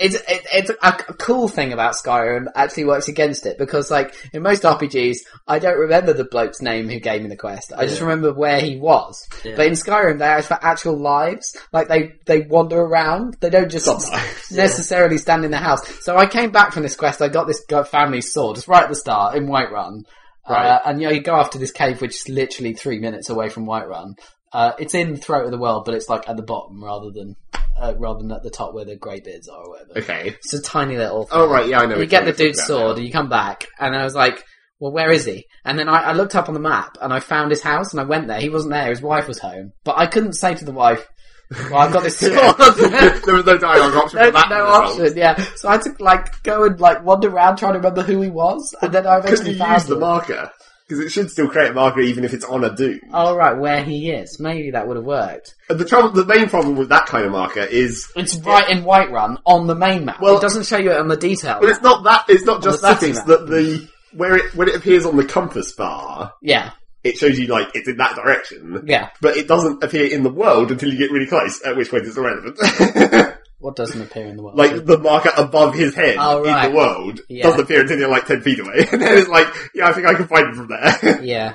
S1: It's it, it's a, a cool thing about Skyrim actually works against it because like in most RPGs I don't remember the bloke's name who gave me the quest I just
S4: Yeah.
S1: remember where he was
S4: Yeah.
S1: but in Skyrim they have actual lives like they they wander around they don't just
S2: Sometimes.
S1: necessarily stand in the house. So I came back from this quest. I got this go- family sword just right at the start in Whiterun,
S2: Right.
S1: uh, and you know you go after this cave, which is literally three minutes away from Whiterun. Uh, it's in the throat of the world, but it's like at the bottom rather than uh, rather than at the top where the greybeards are or whatever.
S2: Okay.
S1: It's a tiny little.
S2: Oh right, yeah, I know.
S1: you
S2: which
S1: get
S2: one
S1: the
S2: you're
S1: dude's
S2: talking about
S1: sword, and you come back, and I was like. Well, where is he? And then I, I looked up on the map and I found his house and I went there. He wasn't there. His wife was home, but I couldn't say to the wife, Well, I've got this
S2: there was no dialogue option
S1: No,
S2: for that.
S1: no
S2: result.
S1: option, yeah. So I had to like go and like wander around trying to remember who he was, and then I
S2: Could you
S1: eventually found
S2: use the
S1: him.
S2: marker? Because it should still create a marker even if it's on a do.
S1: Oh right, where he is. Maybe that would have worked.
S2: And the trouble, the main problem with that kind of marker is,
S1: It's right in Whiterun on the main map.
S2: Well-
S1: it doesn't show you it on the detail.
S2: but it's not that. It's not just
S1: the
S2: that.
S1: city
S2: It's
S1: map.
S2: that the where it when it appears on the compass bar,
S1: Yeah,
S2: it shows you like it's in that direction,
S1: yeah.
S2: but it doesn't appear in the world until you get really close. At which point it's irrelevant.
S1: What doesn't appear in the world?
S2: like the marker above his head
S1: Oh, right.
S2: in the world
S1: Yeah.
S2: doesn't appear until you're like ten feet away, and then it's like, yeah, I think I can find him from there.
S1: yeah.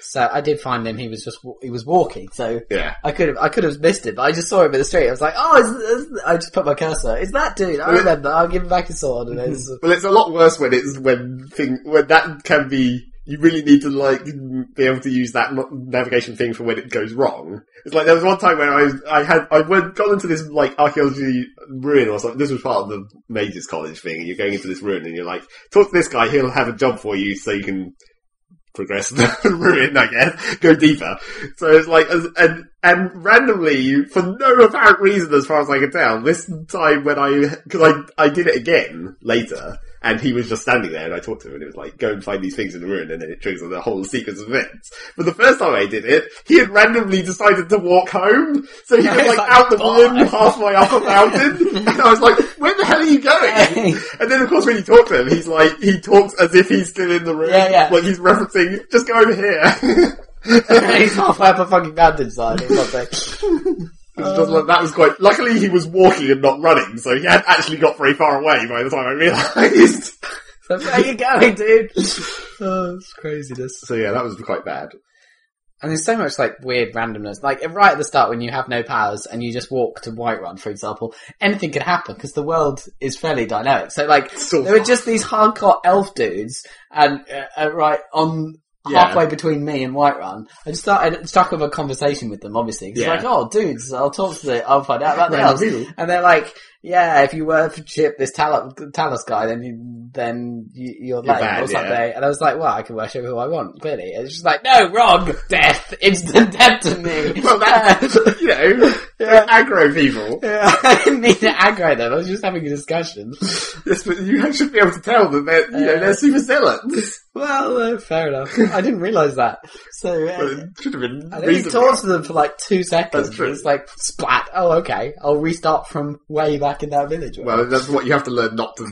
S1: So I did find him. He was just wa- he was walking. So
S2: yeah.
S1: I could have I could have missed it, but I just saw him in the street. I was like, oh, is, is, I just put my cursor. Is that dude? I remember. I'll give him back his sword. And it's,
S2: Well, it's a lot worse when it's when thing when that can be. You really need to like be able to use that mo- navigation thing for when it goes wrong. It's like there was one time where I I had I went got into this like archaeology ruin or something. This was part of the majors college thing, and you're going into this ruin, and you're like, talk to this guy, he'll have a job for you, so you can progress the ruin, I guess, go deeper. So it's like, as- and, and randomly, for no apparent reason as far as I could tell, this time when I, cause I, I did it again later, and he was just standing there and I talked to him and it was like, go and find these things in the ruin and then it triggers the whole sequence of events. But the first time I did it, he had randomly decided to walk home, so he was
S1: It's
S2: like,
S1: like,
S2: out the
S1: bye.
S2: balloon halfway up a mountain, and I was like, where the hell are you going? And then, of course, when you talk to him, he's like, he talks as if he's still in the room.
S1: Yeah, yeah.
S2: Like he's referencing, just go over here.
S1: he's halfway up a fucking mountainside or something.
S2: It's just like- that was quite. Luckily, he was walking and not running, so he had actually got very far away by the time I realised.
S1: So where you going, dude? Oh, it's craziness.
S2: so yeah, that was quite bad.
S1: And there's so much like weird randomness. Like right at the start when you have no powers and you just walk to Whiterun, for example, anything could happen because the world is fairly dynamic. So like
S2: Sort
S1: there were
S2: of.
S1: just these hardcore elf dudes and uh, uh, right on
S2: Yeah.
S1: halfway between me and Whiterun, I just started struck up a conversation with them obviously. 'cause
S2: Yeah.
S1: It's like, oh dudes, I'll talk to the I'll find out about the
S2: Random
S1: elves.
S2: people.
S1: And they're like, yeah, if you were to ship this Tal- Talos guy, then you, then you, you're lame
S2: bad,
S1: or something.
S2: yeah.
S1: And I was like, well, I can worship who I want, clearly. And she's like, no, wrong, death, instant death to me.
S2: Well, that's you know,
S1: Yeah.
S2: aggro people.
S1: Yeah, I didn't mean to aggro them. I was just having a discussion.
S2: Yes, but you should be able to tell that they're you know
S1: Uh,
S2: they're super zealots.
S1: Well, uh, fair enough. I didn't realise that. So,
S2: Well,
S1: uh,
S2: it should have been.
S1: I think he
S2: reasonable.
S1: talked to them for like two seconds.
S2: That's true.
S1: It's like, splat. Oh, okay. I'll restart from way back in that village.
S2: Well, that's what you have to learn not to.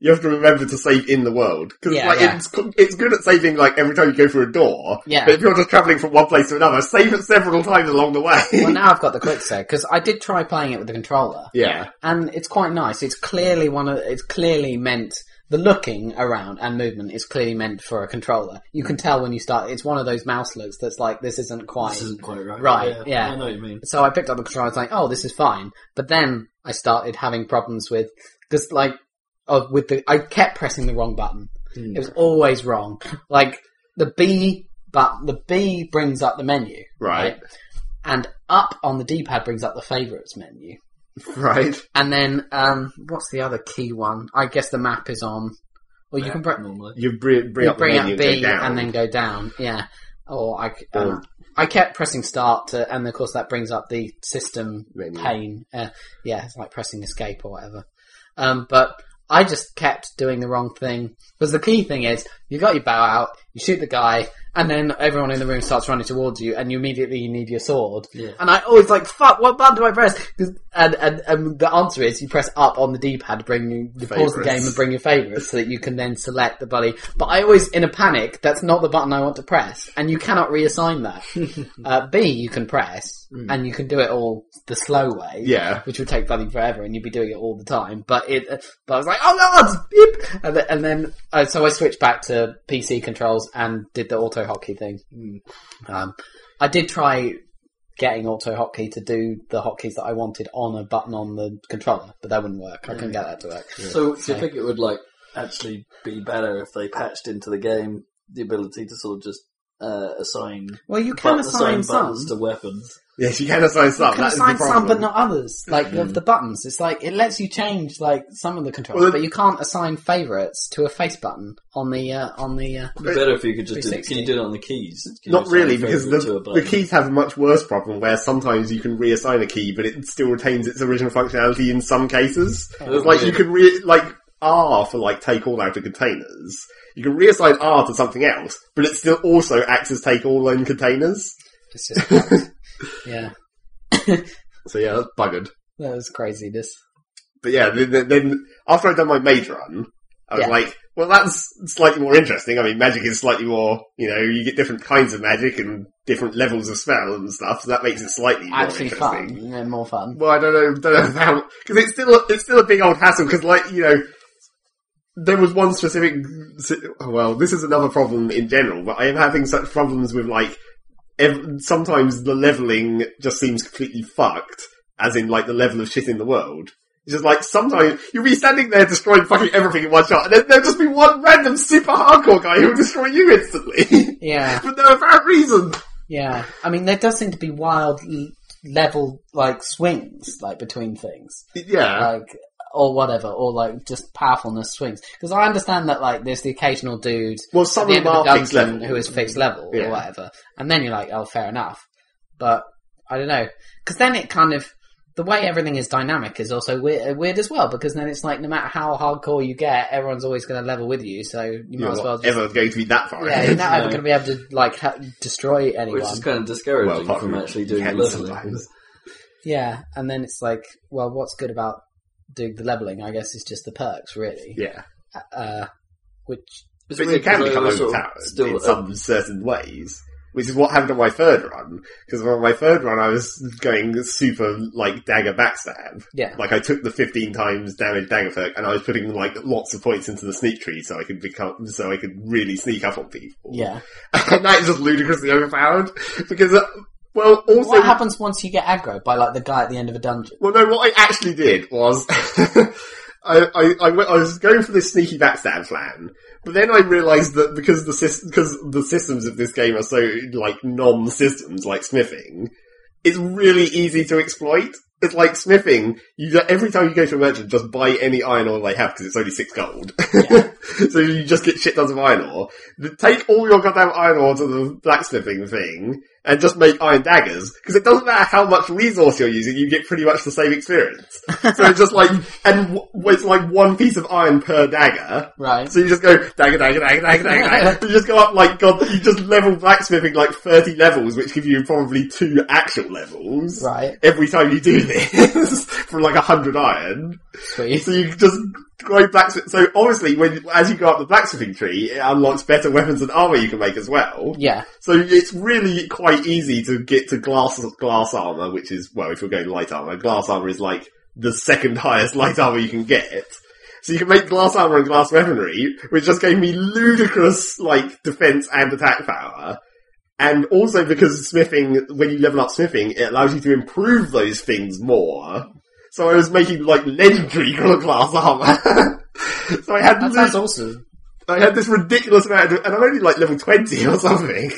S2: You have to remember to save in the world because
S1: Yeah,
S2: like
S1: yeah.
S2: it's it's good at saving like every time you go through a door.
S1: Yeah.
S2: But if you're just traveling from one place to another, save it several times along the way.
S1: well, now I've got the quick save because I did try playing it with the controller.
S2: yeah.
S1: and it's quite nice. It's clearly one of it's clearly meant the looking around and movement is clearly meant for a controller. You can tell when you start. It's one of those mouse looks that's like this isn't quite.
S3: This isn't quite right.
S1: Right, yeah.
S3: I know what you mean.
S1: So I picked up the controller. I was like, oh, this is fine. But then I started having problems with because like of with the I kept pressing the wrong button.
S3: Hmm.
S1: It was always wrong. Like the B button, the B brings up the menu,
S2: Right.
S1: And up on the D-pad brings up the favorites menu.
S2: Right.
S1: And then, um, what's the other key one? I guess the map is on. Or you can br-
S3: normally.
S2: You bring, bring
S1: you
S2: up
S1: bring
S2: the
S1: up
S2: menu and,
S1: B
S2: go down.
S1: and then go down. Yeah. Or I, c-
S2: Or-
S1: um, I kept pressing start, to, and of course that brings up the system
S2: Menu.
S1: pane. Uh, yeah, it's like pressing escape or whatever. Um, but I just kept doing the wrong thing because the key thing is you got your bow out, you shoot the guy, and then everyone in the room starts running towards you, and you immediately need your sword.
S3: Yeah.
S1: And I always like, fuck, what button do I press? 'Cause- And, and, and the answer is you press up on the D-pad, bring you, you pause the
S2: Favourites.
S1: game and bring your favourites so that you can then select the buddy. But I always, in a panic, that's not the button I want to press, and you cannot reassign that. uh, B you can press, and you can do it all the slow way.
S2: Yeah.
S1: Which would take bloody forever, and you'd be doing it all the time. But it, uh, but I was like, oh god, beep! And then, and then uh, so I switched back to PC controls and did the auto hotkey thing. Um, I did try getting auto hotkey to do the hotkeys that I wanted on a button on the controller, but that wouldn't work. I couldn't get that to work.
S3: So, do you think it would like actually be better if they patched into the game the ability to sort of just uh, assign
S1: Well, you can
S3: but-
S1: assign some.
S3: buttons to weapons.
S2: Yes, you can assign
S1: You
S2: some.
S1: can
S2: That is
S1: assign
S2: the
S1: some,
S2: problem.
S1: but not others. Like the, the buttons, it's like it lets you change like some of the controls,
S2: Well,
S1: but you can't assign favorites to a face button on the uh, on the. Uh,
S3: It'd be better if you could just do,
S1: 360.
S3: can you do it on the keys? Can you
S2: Not
S3: assign
S2: really,
S3: a
S2: because
S3: favourite to
S2: the,
S3: a button?
S2: the keys have a much worse problem where sometimes you can reassign a key, but it still retains its original functionality in some cases. It's like you
S3: weird.
S2: can re- like R for like take all out of containers. You can reassign R to something else, but it still also acts as take all in containers.
S1: it's just bugs. yeah,
S2: So yeah, that's buggered.
S1: that was craziness.
S2: But yeah, then, then- then after I'd done my mage run, I was
S1: Yeah.
S2: like, well, that's slightly more interesting. I mean, magic is slightly more, you know, you get different kinds of magic and different levels of spell and stuff, so that makes it slightly more
S1: Actually,
S2: interesting.
S1: fun. Yeah, more fun.
S2: Well, I don't know, don't know how because it's still it's still a big old hassle. Because like you know, there was one specific. oh, Well, this is another problem in general, but I am having such problems with like ev- sometimes the leveling just seems completely fucked, as in like the level of shit in the world. It's just like sometimes you'll be standing there destroying fucking everything in one shot, and then there'll just be one random super hardcore guy who'll destroy you instantly.
S1: Yeah,
S2: For no apparent reason.
S1: yeah. I mean, there does seem to be wild l- level like swings like between things.
S2: Yeah.
S1: like or whatever, or like just powerfulness swings. Because I understand that like there's the occasional dude
S2: Well,
S1: at
S2: some
S1: the
S2: of
S1: end
S2: them
S1: of the
S2: are fixed
S1: dungeon
S2: level.
S1: who is fixed level
S2: Yeah.
S1: or whatever, and then you're like, oh, fair enough. But I don't know, because then it kind of the way everything is dynamic is also weird, weird as well. Because then it's like no matter how hardcore you get, everyone's always going to level with you, so you might
S2: You're
S1: as
S2: not
S1: well just.
S2: ever going to be that far.
S1: Yeah, you're
S2: ahead.
S1: not
S3: No.
S1: ever going to be able to like ha- destroy anyone.
S3: Which is kind of discouraging
S2: apart
S3: from
S2: from
S3: actually doing the
S2: Ken
S3: leveling.
S2: sometimes.
S1: Yeah, and then it's like, well, what's good about doing the leveling? I guess is just the perks, really.
S2: Yeah.
S1: Uh, which
S3: It's
S2: But you
S3: weird
S2: can
S3: because I
S2: become
S3: was sort of
S2: overpowered
S3: Still,
S2: in some certain ways, which is what happened on my third run. Because on my third run, I was going super like dagger backstab.
S1: yeah,
S2: Like I took the fifteen times damage dagger perk, and I was putting like lots of points into the sneak tree, so I could become so I could really sneak up on people.
S1: yeah.
S2: and that is just ludicrously overpowered because. Uh, well, also
S1: what happens once you get aggro by like the guy at the end of a dungeon?
S2: Well, no, what I actually did was I, I, I, went- I was going for this sneaky backstab plan, but then I realised that because the sys- because the systems of this game are so like non-systems, like smithing, it's really easy to exploit. It's like smithing. You ju- every time you go to a merchant, just buy any iron ore they have because it's only six gold. so you just get shit tons of iron ore. Th- Take all your goddamn iron ore to the blacksmithing thing and just make iron daggers because it doesn't matter how much resource you're using, you get pretty much the same experience. so it's just like and w- it's like one piece of iron per dagger.
S1: Right.
S2: So you just go dagger, dagger, dagger, dagger, dagger. dagger. you just go up like god. You just level blacksmithing like thirty levels, which give you probably two actual levels.
S1: Right.
S2: Every time you do this from like a hundred iron,
S1: Sweet.
S2: so you just grow blacksmith. So obviously, when as you go up the blacksmithing tree, it unlocks better weapons and armor you can make as well.
S1: Yeah.
S2: So it's really quite easy to get to glass glass armor, which is well, if you're going light armor, glass armor is like the second highest light armor you can get. So you can make glass armor and glass weaponry, which just gave me ludicrous like defense and attack power. And also because smithing, when you level up smithing, it allows you to improve those things more. So I was making like legendary glass armor. so I had
S1: That
S2: lu-
S1: sounds awesome.
S2: I had this ridiculous amount, of, and I'm only like level twenty or something.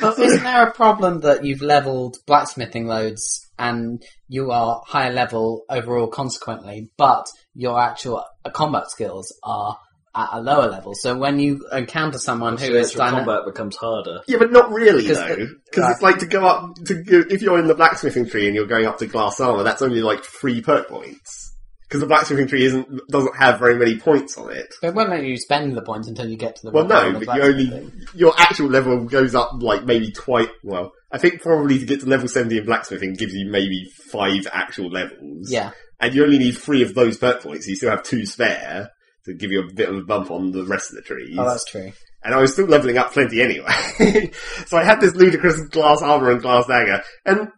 S1: But isn't there a problem that you've leveled blacksmithing loads and you are higher level overall consequently, but your actual uh, combat skills are at a lower level? So when you encounter someone who is
S3: actual
S1: dyna-
S3: combat becomes harder.
S2: Yeah, but not really
S1: 'Cause uh,
S2: though,
S1: the-
S2: because it's like to go up to go, if you're in the blacksmithing tree and you're going up to glass armor, that's only like three perk points. Because the blacksmithing tree isn't doesn't have very many points on it.
S1: They won't let you spend the points until you get to the
S2: Well,
S1: level
S2: no,
S1: of
S2: but you only
S1: blacksmithing.
S2: your actual level goes up like maybe twice. Well, I think probably to get to level seventy in blacksmithing gives you maybe five actual levels.
S1: yeah.
S2: and you only need three of those perk points. So you still have two spare to give you a bit of a bump on the rest of the trees.
S1: Oh, that's true.
S2: and I was still leveling up plenty anyway. so I had this ludicrous glass armor and glass dagger, and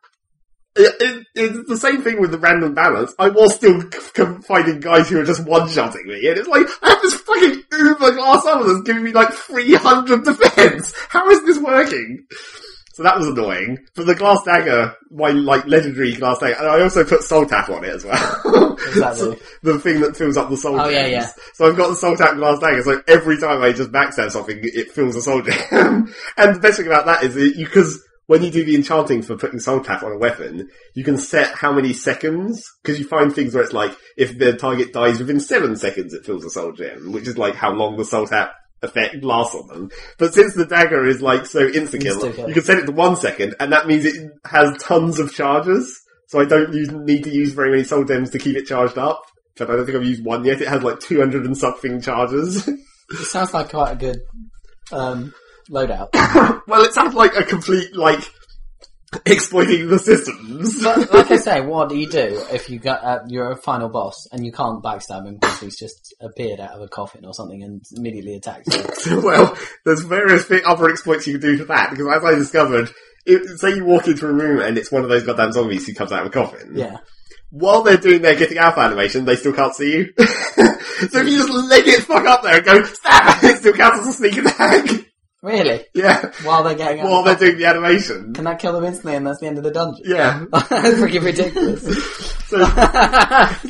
S2: it, it, it's the same thing with the random balance. I was still c- c- finding guys who were just one-shotting me, and it's like I have this fucking uber glass armor that's giving me like 300 defense. How is this working? So that was annoying. But the glass dagger, my like legendary glass dagger, and I also put soul tap on it as well.
S3: Exactly.
S2: So the thing that fills up the soul.
S1: Oh, yeah,
S2: gems.
S1: yeah.
S2: So I've got the soul tap glass dagger. So every time I just max out something, it fills a soul gem. and the best thing about that is that you because when you do the enchanting for putting soul tap on a weapon, you can set how many seconds because you find things where it's like if the target dies within seven seconds, it fills a soul gem, which is like how long the soul tap effect lasts on them. But since the dagger is like so insta
S3: Insta-kill.
S2: kill, you can set it to one second, and that means it has tons of charges. So I don't use, need to use very many soul gems to keep it charged up. In fact, I don't think I've used one yet. It has like 200 and something charges.
S3: It sounds like quite a good um, loadout.
S2: well, it sounds like a complete, like, exploiting the systems.
S1: But like I say, what do you do if you get uh, you're a final boss and you can't backstab him because he's just appeared out of a coffin or something and immediately attacks you?
S2: well, there's various thi- other exploits you can do to that, because as I discovered, it, say you walk into a room and it's one of those goddamn zombies who comes out of a coffin.
S3: Yeah.
S2: While they're doing their getting alpha animation, they still can't see you. so if you just leg it fuck up there and go, stab, it still counts as a sneak attack.
S1: Really?
S2: yeah.
S1: While they're getting out
S2: While
S1: of the
S2: they're
S1: coffin?
S2: doing the animation.
S1: Can that kill them instantly and that's the end of the dungeon?
S2: Yeah.
S1: That's freaking ridiculous.
S2: So,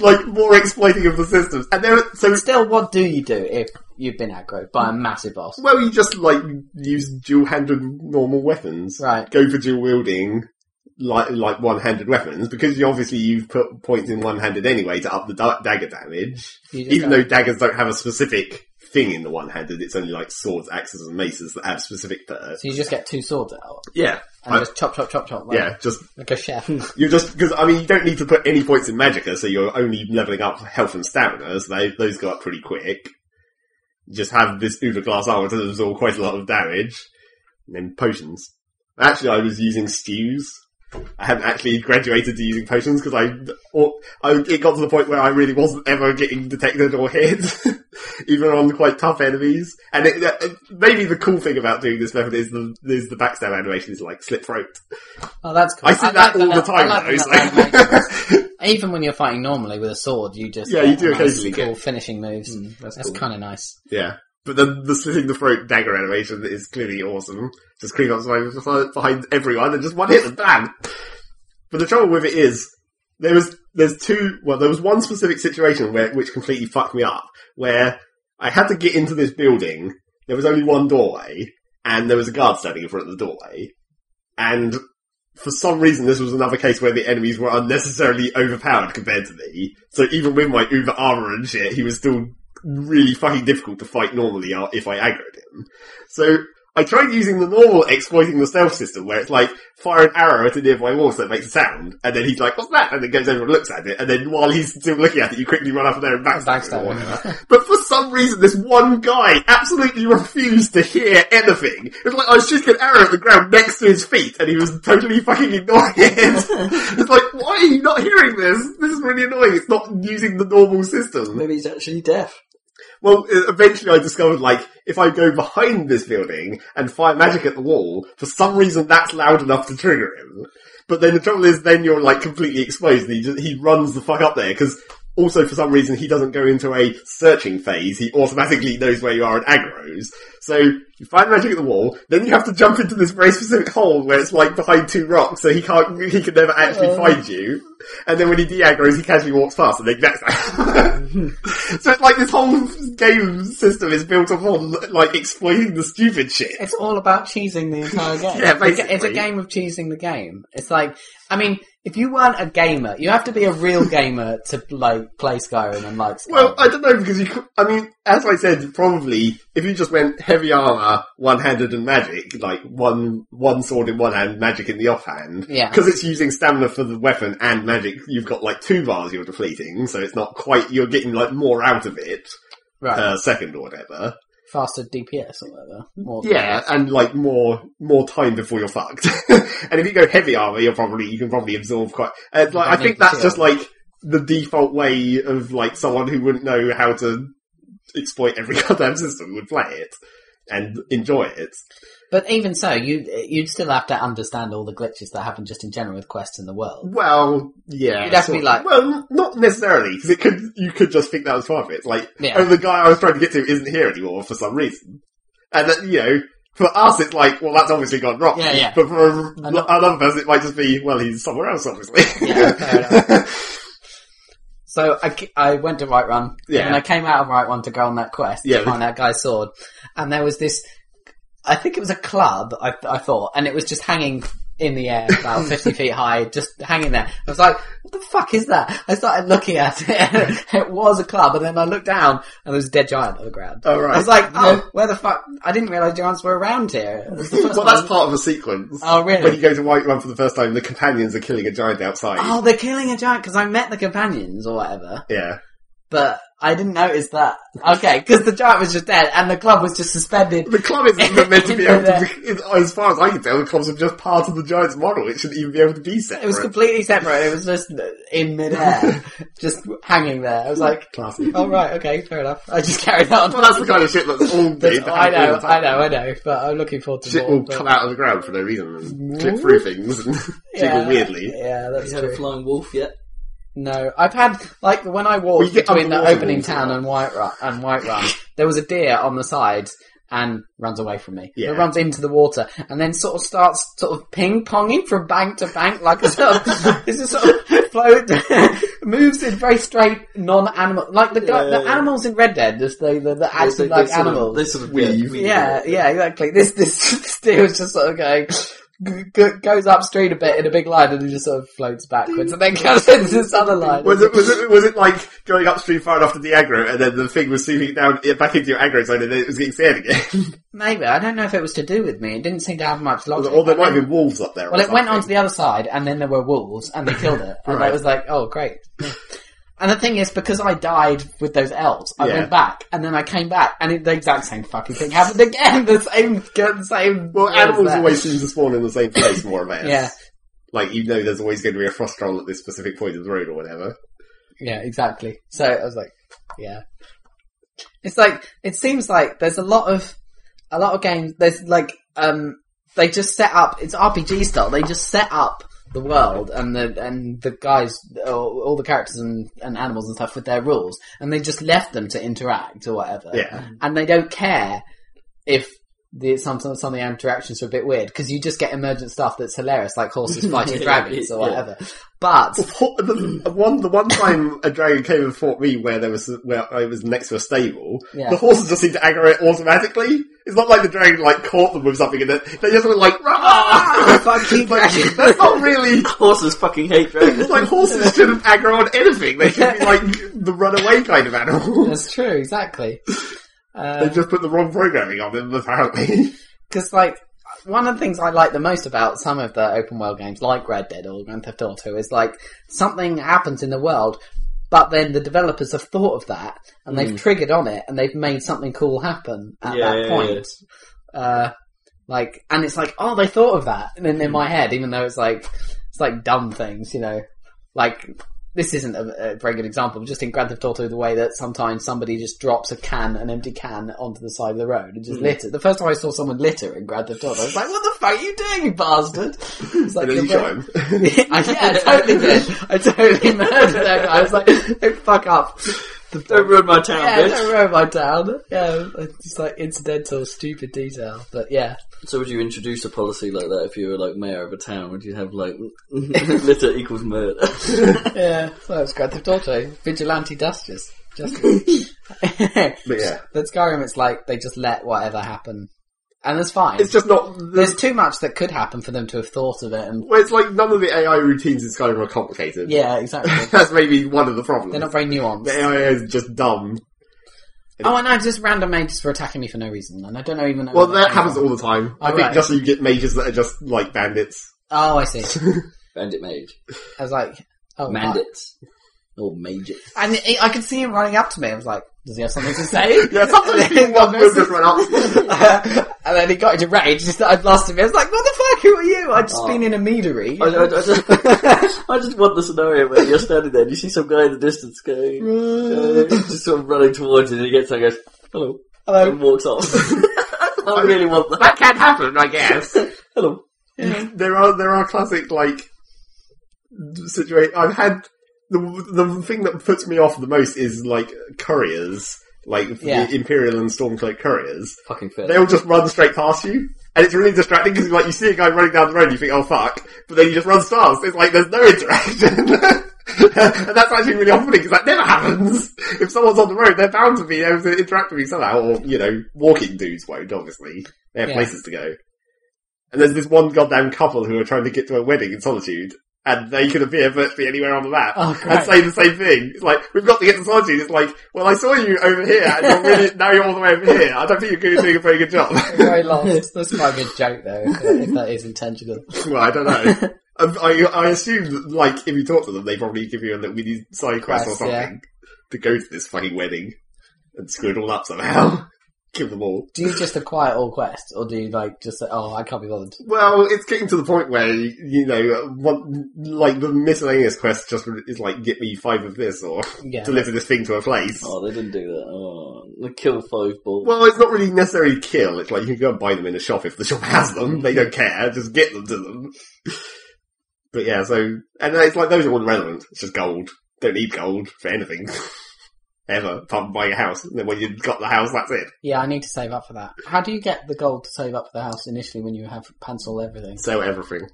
S2: like, more exploiting of the systems. And there, so,
S1: Still, what do you do if you've been aggroed by a massive boss?
S2: well, you just, like, use dual-handed normal weapons.
S1: Right.
S2: Go for dual-wielding, like, like one-handed weapons, because you obviously you've put points in one-handed anyway to up the da- dagger damage.
S1: You just
S2: Even
S1: go-
S2: though daggers don't have a specific thing in the one-handed, it's only, like, swords, axes, and maces that have specific perks.
S1: So you just get two swords out
S2: Yeah.
S1: and
S2: I-
S1: just chop, chop, chop, chop. Like,
S2: yeah, just
S1: Like a chef.
S2: You're just because I mean you don't need to put any points in Magicka, so you're only leveling up health and stamina. So they, those go up pretty quick. Just have this Uber glass armor to absorb quite a lot of damage, and then potions. Actually, I was using stews. I hadn't actually graduated to using potions because I, or, I, it got to the point where I really wasn't ever getting detected or hit, even on quite tough enemies. And it, it, maybe the cool thing about doing this method is the is the backstab animation is like slip throat.
S1: Oh, that's cool.
S2: I see that all the time
S1: I like
S2: though.
S1: that
S2: so-
S1: that makes- Even when you're fighting normally with a sword, you just
S2: Yeah,
S1: get
S2: you do
S1: a nice
S2: occasionally
S1: cool
S2: get- Mm,
S1: finishing moves.
S3: that's
S1: that's
S3: cool.
S1: kind of nice.
S2: yeah. But then the slitting the throat dagger animation is clearly awesome. Just creep up somebody behind everyone and just one hit and bam. But the trouble with it is there was there's two well there was one specific situation where which completely fucked me up where I had to get into this building. There was only one doorway and there was a guard standing in front of the doorway. And for some reason, this was another case where the enemies were unnecessarily overpowered compared to me. So even with my Uber armor and shit, he was still really fucking difficult to fight normally uh, if I aggroed him. So I tried using the normal exploiting the stealth system where it's like fire an arrow at a nearby wall so it makes a sound, and then he's like, "What's that?" and then goes over and looks at it, and then while he's still looking at it, you quickly run up there and backstab him.
S1: Backstab
S2: or
S1: him.
S2: whatever. but for some reason, this one guy absolutely refused to hear anything. It was like I was shooting an arrow at the ground next to his feet, and he was totally fucking ignoring it. it's like, why are you not hearing this? This is really annoying. It's not using the normal system.
S3: Maybe he's actually deaf.
S2: Well, e- eventually I discovered, like, if I go behind this building and fire magic at the wall, for some reason that's loud enough to trigger him. But then the trouble is, then you're, like, completely exposed and he, just, he runs the fuck up there, because also for some reason he doesn't go into a searching phase, he automatically knows where you are and aggroes. So, you fire magic at the wall, then you have to jump into this very specific hole where it's, like, behind two rocks, so he can't, he can never actually find you. And then when he de-aggroes, he casually walks past and then that's So it's like this whole game system is built upon like exploiting the stupid shit.
S1: It's all about cheesing the entire game.
S2: Yeah,
S1: It's a- It's a
S2: basically.
S1: game of cheesing the game. It's like, I mean, if you weren't a gamer, you have to be a real gamer to like play Skyrim and like. Skyrim.
S2: Well, I don't know because you. c- I mean, as I said, probably if you just went heavy armor, one-handed and magic, like one one sword in one hand, magic in the offhand.
S1: Yeah.
S2: Because it's using stamina for the weapon and magic, you've got like two bars you're depleting, so it's not quite. You're getting like more out of it
S1: right,
S2: per second or whatever.
S1: faster DPS or whatever. More
S2: Yeah, and like more more time before you're fucked. and if you go heavy armor, you're probably you can probably absorb quite. Uh, like I
S1: need
S2: think
S1: the
S2: that's
S1: shield.
S2: just like the default way of like someone who wouldn't know how to exploit every goddamn system would play it and enjoy it.
S1: But even so, you you'd still have to understand all the glitches that happen just in general with quests in the world.
S2: Well, yeah,
S1: You'd have to be
S2: sort
S1: like-
S2: of. well, n- not necessarily because it could you could just think that was part of it. It's like,
S1: Yeah.
S2: oh, the guy I was trying to get to isn't here anymore for some reason, and that you know. For us, it's like, well, that's obviously gone wrong.
S1: Yeah, yeah.
S2: But for a,
S1: Another-
S2: another person, it might just be, well, he's somewhere else, obviously.
S1: Yeah, fair So I, ki- I went to Right Run,
S2: Yeah.
S1: and I came out of Right Run to go on that quest
S2: Yeah.
S1: to find that guy's sword. And there was this, I think it was a club, I, I thought, and it was just hanging in the air about 50 feet high, just hanging there. I was like, what the fuck is that? I started looking at it, it was a club, and then I looked down, and there was a dead giant on the ground.
S2: Oh, right.
S1: I was like, oh, where the fuck? I didn't realise giants were around here. It was the first
S2: well, that's
S1: time-
S2: part of a sequence.
S1: Oh, really?
S2: When you go to White Run for the first time, the companions are killing a giant outside.
S1: Oh, they're killing a giant because I met the companions or whatever.
S2: Yeah.
S1: but I didn't notice that. Okay, because the giant was just dead and the club was just suspended.
S2: The club isn't even meant to be
S1: Yeah.
S2: able to, as far as I can tell, the clubs are just part of the giant's model. It shouldn't even be able to be separate.
S1: It was completely separate. It was just in midair, just hanging there. I was like,
S2: classy.
S1: "Oh right, okay, fair enough." I just carried on.
S2: Well, that's the kind of shit that's all
S1: That's-
S2: made to
S1: I
S2: happen all
S1: know,
S2: the time.
S1: I know, I know. But I'm looking forward to
S2: Shit
S1: more.
S2: will
S1: but-
S2: come out of the ground for no reason and clip through things and jiggle
S1: Yeah,
S2: weirdly.
S1: Yeah, that's
S3: He's had a
S1: true.
S3: flying wolf yet.
S1: No, I've had like when I
S2: Well,
S1: walked
S2: you get
S1: between
S2: under
S1: the
S2: water
S1: opening
S2: walls,
S1: town
S2: yeah.
S1: and White Run, and White Run, there was a deer on the side and runs away from me.
S2: Yeah.
S1: It runs into the water and then sort of starts sort of ping ponging from bank to bank like a sort of it's a sort of float moves in very straight non animal like the guy,
S3: Yeah, yeah,
S1: the
S3: yeah.
S1: animals in Red Dead just they they they're
S3: They-
S1: acting
S3: they-
S1: like
S3: they sort of-
S1: animals.
S3: they sort of
S2: Weave.
S1: yeah, yeah, exactly. This this, this deer was just sort of going. g- g- Goes upstream a bit in a big line and it just sort of floats backwards and then goes into this other line.
S2: Was it, was it was it like going upstream far enough to the aggro and then the thing was sweeping down yeah, back into your aggro zone and then it was getting scared again?
S1: Maybe I don't know if it was to do with me. It didn't seem to have much logic.
S2: or there might have been wolves up there. or
S1: well, it went
S2: something.
S1: on to the other side, and then there were wolves, and they killed it. And I
S2: Right.
S1: was like, "Oh, great!" Yeah. and the thing is, because I died with those elves, I
S2: Yeah.
S1: went back, and then I came back, and it, the exact same fucking thing happened again. The same, the same.
S2: Well, animals
S1: there.
S2: always seem to spawn in the same place, more or less.
S1: Yeah.
S2: Like, you know there's always going to be a frost troll at this specific point of the road or whatever.
S1: Yeah, exactly. So I was like, yeah. It's like it seems like there's a lot of a lot of games. There's like um, they just set up. It's RPG style. They just set up the world and the and the guys, all, all the characters and, and animals and stuff with their rules, and they just left them to interact or whatever.
S2: Yeah.
S1: and they don't care if. The, some, some some of the interactions are a bit weird because you just get emergent stuff that's hilarious, like horses fighting
S3: Yeah,
S1: dragons or
S3: yeah.
S1: whatever. But
S2: Fought- the, the one the one time a dragon came and fought me where there was where I was next to a stable,
S1: Yeah.
S2: the horses just seemed to aggro it automatically. It's not like the dragon like caught them with something and then they just went like
S1: Ah,
S2: "Rah!"
S1: fuck you,
S2: It's like,
S1: dragon.
S2: That's not really
S3: Horses fucking hate dragons.
S2: it's like horses shouldn't aggro on anything. They should be like the runaway kind of animal.
S1: That's true, exactly.
S2: They
S1: Because,
S2: just put the wrong programming on them apparently.
S1: like, one of the things I like the most about some of the open world games, like Red Dead or Grand Theft Auto, is like something happens in the world, but then the developers have thought of that and they've triggered on it and they've made something cool happen at
S3: Hmm. Yeah,
S1: that
S3: yeah,
S1: point. Uh, like, and it's like, oh, they thought of that, and
S3: Hmm.
S1: then in my head, even though it's like, it's like dumb things, you know, like this isn't a, a very good example, but just in Grand Theft Auto, the way that sometimes somebody just drops a can, an empty can, onto the side of the road and
S2: Mm.
S1: just litter. The first time I saw someone litter in Grand Theft Auto, I was like, "What the fuck are you doing, you bastard?" It's like
S2: and then you
S1: you're
S2: shot him.
S1: I, yeah, I totally did. I totally murdered that guy. I was like, "Don't fuck up."
S3: Don't ruin my town,
S1: Yeah,
S3: bitch.
S1: don't roll my down. Yeah, it's like incidental, stupid detail, but yeah.
S3: So would you introduce a policy like that if you were like mayor of a town? Would you have like litter equals murder?
S1: Yeah, so that was Grand Theft Auto. Vigilante justice. Justice.
S2: But yeah.
S1: But Skyrim, it's like they just let whatever happen. And that's fine.
S2: It's just not
S1: There's too much that could happen for them to have thought of it. And
S2: well, it's like none of the AI routines in Skyrim are complicated.
S1: Yeah, exactly.
S2: That's maybe one of the problems.
S1: They're not very nuanced.
S2: The AI is just dumb.
S1: oh, and I just random mages were attacking me for no reason, and I don't know even know.
S2: Well,
S1: where that
S2: that
S1: came
S2: happens
S1: from.
S2: all the time.
S1: Oh,
S2: I think
S1: right.
S2: just so you get mages that are just like bandits.
S1: Oh, I see.
S3: Bandit mage.
S1: I was like, oh, wow.
S3: Mandits. Or mages.
S1: And it, I could see him running up to me. I was like, does he have something to say?
S2: Yeah, sometimes people want will just run up.
S1: and then he got into rage. Just started blasting me. I was like, "What the fuck? Who are you? I'd just
S3: Oh.
S1: been in a meadery."
S3: I, I- I just, I just want the scenario where you're standing there and you see some guy in the distance going,
S1: Mm.
S3: uh, just sort of running towards you and he gets there and goes, hello, Um,
S1: Hello.
S3: and walks off. I really want that.
S2: that can happen, I guess.
S3: Hello.
S2: there are there are classic like situation. I've had the the thing that puts me off the most is like couriers like for
S1: Yeah.
S2: the Imperial and Stormcloak couriers,
S1: Fucking fit.
S2: they all just run straight past you. And it's really distracting because like you see a guy running down the road, you think, oh fuck, but then you just runs fast. It's like there's no interaction. and that's actually really off-putting because that never happens. If someone's on the road, they're bound to be able to interact with you somehow, or, you know, walking dudes won't, obviously. They have
S1: Yeah.
S2: places to go. And there's this one goddamn couple who are trying to get to a wedding in solitude, and they could appear virtually anywhere on the map
S1: Oh, great.
S2: and say the same thing. It's like, we've got to get to solitude. It's like, well, I saw you over here, and you're really, now you're all the way over here. I don't think you're doing a very good job.
S1: very lost. This might be a joke though, if, if that is intentional.
S2: well, I don't know. I, I, I assume, that, like, if you talk to them, they probably give you a little mini side quest or
S1: Quest, yeah.
S2: something to go to this fucking wedding and screw it all up somehow. Kill them all.
S1: Do you just acquire all quests, or do you like just say, "Oh, I can't be bothered"?
S2: Well, it's getting to the point where you know, what, like the miscellaneous quest just is like, get me five of this or
S1: Yeah.
S2: deliver this thing to a place.
S4: Oh, they didn't do that. Oh, they kill five balls.
S2: Well, it's not really necessarily kill. It's like you can go and buy them in a shop if the shop has them. They don't care. Just get them to them. But yeah, so and it's like those are all relevant. It's just gold. Don't need gold for anything ever. Apart from buying a house, and then when you've got the house, that's it.
S1: Yeah, I need to save up for that. How do you get the gold to save up for the house initially when you have pencil everything?
S2: Sell everything.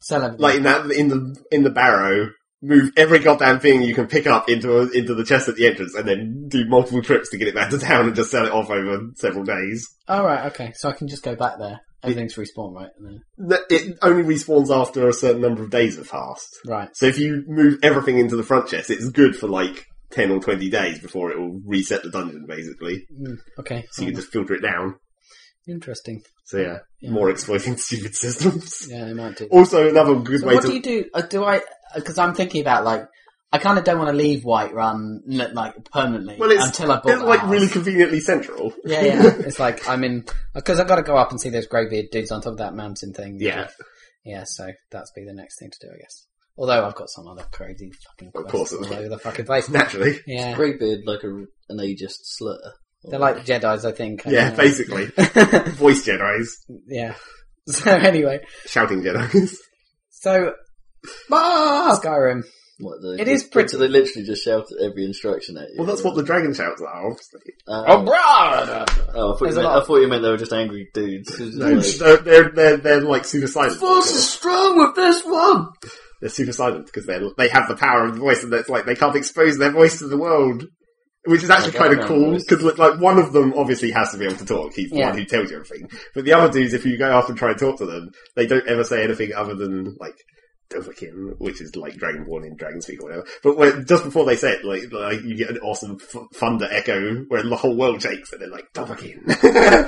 S1: Sell everything.
S2: Like in that in the in the barrow. Move every goddamn thing you can pick up into a, into the chest at the entrance, and then do multiple trips to get it back to town, and just sell it off over several days.
S1: oh right, okay. So I can just go back there. Everything's respawn, right? And then-
S2: Th- It only respawns after a certain number of days have passed.
S1: Right.
S2: So if you move everything into the front chest, it's good for like 10 or 20 days before it will reset the dungeon, basically.
S1: Mm, okay.
S2: So you can just filter it down.
S1: Interesting.
S2: So yeah,
S1: Yeah.
S2: more exploiting stupid systems.
S1: Yeah, it might do.
S2: Also, another good
S1: So
S2: way
S1: what
S2: to...
S1: do you do? uh, Do I? Because I'm thinking about like I kind of don't want to leave Whiterun look like permanently
S2: Well, it's-
S1: until I bought
S2: It's
S1: the
S2: like
S1: house.
S2: really conveniently central.
S1: Yeah, yeah. It's like I'm in because I've got to go up and see those greybeard dudes on top of that mountain thing.
S2: Yeah,
S1: yeah. So that's be the next thing to do, I guess. Although I've got some other crazy fucking
S2: Of
S1: quests
S2: course it
S1: all
S2: will.
S1: over the fucking place.
S2: naturally.
S1: Yeah,
S4: Greybeard like a, an ageist slur.
S1: they're like Jedi's, I think. I
S2: Yeah,
S1: don't know.
S2: basically. Voice Jedi's.
S1: yeah. So anyway,
S2: Shouting Jedi's.
S1: so
S2: Bah!
S1: Skyrim.
S4: What, they,
S1: It is
S4: they-
S1: pretty-
S4: So they literally just shout every instruction at you.
S2: Well, that's what the dragon shouts are, obviously.
S4: Uh,
S1: brother!
S4: oh, I, thought you
S1: There's a
S4: meant,
S1: lot.
S4: I thought you meant they were just angry dudes.
S2: No,
S4: Like,
S2: they're, they're, they're, they're like super silent.
S4: is strong with this one.
S2: they're super silent because they they have the power of the voice, and it's like they can't expose their voice to the world, which is actually
S4: Like
S2: kind of
S4: background
S2: cool
S4: voice.
S2: because like one of them obviously has to be able to talk. He's the
S1: Yeah.
S2: one who tells you everything. But the other dudes, if you go after and try and talk to them, they don't ever say anything other than like. Dovahkiin, which is like Dragonborn in Dragonspeak or whatever. But when, just before they say it, like, like you get an awesome f- thunder echo where the whole world shakes, and they're like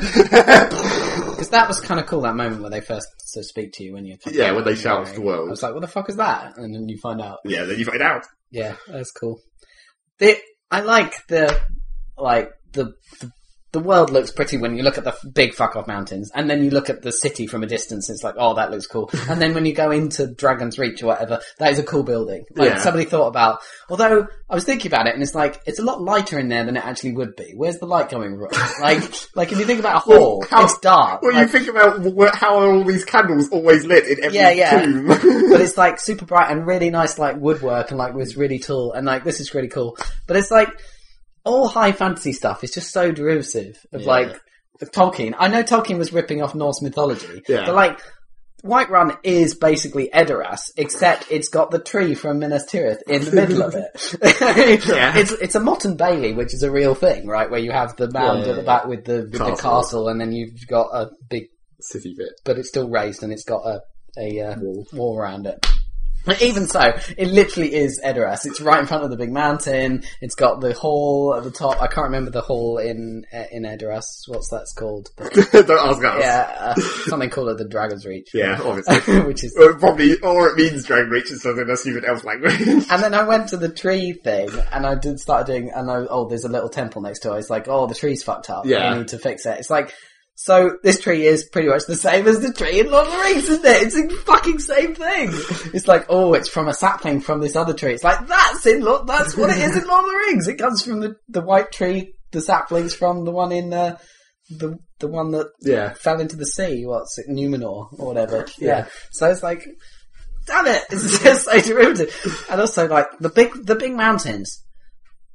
S2: Dovahkiin.
S1: Because that was kind of cool, that moment where they first so speak to you when you're...
S2: Yeah, when they shout
S1: Sorry.
S2: the world.
S1: I was like, what the fuck is that? And then you find out.
S2: yeah, then you find out.
S1: Yeah, that's cool. The, I like the, like, the, the, the world looks pretty when you look at the f- big fuck off mountains, and then you look at the city from a distance, it's like, oh, that looks cool. And then when you go into Dragon's Reach or whatever, that is a cool building. Like,
S2: Yeah.
S1: somebody thought about, although I was thinking about it, and it's like, it's a lot lighter in there than it actually would be. Where's the light coming from? like, like, if you think about a
S2: Well,
S1: hall,
S2: how-
S1: it's dark.
S2: Well,
S1: Like,
S2: you think about wh- how are all these candles always lit in every
S1: Yeah, yeah.
S2: tomb?
S1: but it's like super bright and really nice like woodwork and like was really tall and like this is really cool. But it's like all high fantasy stuff is just so derisive of
S4: Yeah.
S1: like of Tolkien. I know Tolkien was ripping off Norse mythology,
S2: Yeah.
S1: but like Whiterun is basically Edoras, except it's got the tree from Minas Tirith in the middle of it.
S2: Yeah.
S1: It's it's a Mott and Bailey, which is a real thing, right? Where you have the mound
S4: Yeah,
S1: at the
S4: yeah,
S1: back with the with the
S2: Castle.
S1: castle, and then you've got a big
S2: City bit.
S1: but it's still raised and it's got a a uh,
S2: Wall.
S1: wall. around it. But even so, it literally is Edoras. It's right in front of the big mountain. It's got the hall at the top. I can't remember the hall in uh, in Edoras. What's that's called? But,
S2: Don't ask us.
S1: yeah, uh, something called the Dragon's Reach,
S2: Yeah, obviously.
S1: which is.
S2: Or Probably, or it means dragon reach is something that's stupid elf language.
S1: And then I went to the tree thing, and I did start doing. And I oh, there's a little temple next door. It's like oh, the tree's fucked up.
S2: Yeah.
S1: we need to fix it. It's like. So this tree is pretty much the same as the tree in Lord of the Rings, isn't it? It's the fucking same thing. It's like, oh, it's from a sapling from this other tree. It's like that's in Lord, that's what it is in Lord of the Rings. It comes from the, the white tree, the saplings from the one in uh, the the one that
S2: yeah.
S1: fell into the sea. What's it, Numenor or whatever? Yeah. So it's like, damn it, it's just so derivative. And also, like the big the big mountains,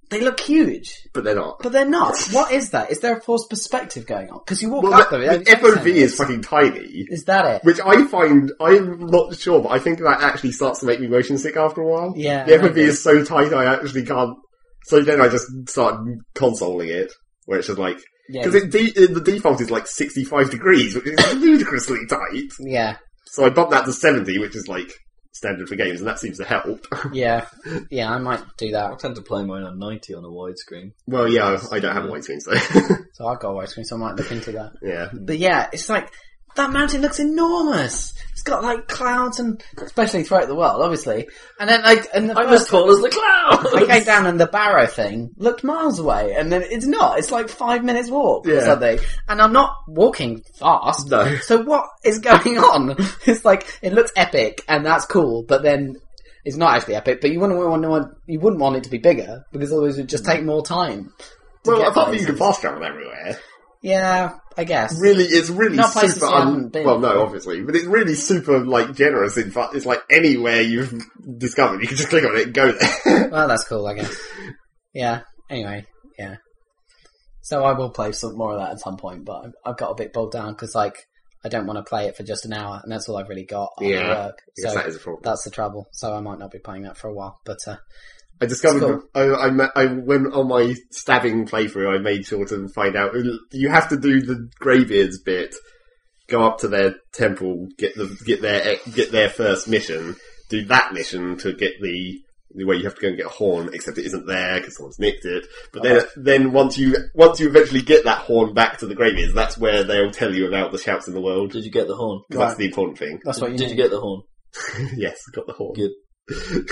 S1: They look huge,
S2: but they're not.
S1: but they're not. What is that? Is there a forced perspective going on? Because you walk
S2: Well,
S1: up
S2: the,
S1: them. and
S2: the FOV is fucking tiny.
S1: Is that it?
S2: Which I find, I'm not sure, but I think that actually starts to make me motion sick after a while.
S1: Yeah,
S2: The FOV
S1: maybe.
S2: is so tight I actually can't, so then I just start consoling it, where it's just like,
S1: Yeah.
S2: because it de- the default is like 65 degrees, which is ludicrously tight.
S1: Yeah.
S2: So I bumped that to 70, which is like standard for games, and that seems to help.
S1: Yeah. Yeah, I might do
S3: I
S1: that.
S3: tend to play mine on 90 on a widescreen.
S2: well, yeah, I don't have a white screen, so
S1: So I've got a widescreen, so I might look into that.
S2: yeah.
S1: But yeah, it's like that mountain looks enormous. It's got like clouds and especially throughout the world, obviously. And then like and the
S3: I'm as
S1: first
S3: tall as the clouds!
S1: I came down and the barrow thing looked miles away, and then it's not. It's like five minutes walk or
S2: Yeah.
S1: something. And I'm not walking fast.
S2: No.
S1: So what is going on? It's like it looks epic, and that's cool, but then it's not actually epic. But you wouldn't want, want you wouldn't want it to be bigger because otherwise it would just take more time. to
S2: Well,
S1: get
S2: apart from you can
S1: places.
S2: fast travel everywhere.
S1: Yeah, I guess.
S2: really it's really
S1: Not places
S2: super
S1: you haven't
S2: un-
S1: been.
S2: well no obviously but it's really super like generous in fact it's like anywhere you've discovered you can just click on it and go there
S1: Well, that's cool, I guess. yeah. Anyway, yeah. So I will play some more of that at some point, but I've- I've got a bit bogged down because, like, I don't want to play it for just an hour, and that's all I've really got on
S2: Yeah.
S1: work. So
S2: yes that is a problem
S1: that's the trouble. So I might not be playing that for a while. But uh,
S2: I discovered
S1: cool.
S2: I, I, ma- I when on my stabbing playthrough I made sure to find out uh, you have to do the greybeards bit go up to their temple get the get their eh, get their first mission do that mission to get the the way you have to go and get a horn, except it isn't there because someone's nicked it. But then, then once you once you eventually get that horn back to the Greybeards, that's where they'll tell you about the shouts in the world.
S3: Did you get the horn?
S2: 'Cause
S1: Right.
S2: That's the important thing.
S1: that's
S3: did
S1: what you
S3: did
S1: need.
S3: you get the horn?
S2: yes, got the horn.
S3: Good.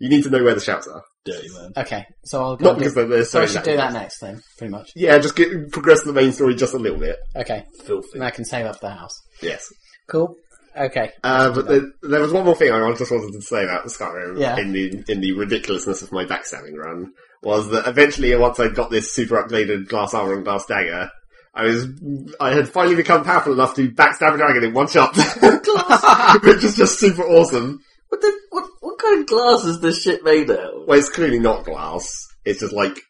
S2: you need to know where the shouts are,
S3: Dirty man.
S1: Okay, so I'll go
S2: not
S1: and do-
S2: because they're, they're
S1: so I
S2: so
S1: should do that next then, pretty much.
S2: Yeah, just get, progress the main story just a little bit.
S1: Okay,
S3: Filthy.
S1: and I can save up the house.
S2: Yes.
S1: Cool. Okay.
S2: Uh, but there, there was one more thing I just wanted to say about Skyrim
S1: Yeah.
S2: in the in the ridiculousness of my backstabbing run was that eventually once I got this super upgraded glass armor and glass dagger, I was I had finally become powerful enough to backstab a dragon in one shot, which is just super awesome.
S3: What, the, what, what kind of glass is this shit made out of?
S2: Well, it's clearly not glass; it's just like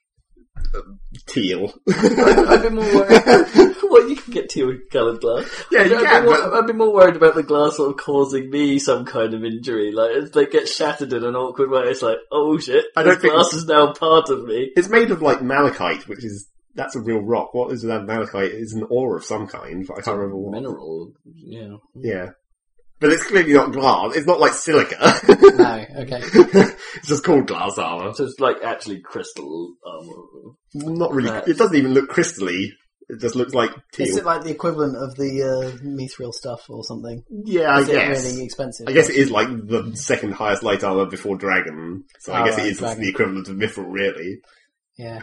S2: um, teal.
S3: I'd be more worried. well, you can get teal coloured glass.
S2: Yeah, you
S3: I'd,
S2: can,
S3: Be more,
S2: but-
S3: I'd be more worried about the glass sort of causing me some kind of injury. Like, if they get shattered in an awkward way, it's like, oh shit,
S2: I don't
S3: this
S2: think-
S3: glass is now part of me.
S2: It's made of like malachite, which is that's a real rock. What is that malachite? It's an ore of some kind, but I can't remember what.
S3: Mineral, yeah.
S2: Yeah. But it's clearly not glass. It's not like silica.
S1: No. Okay.
S2: it's just called glass armor.
S3: So it's like actually crystal armor.
S2: Not really.
S3: Right.
S2: It doesn't even look crystally. It just looks like
S1: Is
S2: teal.
S1: it like the equivalent of the uh, mithril stuff or something?
S2: yeah, I
S1: Is it
S2: guess.
S1: really expensive?
S2: I guess it is like the second highest light armor before dragon. So
S1: Oh,
S2: I guess
S1: right,
S2: it is
S1: dragon.
S2: the equivalent of mithril, really.
S1: Yeah.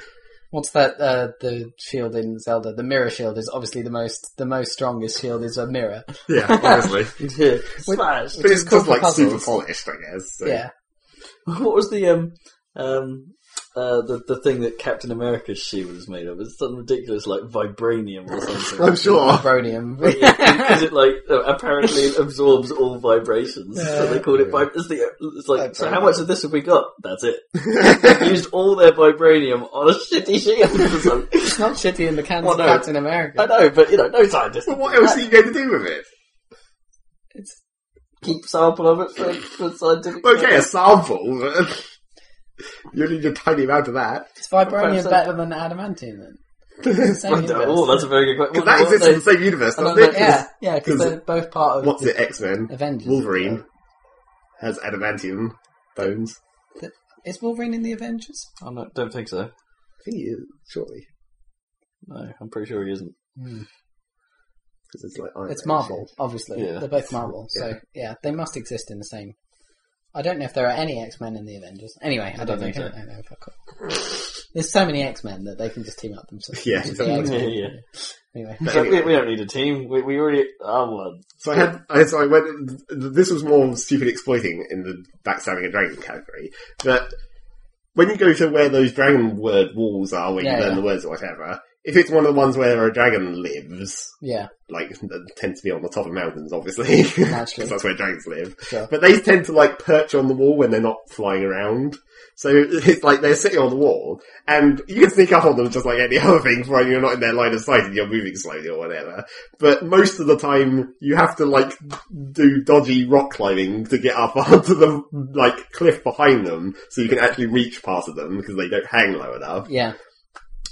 S1: What's that? Uh, the shield in Zelda, the mirror shield is obviously the most the most strongest shield is a mirror.
S2: Yeah, honestly.
S3: Smash!
S2: but it's
S1: is cool
S2: just
S1: for
S2: like super
S1: puzzles.
S2: polished, I guess. So.
S1: Yeah,
S3: What was the, um, um, uh, the, the thing that Captain America's shield was made of? It's something ridiculous like vibranium or something.
S2: I'm sure.
S1: bronium.
S3: because it like uh, apparently it absorbs all vibrations. so they called it vib- it's, the, it's like so. How much of this have we got? That's it. They used all their vibranium on a shitty shield. Or something.
S1: it's not shitty in the cans
S3: Well,
S1: of
S3: no.
S1: Captain
S3: I
S1: America.
S3: know, but you know, no scientist
S2: But what else are you going to do with it?
S1: It's,
S3: keep sample of it for, for scientific.
S2: Okay, a sample. but you need a tiny amount of that.
S1: it's vibranium
S3: Perhaps I-
S1: better than adamantium then. It's the same
S3: Wonder- Oh,
S1: universe.
S3: that's a very good question.
S2: Because that
S3: What- what
S2: exists
S3: they-
S2: in the same universe,
S3: I don't
S2: doesn't
S3: know,
S2: it?
S1: yeah, yeah, because
S2: 'Cause
S1: they're both part of
S2: What's
S1: the
S2: it, X-Men?
S1: Avengers.
S2: Wolverine has adamantium bones.
S1: Is Wolverine in the Avengers?
S3: I don't- Oh, don't think so.
S2: I think he is, surely.
S3: No, I'm pretty sure he isn't.
S2: Because it's like Iron
S1: It's
S2: Man
S1: Marvel,
S2: shit.
S1: obviously.
S3: Yeah.
S1: They're both Marvel, so yeah, they must exist in the same. I don't know if there are any X Men in the Avengers. Anyway, I,
S3: don't
S1: don't, think,
S3: think
S1: I don't know if I could. There's so many X Men that they can just team up themselves.
S2: Yeah,
S1: Just
S2: exactly.
S1: the X-Men.
S3: Yeah, yeah.
S1: Anyway,
S2: But
S3: It's like, we,
S2: anyway,
S3: we don't need a team. We, we already are one.
S2: so I had, I, so I went. This was more stupid exploiting in the backstabbing a dragon category. But when you go to where those dragon word walls are, where
S1: Yeah,
S2: you learn
S1: yeah.
S2: the words or whatever, if it's one of the ones where a dragon lives,
S1: Yeah,
S2: like that tends to be on the top of mountains, obviously, because
S1: Naturally.
S2: that's where dragons live.
S1: Sure.
S2: But they tend to like perch on the wall when they're not flying around. So it's like they're sitting on the wall, and you can sneak up on them just like any other thing, provided you're not in their line of sight and you're moving slowly or whatever. But most of the time, you have to like do dodgy rock climbing to get up onto the like cliff behind them, so you can actually reach past them because they don't hang low enough
S1: yeah.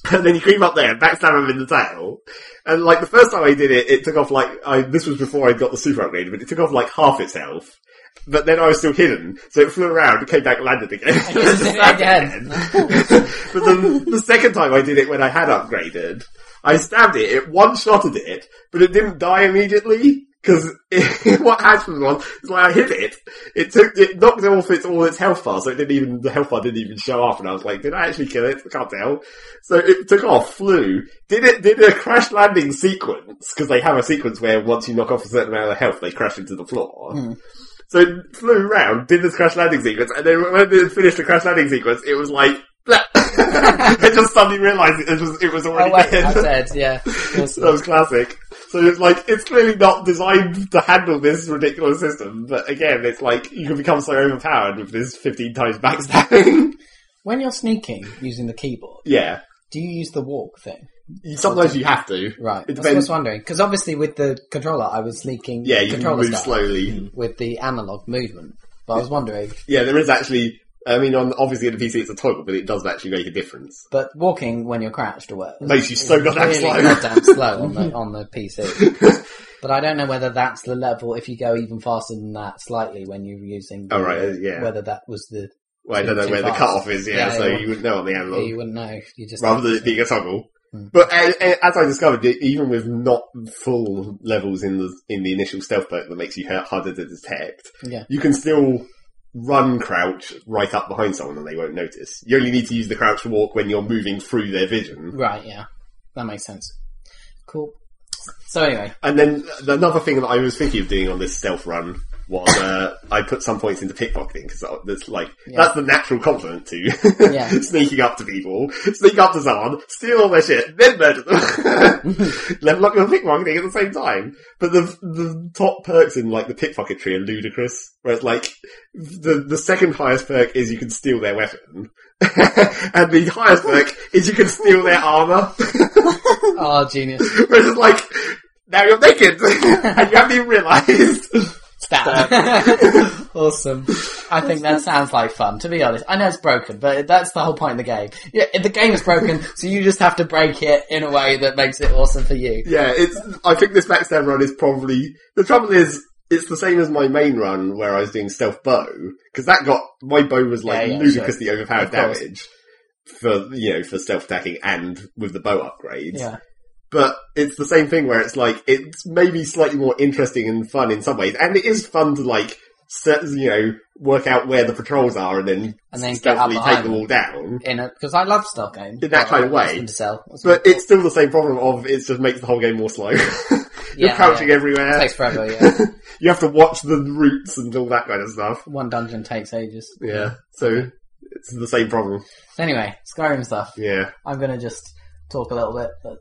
S2: and then you creep up there and backstab him in the tail. And like the first time I did it, it took off like I this was before I got the super upgrade, but it took off like half its health. But then I was still hidden, so it flew around, and came back, landed again.
S1: just did it again.
S2: but the, the second time I did it when I had upgraded, I stabbed it, it one-shotted it, but it didn't die immediately. Because what happened was, is like I hit it, it took, it knocked off its, all its health bar, so it didn't even, the health bar didn't even show up, and I was like, did I actually kill it? I can't tell. So it took off, flew, did it, did a crash landing sequence, because they have a sequence where once you knock off a certain amount of health, they crash into the floor. So it flew around, did this crash landing sequence, and then when it finished the crash landing sequence, it was like, I just suddenly realised it was, it was
S1: Oh
S2: already
S1: wait,
S2: dead.
S1: I said yeah. Cool
S2: That
S1: stuff.
S2: was classic. So it's like it's clearly not designed to handle this ridiculous system, but again, it's like you can become so overpowered with this fifteen times backstabbing.
S1: When you're sneaking using the keyboard,
S2: yeah,
S1: do you use the walk thing?
S2: sometimes you have to.
S1: Right. That's what I
S2: It
S1: was
S2: depends.
S1: wondering because obviously with the controller, I was sneaking.
S2: Yeah, you can
S1: controller
S2: move
S1: style
S2: slowly.
S1: with the analog movement. But I was wondering,
S2: Yeah, there is actually. I mean, on obviously on the PC it's a toggle, but it does actually make a difference.
S1: but walking when you're crouched or whatever
S2: Makes you so goddamn
S1: really
S2: slow.
S1: goddamn slow on the on the PC. but I don't know whether that's the level. If you go even faster than that, slightly when you're using. The,
S2: Oh, right, uh, yeah.
S1: Whether that was the
S2: Well, I don't know
S1: Too
S2: where the
S1: fast.
S2: cutoff is. Yeah,
S1: Yeah,
S2: so
S1: yeah.
S2: you wouldn't know on the analog.
S1: you wouldn't know. You just
S2: rather than it being a toggle.
S1: Hmm.
S2: But uh, uh, as I discovered, e- even with not full levels in the in the initial stealth perk that makes you ha- harder to detect,
S1: Yeah.
S2: you can still run crouch right up behind someone and they won't notice. You only need to use the crouch walk when you're moving through their vision.
S1: Right, yeah. That makes sense. Cool. So anyway,
S2: And then another thing that I was thinking of doing on this stealth run was uh, I put some points into pickpocketing because that's like
S1: Yeah.
S2: that's the natural compliment to
S1: Yeah.
S2: sneaking up to people, sneak up to someone, steal all their shit, then murder them, level up your pickpocketing at the same time. But the the top perks in like the pickpocketry are ludicrous, where it's like the the second highest perk is you can steal their weapon, and the highest perk is you can steal their armor.
S1: oh genius.
S2: Whereas it's like, now you're naked, and you haven't even realised.
S1: Stab. awesome. I think that sounds like fun, to be honest. I know it's broken, but that's the whole point of the game. Yeah, the game is broken, so you just have to break it in a way that makes it awesome for you.
S2: yeah, it's, I think this backstab run is probably, the trouble is, it's the same as my main run where I was doing stealth bow, because that got, my bow was like
S1: Yeah, yeah,
S2: ludicrously overpowered
S1: Of course.
S2: damage for, you know, for stealth attacking and with the bow upgrades.
S1: Yeah.
S2: but it's the same thing where it's like it's maybe slightly more interesting and fun in some ways, and it is fun to like set, you know work out where the patrols are and then
S1: And then get up
S2: stealthily
S1: behind
S2: take them all down.
S1: In a, cause I love stealth games.
S2: In that kind of
S1: I like
S2: way.
S1: them to sell. That's
S2: But
S1: cool.
S2: it's still the same problem of it just makes the whole game more slow. You're
S1: Yeah,
S2: crouching
S1: yeah.
S2: everywhere.
S1: takes forever, yeah.
S2: You have to watch the routes and all that kind of stuff.
S1: One dungeon takes ages.
S2: Yeah, so it's the same problem.
S1: So anyway, Skyrim stuff.
S2: Yeah,
S1: I'm gonna just talk a little bit, but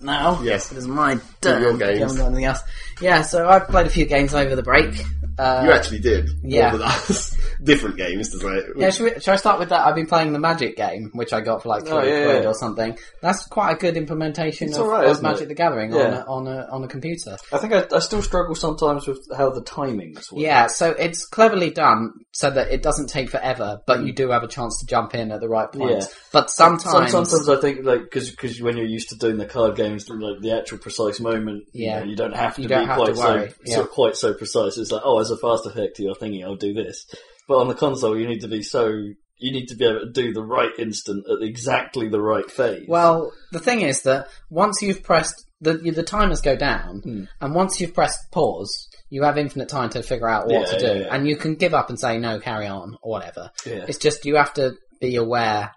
S1: now
S2: yes.
S1: it is my
S2: Do
S1: turn.
S2: your
S1: if you
S2: games.
S1: haven't got anything else. Yeah, so I've played a few games over the break. Uh,
S2: You actually did
S1: yeah.
S2: more than us. Different games to say.
S1: yeah, should, we, should I start with that? I've been playing the Magic game, which I got for like three
S3: Oh, yeah,
S1: quid
S3: yeah.
S1: or something. That's quite a good implementation
S3: It's
S1: of,
S3: alright,
S1: of
S3: isn't
S1: Magic
S3: it?
S1: the Gathering
S3: Yeah.
S1: on, a, on, a, on a computer.
S3: I think I, I still struggle sometimes with how the timings work.
S1: Yeah, so it's cleverly done so that it doesn't take forever, but you do have a chance to jump in at the right point.
S3: Mm. Yeah.
S1: But
S3: Some-
S1: sometimes,
S3: Sometimes I think like because when you're used to doing the card games, like the actual precise moment,
S1: Yeah.
S3: you, know, you don't have to
S1: You don't
S3: be
S1: have
S3: quite
S1: to worry,
S3: so,
S1: yeah.
S3: so quite so precise. It's like oh, as a fast effect to your thingy, I'll do this. But on the console, you need to be so you need to be able to do the right instant at exactly the right phase.
S1: Well, the thing is that once you've pressed the the timers go down,
S3: Hmm.
S1: and once you've pressed pause, you have infinite time to figure out what
S3: Yeah,
S1: to do,
S3: yeah, yeah.
S1: and you can give up and say no, carry on, or whatever.
S3: yeah.
S1: It's just you have to be aware,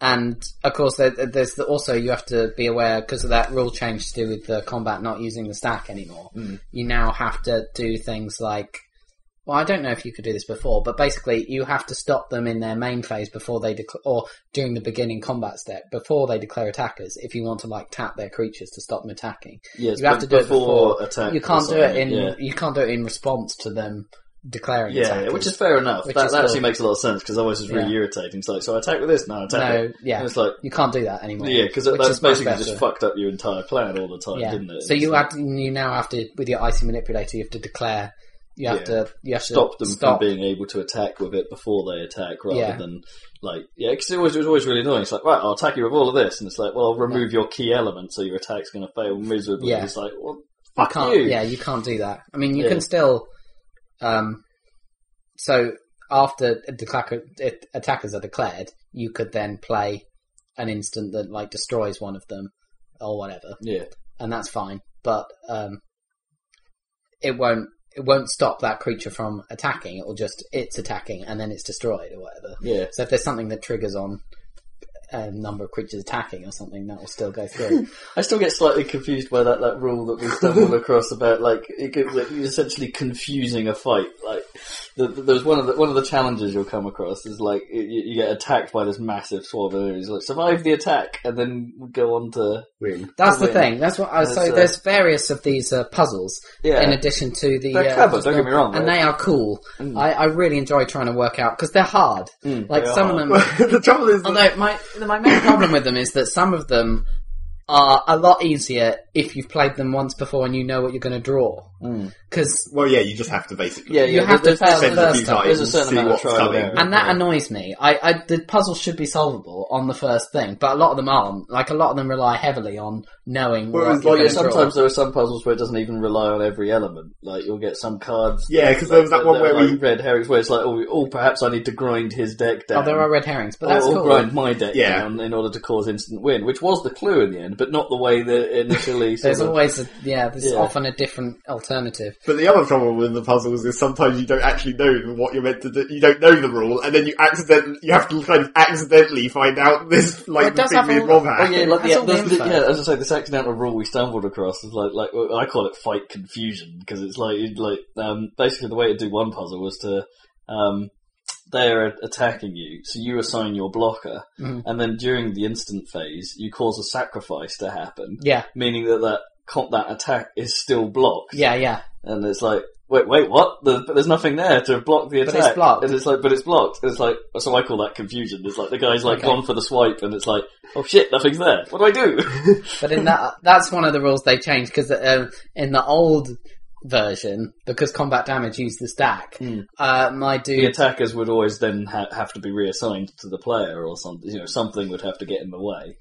S1: and of course there, there's the, also you have to be aware because of that rule change to do with the combat not using the stack anymore.
S3: Hmm.
S1: You now have to do things like Well, I don't know if you could do this before, but basically you have to stop them in their main phase before they declare, or during the beginning combat step before they declare attackers. If you want to like tap their creatures to stop them attacking,
S3: Yes,
S1: You have
S3: but
S1: to do it before-
S3: attack.
S1: you can't
S3: or
S1: do it
S3: something,
S1: in
S3: yeah.
S1: you can't do it in response to them declaring
S3: Yeah,
S1: attackers.
S3: which is fair enough.
S1: Which
S3: that
S1: is
S3: that actually
S1: cool.
S3: makes a lot of sense because otherwise it's really
S1: Yeah.
S3: irritating. It's like, so I attack with this, no, I attack
S1: no,
S3: it.
S1: yeah,
S3: And it's like,
S1: you can't do that anymore.
S3: yeah, because
S1: which
S3: that's
S1: is much
S3: basically just
S1: better.
S3: fucked up your entire plan all the time,
S1: yeah.
S3: didn't it?
S1: So
S3: It's
S1: you
S3: like,
S1: have to, you now have to with your icy manipulator, you have to declare. You have
S3: Yeah.
S1: to you have
S3: stop
S1: to
S3: them
S1: stop
S3: from being able to attack with it before they attack, rather
S1: Yeah.
S3: than like, yeah, because it, always, it was always really annoying. It's like, right, I'll attack you with all of this, and it's like, well, I'll remove your key element, so your attack's going to fail miserably.
S1: Yeah.
S3: It's like, well,
S1: You
S3: fuck
S1: can't,
S3: you.
S1: Yeah, you can't do that. I mean, you
S3: Yeah.
S1: can still. Um, so after the clacker- it- attackers are declared, you could then play an instant that like destroys one of them or whatever,
S3: yeah.
S1: and that's fine. But um, it won't it won't stop that creature from attacking. It will just it's attacking and then it's destroyed or whatever.
S3: yeah.
S1: So if there's something that triggers on a number of creatures attacking or something, that will still go through.
S3: I still get slightly confused by that, that rule that we stumbled across about like it, it, like, you're essentially confusing a fight. Like the, the, there's one of the one of the challenges you'll come across is like you, you get attacked by this massive swarm of enemies. Like survive the attack and then go on to
S2: Win.
S1: That's the
S3: Win.
S1: thing. That's what. I, so
S3: That's, uh,
S1: there's various of these uh, puzzles.
S3: yeah.
S1: in addition to the.
S3: They're
S1: uh,
S3: clever, don't get me wrong,
S1: And
S3: right?
S1: they are cool.
S3: Mm.
S1: I, I really enjoy trying to work out because they're hard.
S3: Mm,
S1: like
S3: they
S1: some
S3: are.
S1: of them.
S2: the trouble is, that,
S1: although my my main problem with them is that some of them are a lot easier if you've played them once before and you know what you're going to draw.
S3: Mm.
S1: Because
S2: well, yeah, you just have to basically.
S3: yeah, yeah,
S1: you have to
S3: there's-
S1: fail the
S3: there's-
S1: first time.
S3: There's a
S2: and
S3: certain
S2: see
S3: amount of
S2: what's
S3: trial and
S2: coming.
S3: error.
S1: And that
S3: yeah.
S1: annoys me. I, I the puzzles should be solvable on the first thing, but a lot of them aren't. Like a lot of them rely heavily on knowing. what you're
S2: Whereas, like,
S3: Well, yeah,
S1: gonna draw.
S3: sometimes there are some puzzles where it doesn't even rely on every element. Like you'll get some cards.
S2: Yeah, because there was that one
S3: they're
S2: where we.
S3: like red herrings, where it's like, oh, oh, perhaps I need to grind his deck down.
S1: oh, there are red herrings, but that's
S3: or, or
S1: cool.
S3: grind my deck
S2: Yeah.
S3: down in order to cause instant win, which was the clue in the end, but not the way that initially. sort
S1: There's
S3: of,
S1: always a, yeah. There's
S3: Yeah.
S1: often a different alternative.
S2: But the other problem with the puzzles is sometimes you don't actually know what you're meant to do. You don't know the rule, and then you accident you have to kind of accidentally find out this
S1: Well,
S2: like
S1: it
S2: the
S1: does
S2: thing
S1: have
S2: me
S1: all-
S2: and Rob had.
S3: Oh yeah, like
S1: That's
S3: yeah,
S1: all
S3: there's
S1: the
S3: the,
S1: info.
S3: yeah, as I say, this accidental rule we stumbled across is like like well, I call it fight confusion because it's like you'd like um, basically the way to do one puzzle was to um, they're attacking you, so you assign your blocker,
S1: Mhm.
S3: and then during the instant phase you cause a sacrifice to happen,
S1: Yeah,
S3: meaning that that comp- that attack is still blocked.
S1: yeah, yeah.
S3: And it's like, wait, wait, what? There's, but there's nothing there to block the
S1: But
S3: attack.
S1: it's blocked.
S3: And it's like, but it's blocked. And it's like, so I call that confusion. It's like the guy's like
S1: Okay.
S3: gone for the swipe, and it's like, oh shit, nothing's there. What do I do?
S1: But in that, that's one of the rules they changed because um, in the old version, because combat damage used the stack,
S3: Mm.
S1: uh, my
S3: the
S1: dude,
S3: attackers would always then ha- have to be reassigned to the player, or something. You know, something would have to get in the way.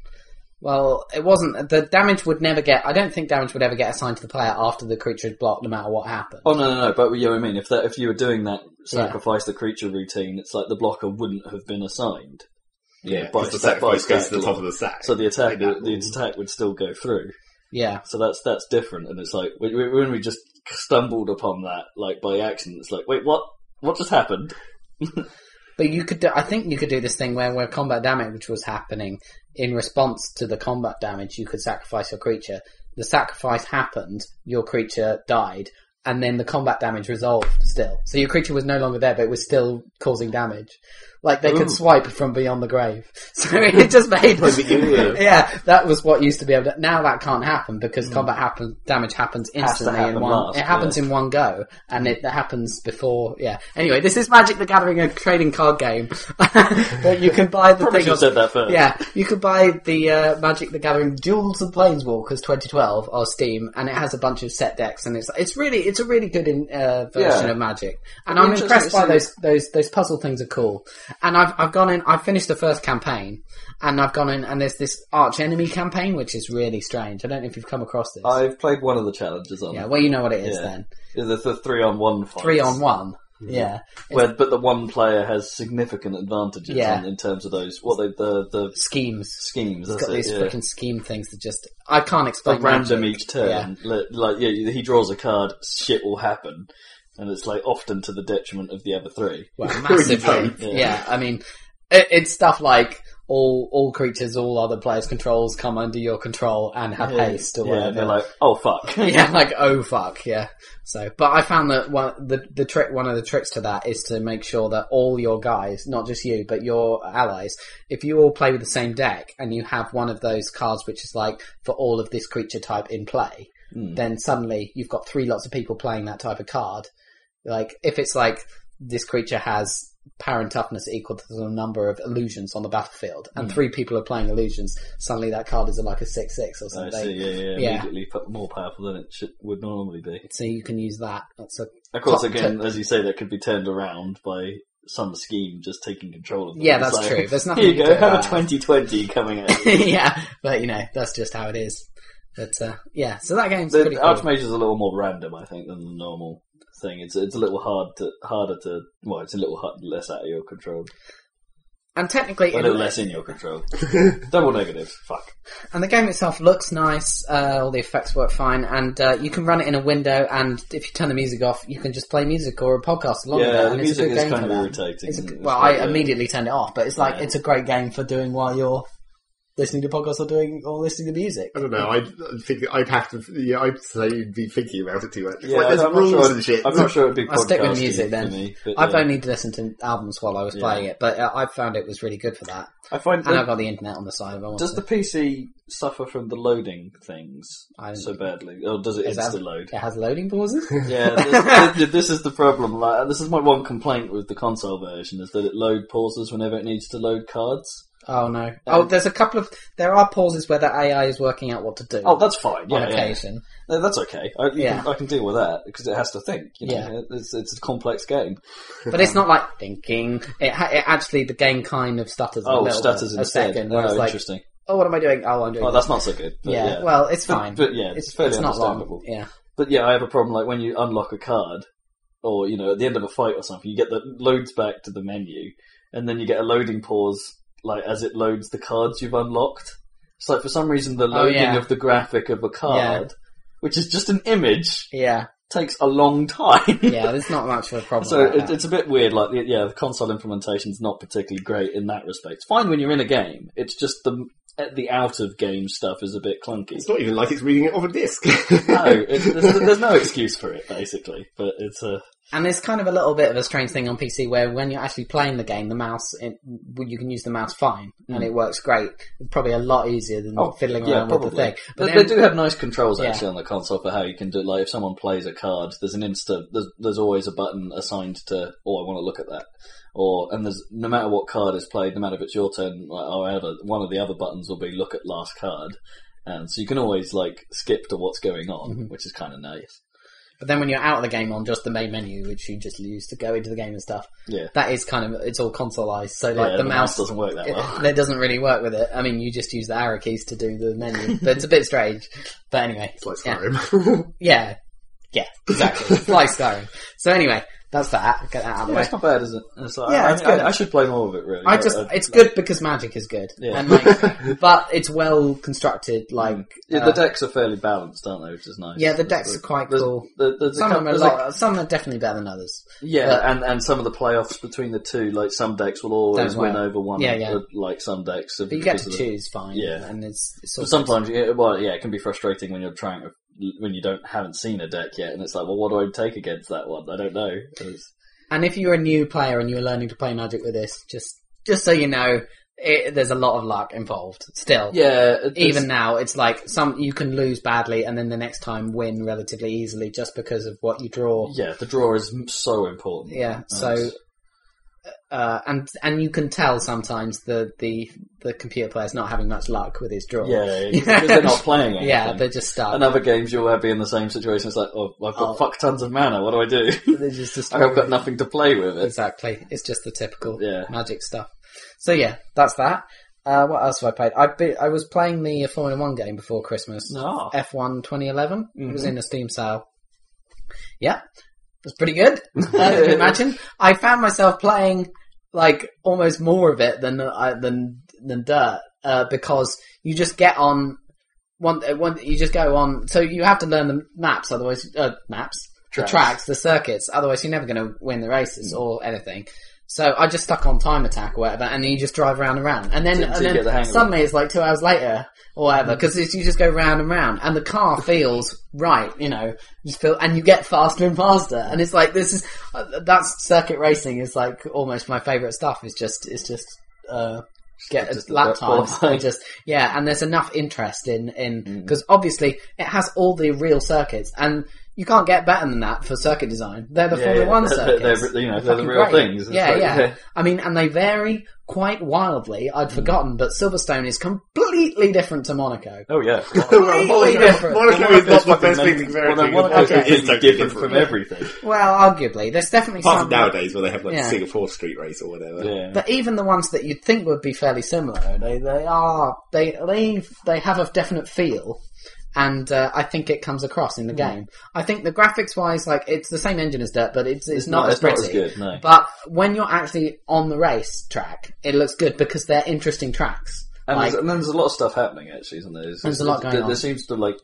S1: well, it wasn't the damage would never get. I don't think damage would ever get assigned to the player after the creature is blocked, no matter what happened.
S3: Oh no, no, no. But you know what I mean. If that, if you were doing that sacrifice the creature routine, it's like the blocker wouldn't have been assigned.
S2: yeah,
S3: by
S2: because the
S3: stack- by
S2: sacrifice goes to the
S3: stack
S2: top
S3: law.
S2: of the stack.
S3: So the attack,
S2: Yeah.
S3: the attack would still go through.
S1: Yeah,
S3: So that's that's different, and it's like when- when when we just stumbled upon that, like by accident, it's like, wait, what? What just happened?
S1: but you could. Do, I think you could do this thing where where combat damage was happening in response to the combat damage, you could sacrifice your creature. The sacrifice happened, your creature died. And then the combat damage resolved still. So your creature was no longer there, but it was still causing damage. Like they
S3: Ooh.
S1: could swipe from beyond the grave. So it just made Yeah, that was what used to be able to now that can't happen because combat happen, damage happens
S3: to
S1: instantly
S3: happen
S1: in one
S3: last,
S1: it happens in one go and it, that happens before yeah. Anyway, this is Magic the Gathering a trading card game. but you can buy the
S3: Probably
S1: thing
S3: should
S1: on,
S3: have said that first.
S1: yeah, you could buy the uh, Magic the Gathering Duels of Planeswalkers 2012 on Steam, and it has a bunch of set decks, and it's it's really it's a really good in, uh, version
S3: Yeah.
S1: of Magic, and
S3: It'd be
S1: I'm impressed
S3: interesting
S1: by
S3: to
S1: those those those puzzle things are cool. And I've I've gone in, I've finished the first campaign, and I've gone in, and there's this arch enemy campaign, which is really strange. I don't know if you've come across this.
S3: I've played one of the challenges on
S1: yeah,
S3: it.
S1: well, you know what it is
S3: Yeah.
S1: then.
S3: the, the three on one fight.
S1: Three on one.
S3: Mm-hmm.
S1: Yeah.
S3: Where, but the one player has significant advantages
S1: Yeah.
S3: on, in terms of those what they, the the
S1: Schemes.
S3: schemes.
S1: It's
S3: That's
S1: got these
S3: it, yeah.
S1: freaking scheme things that just I can't
S3: They
S1: explain.
S3: random
S1: magic.
S3: each turn. Li- Like yeah, he draws a card, shit will happen, and it's like often to the detriment of the other three.
S1: Well,
S2: You
S1: massively.
S2: don't.
S1: yeah. I mean, it, it's stuff like all all creatures all other players' controls come under your control and have haste or
S3: Yeah,
S1: whatever.
S3: and they're like, oh fuck.
S1: yeah, like oh fuck, yeah. So, but I found that one the the trick one of the tricks to that is to make sure that all your guys, not just you, but your allies, if you all play with the same deck and you have one of those cards which is like for all of this creature type in play,
S3: Hmm.
S1: then suddenly you've got three lots of people playing that type of card. Like if it's like this creature has power and toughness equal to the number of illusions on the battlefield,
S3: Hmm.
S1: and three people are playing illusions, suddenly that card is like a six six or
S3: I
S1: something.
S3: see, yeah, yeah,
S1: yeah.
S3: immediately pu- more powerful than it should, would normally be.
S1: So you can use that. That's a
S3: Of course,
S1: Top
S3: again, as you say, that could be turned around by some scheme just taking control of them.
S1: Yeah,
S3: It's
S1: that's
S3: like,
S1: true. There's nothing
S3: Here you
S1: you can
S3: go,
S1: do about
S3: have a
S1: that."
S3: 2020 coming out.
S1: yeah, but you know that's just how it is. But uh, yeah, so that game's
S3: the
S1: pretty cool.
S3: Archmage is a little more random, I think, than the normal thing. It's it's a little hard to harder to well, it's a little hard, less out of your control,
S1: and technically,
S3: a
S1: it,
S3: little less in your control. Double negatives. Fuck.
S1: and the game itself looks nice. Uh, all the effects work fine, and uh, you can run it in a window. And if you turn the music off, you can just play music or a podcast along with it.
S3: yeah, the
S1: and
S3: music
S1: it's a good
S3: is
S1: game
S3: kind
S1: for
S3: of
S1: that.
S3: irritating.
S1: It's a-
S3: It's
S1: well, I
S3: quite a-
S1: immediately turned it off, but it's like
S3: Yeah.
S1: it's a great game for doing while you're listening to podcasts or doing or listening to music.
S2: I don't know. I'd I'd think I'd have to. Yeah, I'd say you'd be thinking about it too much. It's
S3: Yeah,
S2: like there's
S3: I'm not
S2: rules
S3: sure I'd-
S2: and shit.
S3: I'm not sure it'd be.
S1: I'll stick with
S3: podcasty
S1: music then.
S3: for me, but
S1: I've
S3: yeah.
S1: only listened to albums while I was
S3: Yeah.
S1: playing it, but uh, I found it was really good for that.
S3: I find
S1: And
S3: that-
S1: I've got the internet on the side if I want
S3: Does
S1: to.
S3: the PC suffer from the loading things
S1: I-
S3: so badly, or does it
S1: Is that-
S3: insta load?
S1: It has loading pauses.
S3: Yeah, this, this- this is the problem. Like, this is my one complaint with the console version is that it load pauses whenever it needs to load cards.
S1: Oh no! oh, there's a couple of there are pauses where the AI is working out what to do
S3: Oh, that's fine.
S1: on
S3: Yeah, yeah.
S1: occasion.
S3: No, that's okay. I, you
S1: Yeah.
S3: can, I can deal with that because it has to think. You know?
S1: Yeah.
S3: it's it's a complex game.
S1: But it's not like thinking. It, ha- it actually the game kind of stutters. a
S3: Oh,
S1: little
S3: stutters
S1: bit, a
S3: instead.
S1: second. where
S3: oh,
S1: it's like,
S3: interesting.
S1: oh, what am I doing? Oh, I'm doing.
S3: Oh,
S1: this.
S3: that's not so good. But
S1: yeah.
S3: yeah.
S1: Well, it's
S3: But-
S1: fine.
S3: but yeah, it's fairly
S1: not long.
S3: understandable.
S1: Yeah.
S3: But yeah, I have a problem like when you unlock a card, or you know, at the end of a fight or something, you get the loads back to the menu, and then you get a loading pause, like as it loads the cards you've unlocked. It's like for some reason the loading
S1: Oh, yeah.
S3: of the graphic of a card, which is just an image,
S1: Yeah.
S3: takes a long time.
S1: Yeah. There's not much of a problem.
S3: So
S1: about
S3: it,
S1: that.
S3: it's a bit weird. Like, the- yeah, the console implementation's not particularly great in that respect. It's fine when you're in a game. It's just the the out of game stuff is a bit clunky.
S2: It's not even like it's reading it off a disc.
S3: no, it's, there's, there's no excuse for it basically. But it's uh, a
S1: And it's kind of a little bit of a strange thing on PC where when you're actually playing the game, the mouse, it, you can use the mouse fine and it works great. It's probably a lot easier than
S3: Hmm. Oh,
S1: fiddling
S3: yeah,
S1: around with the
S3: probably.
S1: thing.
S3: But
S1: then-
S3: they do have nice controls
S1: Yeah.
S3: actually on the console for how you can do. Like if someone plays a card, there's an insta. There's, there's always a button assigned to. Oh, I want to look at that. Or and there's no matter what card is played, no matter if it's your turn like, or whatever, one of the other buttons will be look at last card. And so you can always like skip to what's going on,
S1: Mhm.
S3: which is kind of nice.
S1: But then when you're out of the game on just the main menu, which you just use to go into the game and stuff,
S3: Yeah.
S1: that is kind of it's all consoleized. So like
S3: yeah,
S1: the, mouse,
S3: doesn't work that
S1: it,
S3: well.
S1: that doesn't really work with it. I mean, you just use the arrow keys to do the menu, but it's a bit strange. But anyway,
S2: it's like
S1: yeah.
S2: Skyrim.
S1: yeah, yeah, exactly. it's like Skyrim. So anyway, that's that. Get that out of the
S3: Yeah,
S1: way.
S3: it's not bad, is it? It's like,
S1: Yeah,
S3: I,
S1: it's
S3: I-
S1: good.
S3: I should play more of it. Really, uh,
S1: I just it's good because magic is good,
S3: Yeah. Mm.
S1: and like, but it's well constructed. Like
S3: Yeah,
S1: uh,
S3: the decks are fairly balanced, aren't they? Which is nice.
S1: yeah, the
S3: That's
S1: decks
S3: good.
S1: are quite
S3: There's-
S1: cool.
S3: there- there's a
S1: Some of them
S3: couple-
S1: are
S3: there's like-
S1: lot- some are definitely better than others.
S3: yeah,
S1: but-
S3: and, and some of the playoffs between the two, like some decks will always
S1: Don't work.
S3: win over one.
S1: Yeah, yeah.
S3: uh, Like some decks,
S1: But you get
S3: because
S1: to
S3: of the-
S1: choose fine.
S3: Yeah.
S1: and it's, it's
S3: But
S1: sort of-
S3: sometimes, yeah, well, yeah, it can be frustrating when you're trying to when you don't haven't seen a deck yet, and it's like, well, what do I take against that one? I don't know. It's-
S1: And if you're a new player and you're learning to play Magic with this, just just so you know, it, there's a lot of luck involved. Still,
S3: yeah, it-
S1: even now, it's like some you can lose badly and then the next time win relatively easily just because of what you draw.
S3: it's- yeah, the draw is m- so important.
S1: Yeah, so. Uh, and and you can tell sometimes the the the computer player's not having much luck with his draw.
S3: yeah, because they're not playing. Anything.
S1: yeah, they're just stuck.
S3: and other games you'll be in the same situation. It's like, oh, I've got
S1: Oh.
S3: fuck tons of mana. What do I do?
S1: They're just destroyed.
S3: I've got nothing to play with. It.
S1: Exactly. It's just the typical
S3: Yeah.
S1: magic stuff. So yeah, that's that. Uh, what else have I played? I be, I was playing the Formula One game before Christmas.
S3: No.
S1: F1 2011. It was
S3: Mhm.
S1: in a Steam sale. Yeah, it was pretty good. I can imagine. I found myself playing like almost more of it than uh, than than Dirt uh, because you just get on one, uh, one. You just go on. So you have to learn the maps, otherwise uh, maps, the
S3: Tracks.
S1: tracks, the circuits. Otherwise, you're never going to win the races or anything. So I just stuck on time attack or whatever, and then you just drive round and round, and then,
S3: Till- till you
S1: and
S3: get the hang of
S1: then
S3: it. Mm.
S1: suddenly it's like two hours later or whatever, because you just go round and round, and the car feels right, you know, you just feel, and you get faster and faster, and it's like this is uh, that's circuit racing is like almost my favourite stuff. Is just it's just uh, get
S3: Just
S1: lap
S3: about
S1: times,
S3: qualifying.
S1: and just yeah, and there's enough interest in in
S3: Mm.
S1: because obviously it has all the real circuits and. You can't get better than that for circuit design. They're the Formula One
S3: they're,
S1: circuits.
S3: they're, you know, they're the
S1: Fucking
S3: real
S1: great.
S3: things. It's
S1: Yeah,
S3: like-
S1: yeah, I mean, and they vary quite wildly. I'd forgotten, but Silverstone is completely different to Monaco.
S3: Oh yeah.
S1: Completely
S2: Monaco,
S1: different.
S2: Monaco is not the best thing to compare
S3: Well,
S2: it to.
S3: then one of
S2: Monaco
S3: those
S2: is
S3: things
S2: totally
S3: different from everything.
S1: Well, arguably, there's definitely
S2: Apart
S1: some.
S2: from nowadays where they have like
S1: Yeah.
S2: Singapore street race or whatever.
S3: Yeah.
S1: But even the ones that you'd think would be fairly similar, they they are they they they have a definite feel, and uh, I think it comes across
S3: Hmm.
S1: in the game. I think the graphics wise, like it's the same engine as Dirt, but it's it's, not, as
S3: it's not
S1: pretty.
S3: as good, no.
S1: But when you're actually on the race track, it looks good because they're interesting tracks.
S3: And,
S1: Like-
S3: there's, and there's a lot of stuff happening actually, isn't there? There's,
S1: There's a lot
S3: there,
S1: going on.
S3: There seems to like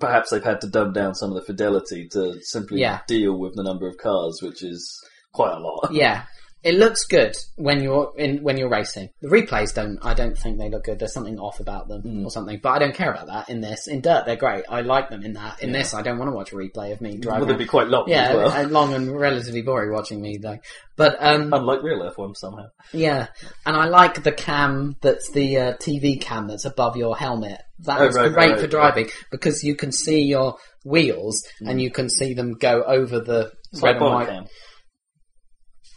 S3: perhaps they've had to dumb down some of the fidelity to simply
S1: Yeah.
S3: deal with the number of cars, which is quite a lot.
S1: Yeah. It looks good when you're in when you're racing. The replays don't. I don't think they look good. There's something off about them
S3: Hmm.
S1: or something. But I don't care about that. In this, in dirt, they're great. I like them in that. In this, I don't want to watch a replay of me
S3: Well,
S1: driving.
S3: they'd be quite long
S1: yeah,
S3: as well.
S1: and long and relatively boring watching me though. But um,
S3: Unlike real F1 somehow.
S1: yeah, and I like the cam that's the uh, TV cam that's above your helmet. That
S3: Oh,
S1: was
S3: right,
S1: great
S3: right,
S1: for
S3: right.
S1: driving because you can see your wheels and you can see them go over the
S3: It's like
S1: red and
S3: body
S1: white
S3: Mm. cam.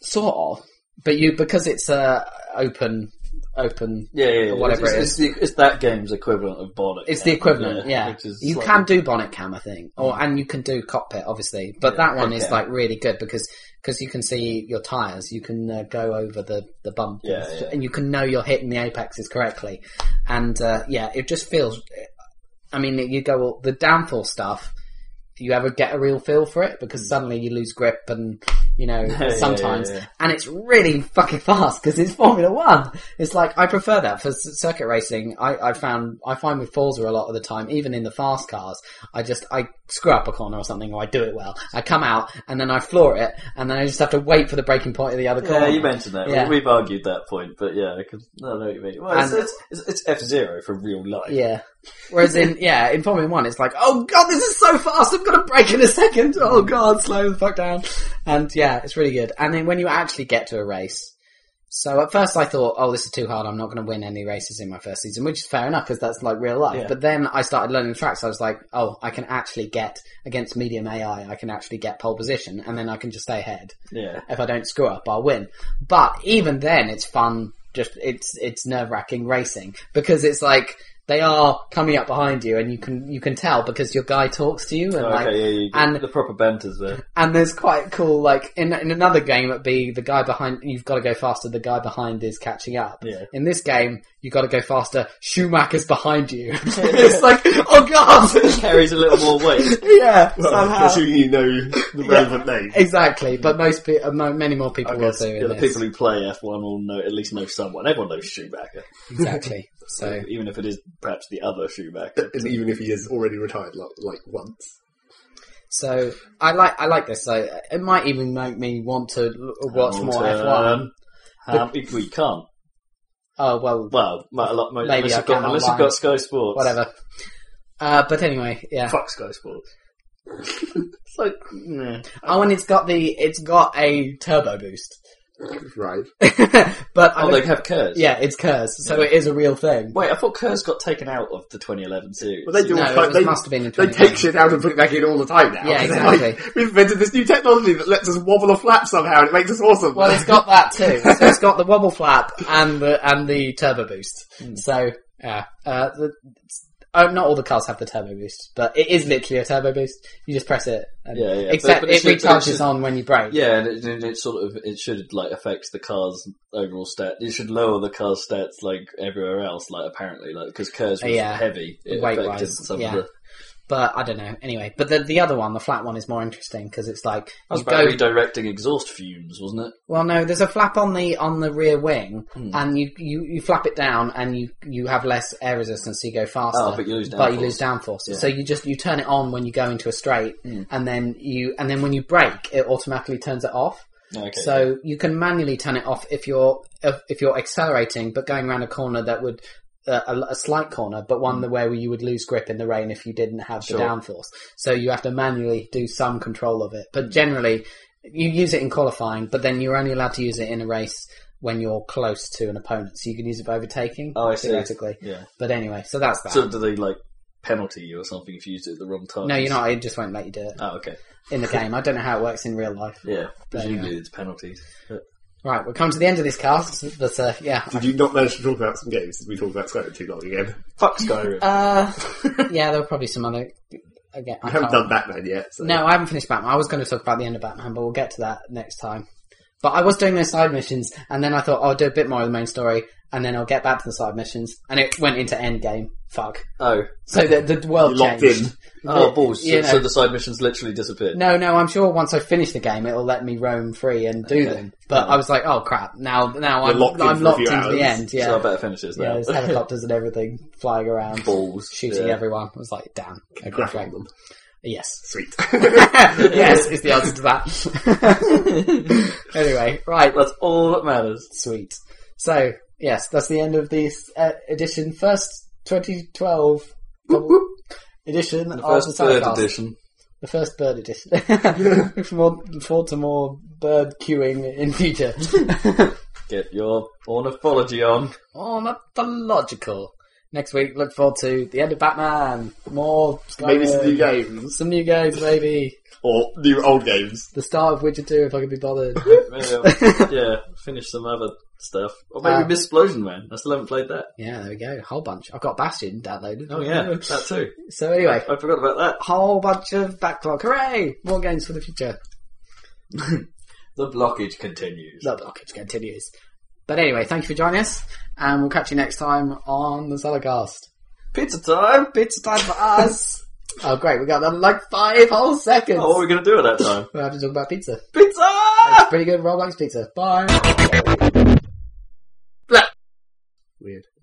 S1: sort of. But you because it's a open open.
S3: Yeah, yeah, yeah.
S1: whatever
S3: it's,
S1: it
S3: it's the- it's that game's equivalent of bonnet.
S1: It's the
S3: cam,
S1: equivalent, yeah.
S3: which is
S1: You
S3: slightly-
S1: can do bonnet cam, I think, or and you can do cockpit, obviously. But
S3: Yeah,
S1: that one is
S3: okay.
S1: like really good because because you can see your tires, you can uh, go over the the bump,
S3: Yeah,
S1: and,
S3: yeah.
S1: and you can know you're hitting the apexes correctly. And uh, yeah, it just feels. I mean, you go all the downfall stuff. You ever get a real feel for it because suddenly you lose grip and you know
S3: Hmm. yeah,
S1: sometimes
S3: yeah.
S1: and it's really fucking fast because it's Formula One. It's like I prefer that for c- circuit racing. I, I found I find with Forza a lot of the time, even in the fast cars, I just I screw up a corner or something, or I do it well. I come out and then I floor it, and then I just have to wait for the breaking point of the other
S3: Yeah,
S1: corner.
S3: you mentioned that.
S1: Yeah.
S3: We, we've argued that point, but yeah, I could, I know what you mean. Well, it's,
S1: And-
S3: it's, it's, it's F Zero for real life.
S1: Yeah. Whereas in yeah, in Formula One, it's like, oh god, this is so fast. I'm gonna break in a second. Oh god, slow the fuck down. And yeah, it's really good. And then when you actually get to a race, so at first I thought, oh, this is too hard. I'm not gonna win any races in my first season, which is fair enough because that's like real life.
S3: Yeah.
S1: But then I started learning the tracks. I was like, oh, I can actually get against medium AI. I can actually get pole position, and then I can just stay ahead
S3: yeah.
S1: if I don't screw up, I'll win. But even then, it's fun. Just it's it's nerve wracking racing because it's like they are coming up behind you, and you can you can tell because your guy talks to you, and
S3: Okay,
S1: like
S3: yeah, you,
S1: and-
S3: the proper banter's there.
S1: and there's quite cool like in in another game it'd be the guy behind you've got to go faster. The guy behind is catching up.
S3: Yeah.
S1: In this game, you got to go faster. Schumacher's behind you. it's like oh god,
S3: Carries a little more weight.
S1: yeah. somehow.
S2: Because you know the relevant name.
S1: Exactly, but most pe- uh, mo- many more people
S2: I
S1: will
S2: guess,
S1: do. in
S3: Yeah, the
S1: this.
S3: people who play F1 will know, at least know someone. Everyone knows Schumacher.
S1: exactly. So
S3: Even if it is perhaps the other Schumacher.
S2: And even if he is already retired, like, like once.
S1: So I like I like this. So it might even make me want to l- watch more F1.
S3: Hamilton. Ham- if we can't.
S1: Oh well,
S3: Well, a lot, mo-
S1: Maybe
S3: unless,
S1: I
S3: you've got,
S1: can
S3: unless you've
S1: online.
S3: got Sky Sports.
S1: whatever. Uh, but anyway, yeah.
S3: Fuck Sky Sports. it's like, yeah.
S1: Oh, and it's got the it's got a turbo boost,
S2: Right.
S1: but I
S3: Oh,
S1: look-
S3: they have Kers.
S1: yeah, it's Curse, so it is a real thing.
S3: Wait, I thought Kers got taken out of the 2011 series.
S2: Well, they do
S1: No,
S2: all the time.
S1: it
S2: They,
S1: must have been in
S2: they
S1: 2011.
S2: take shit out and put it back in all the time now.
S1: Yeah,
S2: They're like,
S1: exactly.
S2: We've invented this new technology that lets us wobble a flap somehow and it makes us awesome.
S1: Well, it's got that too. So it's got the wobble flap and the and the turbo boost.
S3: Hmm.
S1: So yeah, uh, the, it's- oh, not all the cars have the turbo boost, but it is literally a turbo boost. You just press it, and,
S3: Yeah, yeah. But-
S1: except
S3: but it should-
S1: it
S3: but it
S1: recharges
S3: should-
S1: on when you brake.
S3: Yeah, and it, and it sort of it should like affect the car's overall stat. It should lower the car's stats like everywhere else. Like apparently, like because Kers was
S1: Yeah.
S3: heavy, it
S1: Weight
S3: affected
S1: wise,
S3: some
S1: yeah.
S3: of the.
S1: But I don't know. Anyway, but the the other one, the flat one, is more interesting because it's like
S3: That was
S1: you
S3: about
S1: go.
S3: redirecting exhaust fumes, wasn't it?
S1: Well, no, there's a flap on the on the rear wing,
S3: Hmm.
S1: and you, you you flap it down, and you you have less air resistance, so you go faster.
S3: Oh, but you lose
S1: But you
S3: downforce.
S1: lose downforce. So you just you
S3: Hmm.
S1: turn it on when you go into a straight, and then you and then when you brake, it automatically turns it off.
S3: Okay.
S1: So you can manually turn it off if you're if, if you're accelerating, but going around a corner that would uh, a, a slight corner, but one the where you would lose grip in the rain if you didn't have
S3: Mm. Sure.
S1: the downforce. So you have to manually do some control of it. But generally, you use it in qualifying, but then you're only allowed to use it in a race when you're close to an opponent. So you can use it for overtaking,
S3: Oh, I see.
S1: theoretically.
S3: yeah.
S1: But anyway, so that's that.
S3: So do they like penalty you or something if you used it at the wrong time?
S1: no, you're not. It just won't let you do it
S3: Oh, okay.
S1: in the game. I don't know how it works in real life.
S3: Yeah. Presumably it's penalties.
S1: Right, we're coming to the end of this cast, but uh, yeah,
S2: Did you not manage to talk about some games? Did we talk about Skyrim too long again?
S3: Fuck Skyrim.
S1: Uh, yeah, there were probably some other. Again, I,
S2: I haven't
S1: can't-
S2: done Batman yet. So.
S1: Oh. No, I haven't finished Batman. I was going to talk about the end of Batman, but we'll get to that next time. But I was doing those side missions, and then I thought "Oh, I'll do a bit more of the main story, and then I'll get back to the side missions, and it went into Endgame. Fuck.
S3: oh.
S1: So the the world
S2: You locked
S1: changed.
S2: in.
S3: Oh, balls. So,
S1: you know.
S3: so the side missions literally disappeared.
S1: No, no, I'm sure once I finish the game, it'll let me roam free and do
S3: Okay.
S1: them. But I was like, oh crap! Now, now
S2: You're
S1: I'm
S2: locked in
S1: I'm
S2: for a
S1: locked
S2: few
S1: into the
S2: hours.
S1: end. Yeah,
S3: So I better finish this
S1: yeah,
S3: now.
S1: there's helicopters and everything flying around,
S3: balls.
S1: shooting
S3: Yeah.
S1: everyone. I was like, damn, okay,
S2: Crack
S1: great.
S2: on them.
S1: Yes.
S2: Sweet.
S1: yes, is the answer to that. anyway, right,
S3: That's all that matters.
S1: sweet. So, yes, that's the end of this uh, edition, first 2012 edition
S3: The
S1: of the
S3: first third
S1: Sidecast.
S3: edition.
S1: The first bird edition. Look for more, look forward to more bird queuing in future.
S3: Get your ornithology on.
S1: oh, not the logical. Next week, look forward to the end of Batman, more Skyrim,
S2: Maybe some new games.
S1: some new games, maybe
S2: Or new old games.
S1: the start of Witcher 2 if I can be bothered.
S3: Maybe I'll, yeah, finish some other stuff. Or maybe
S1: Uh,
S3: Miss Explosion Man. I still haven't played that.
S1: Yeah, there we go. A whole bunch. I've got Bastion downloaded.
S3: Oh yeah, that too.
S1: So anyway,
S3: I forgot about that.
S1: whole bunch of backlog. Hooray! More games for the future.
S3: The blockage continues.
S1: The blockage continues. But anyway, thank you for joining us, and we'll catch you next time on the Cellarcast.
S3: Pizza time.
S1: It's time for us. oh great, we got them like five whole seconds.
S3: Oh, what are we going to do at that time?
S1: We'll have to talk about pizza.
S3: Pizza.
S1: Pretty good Roblox pizza. Bye.
S2: Weird.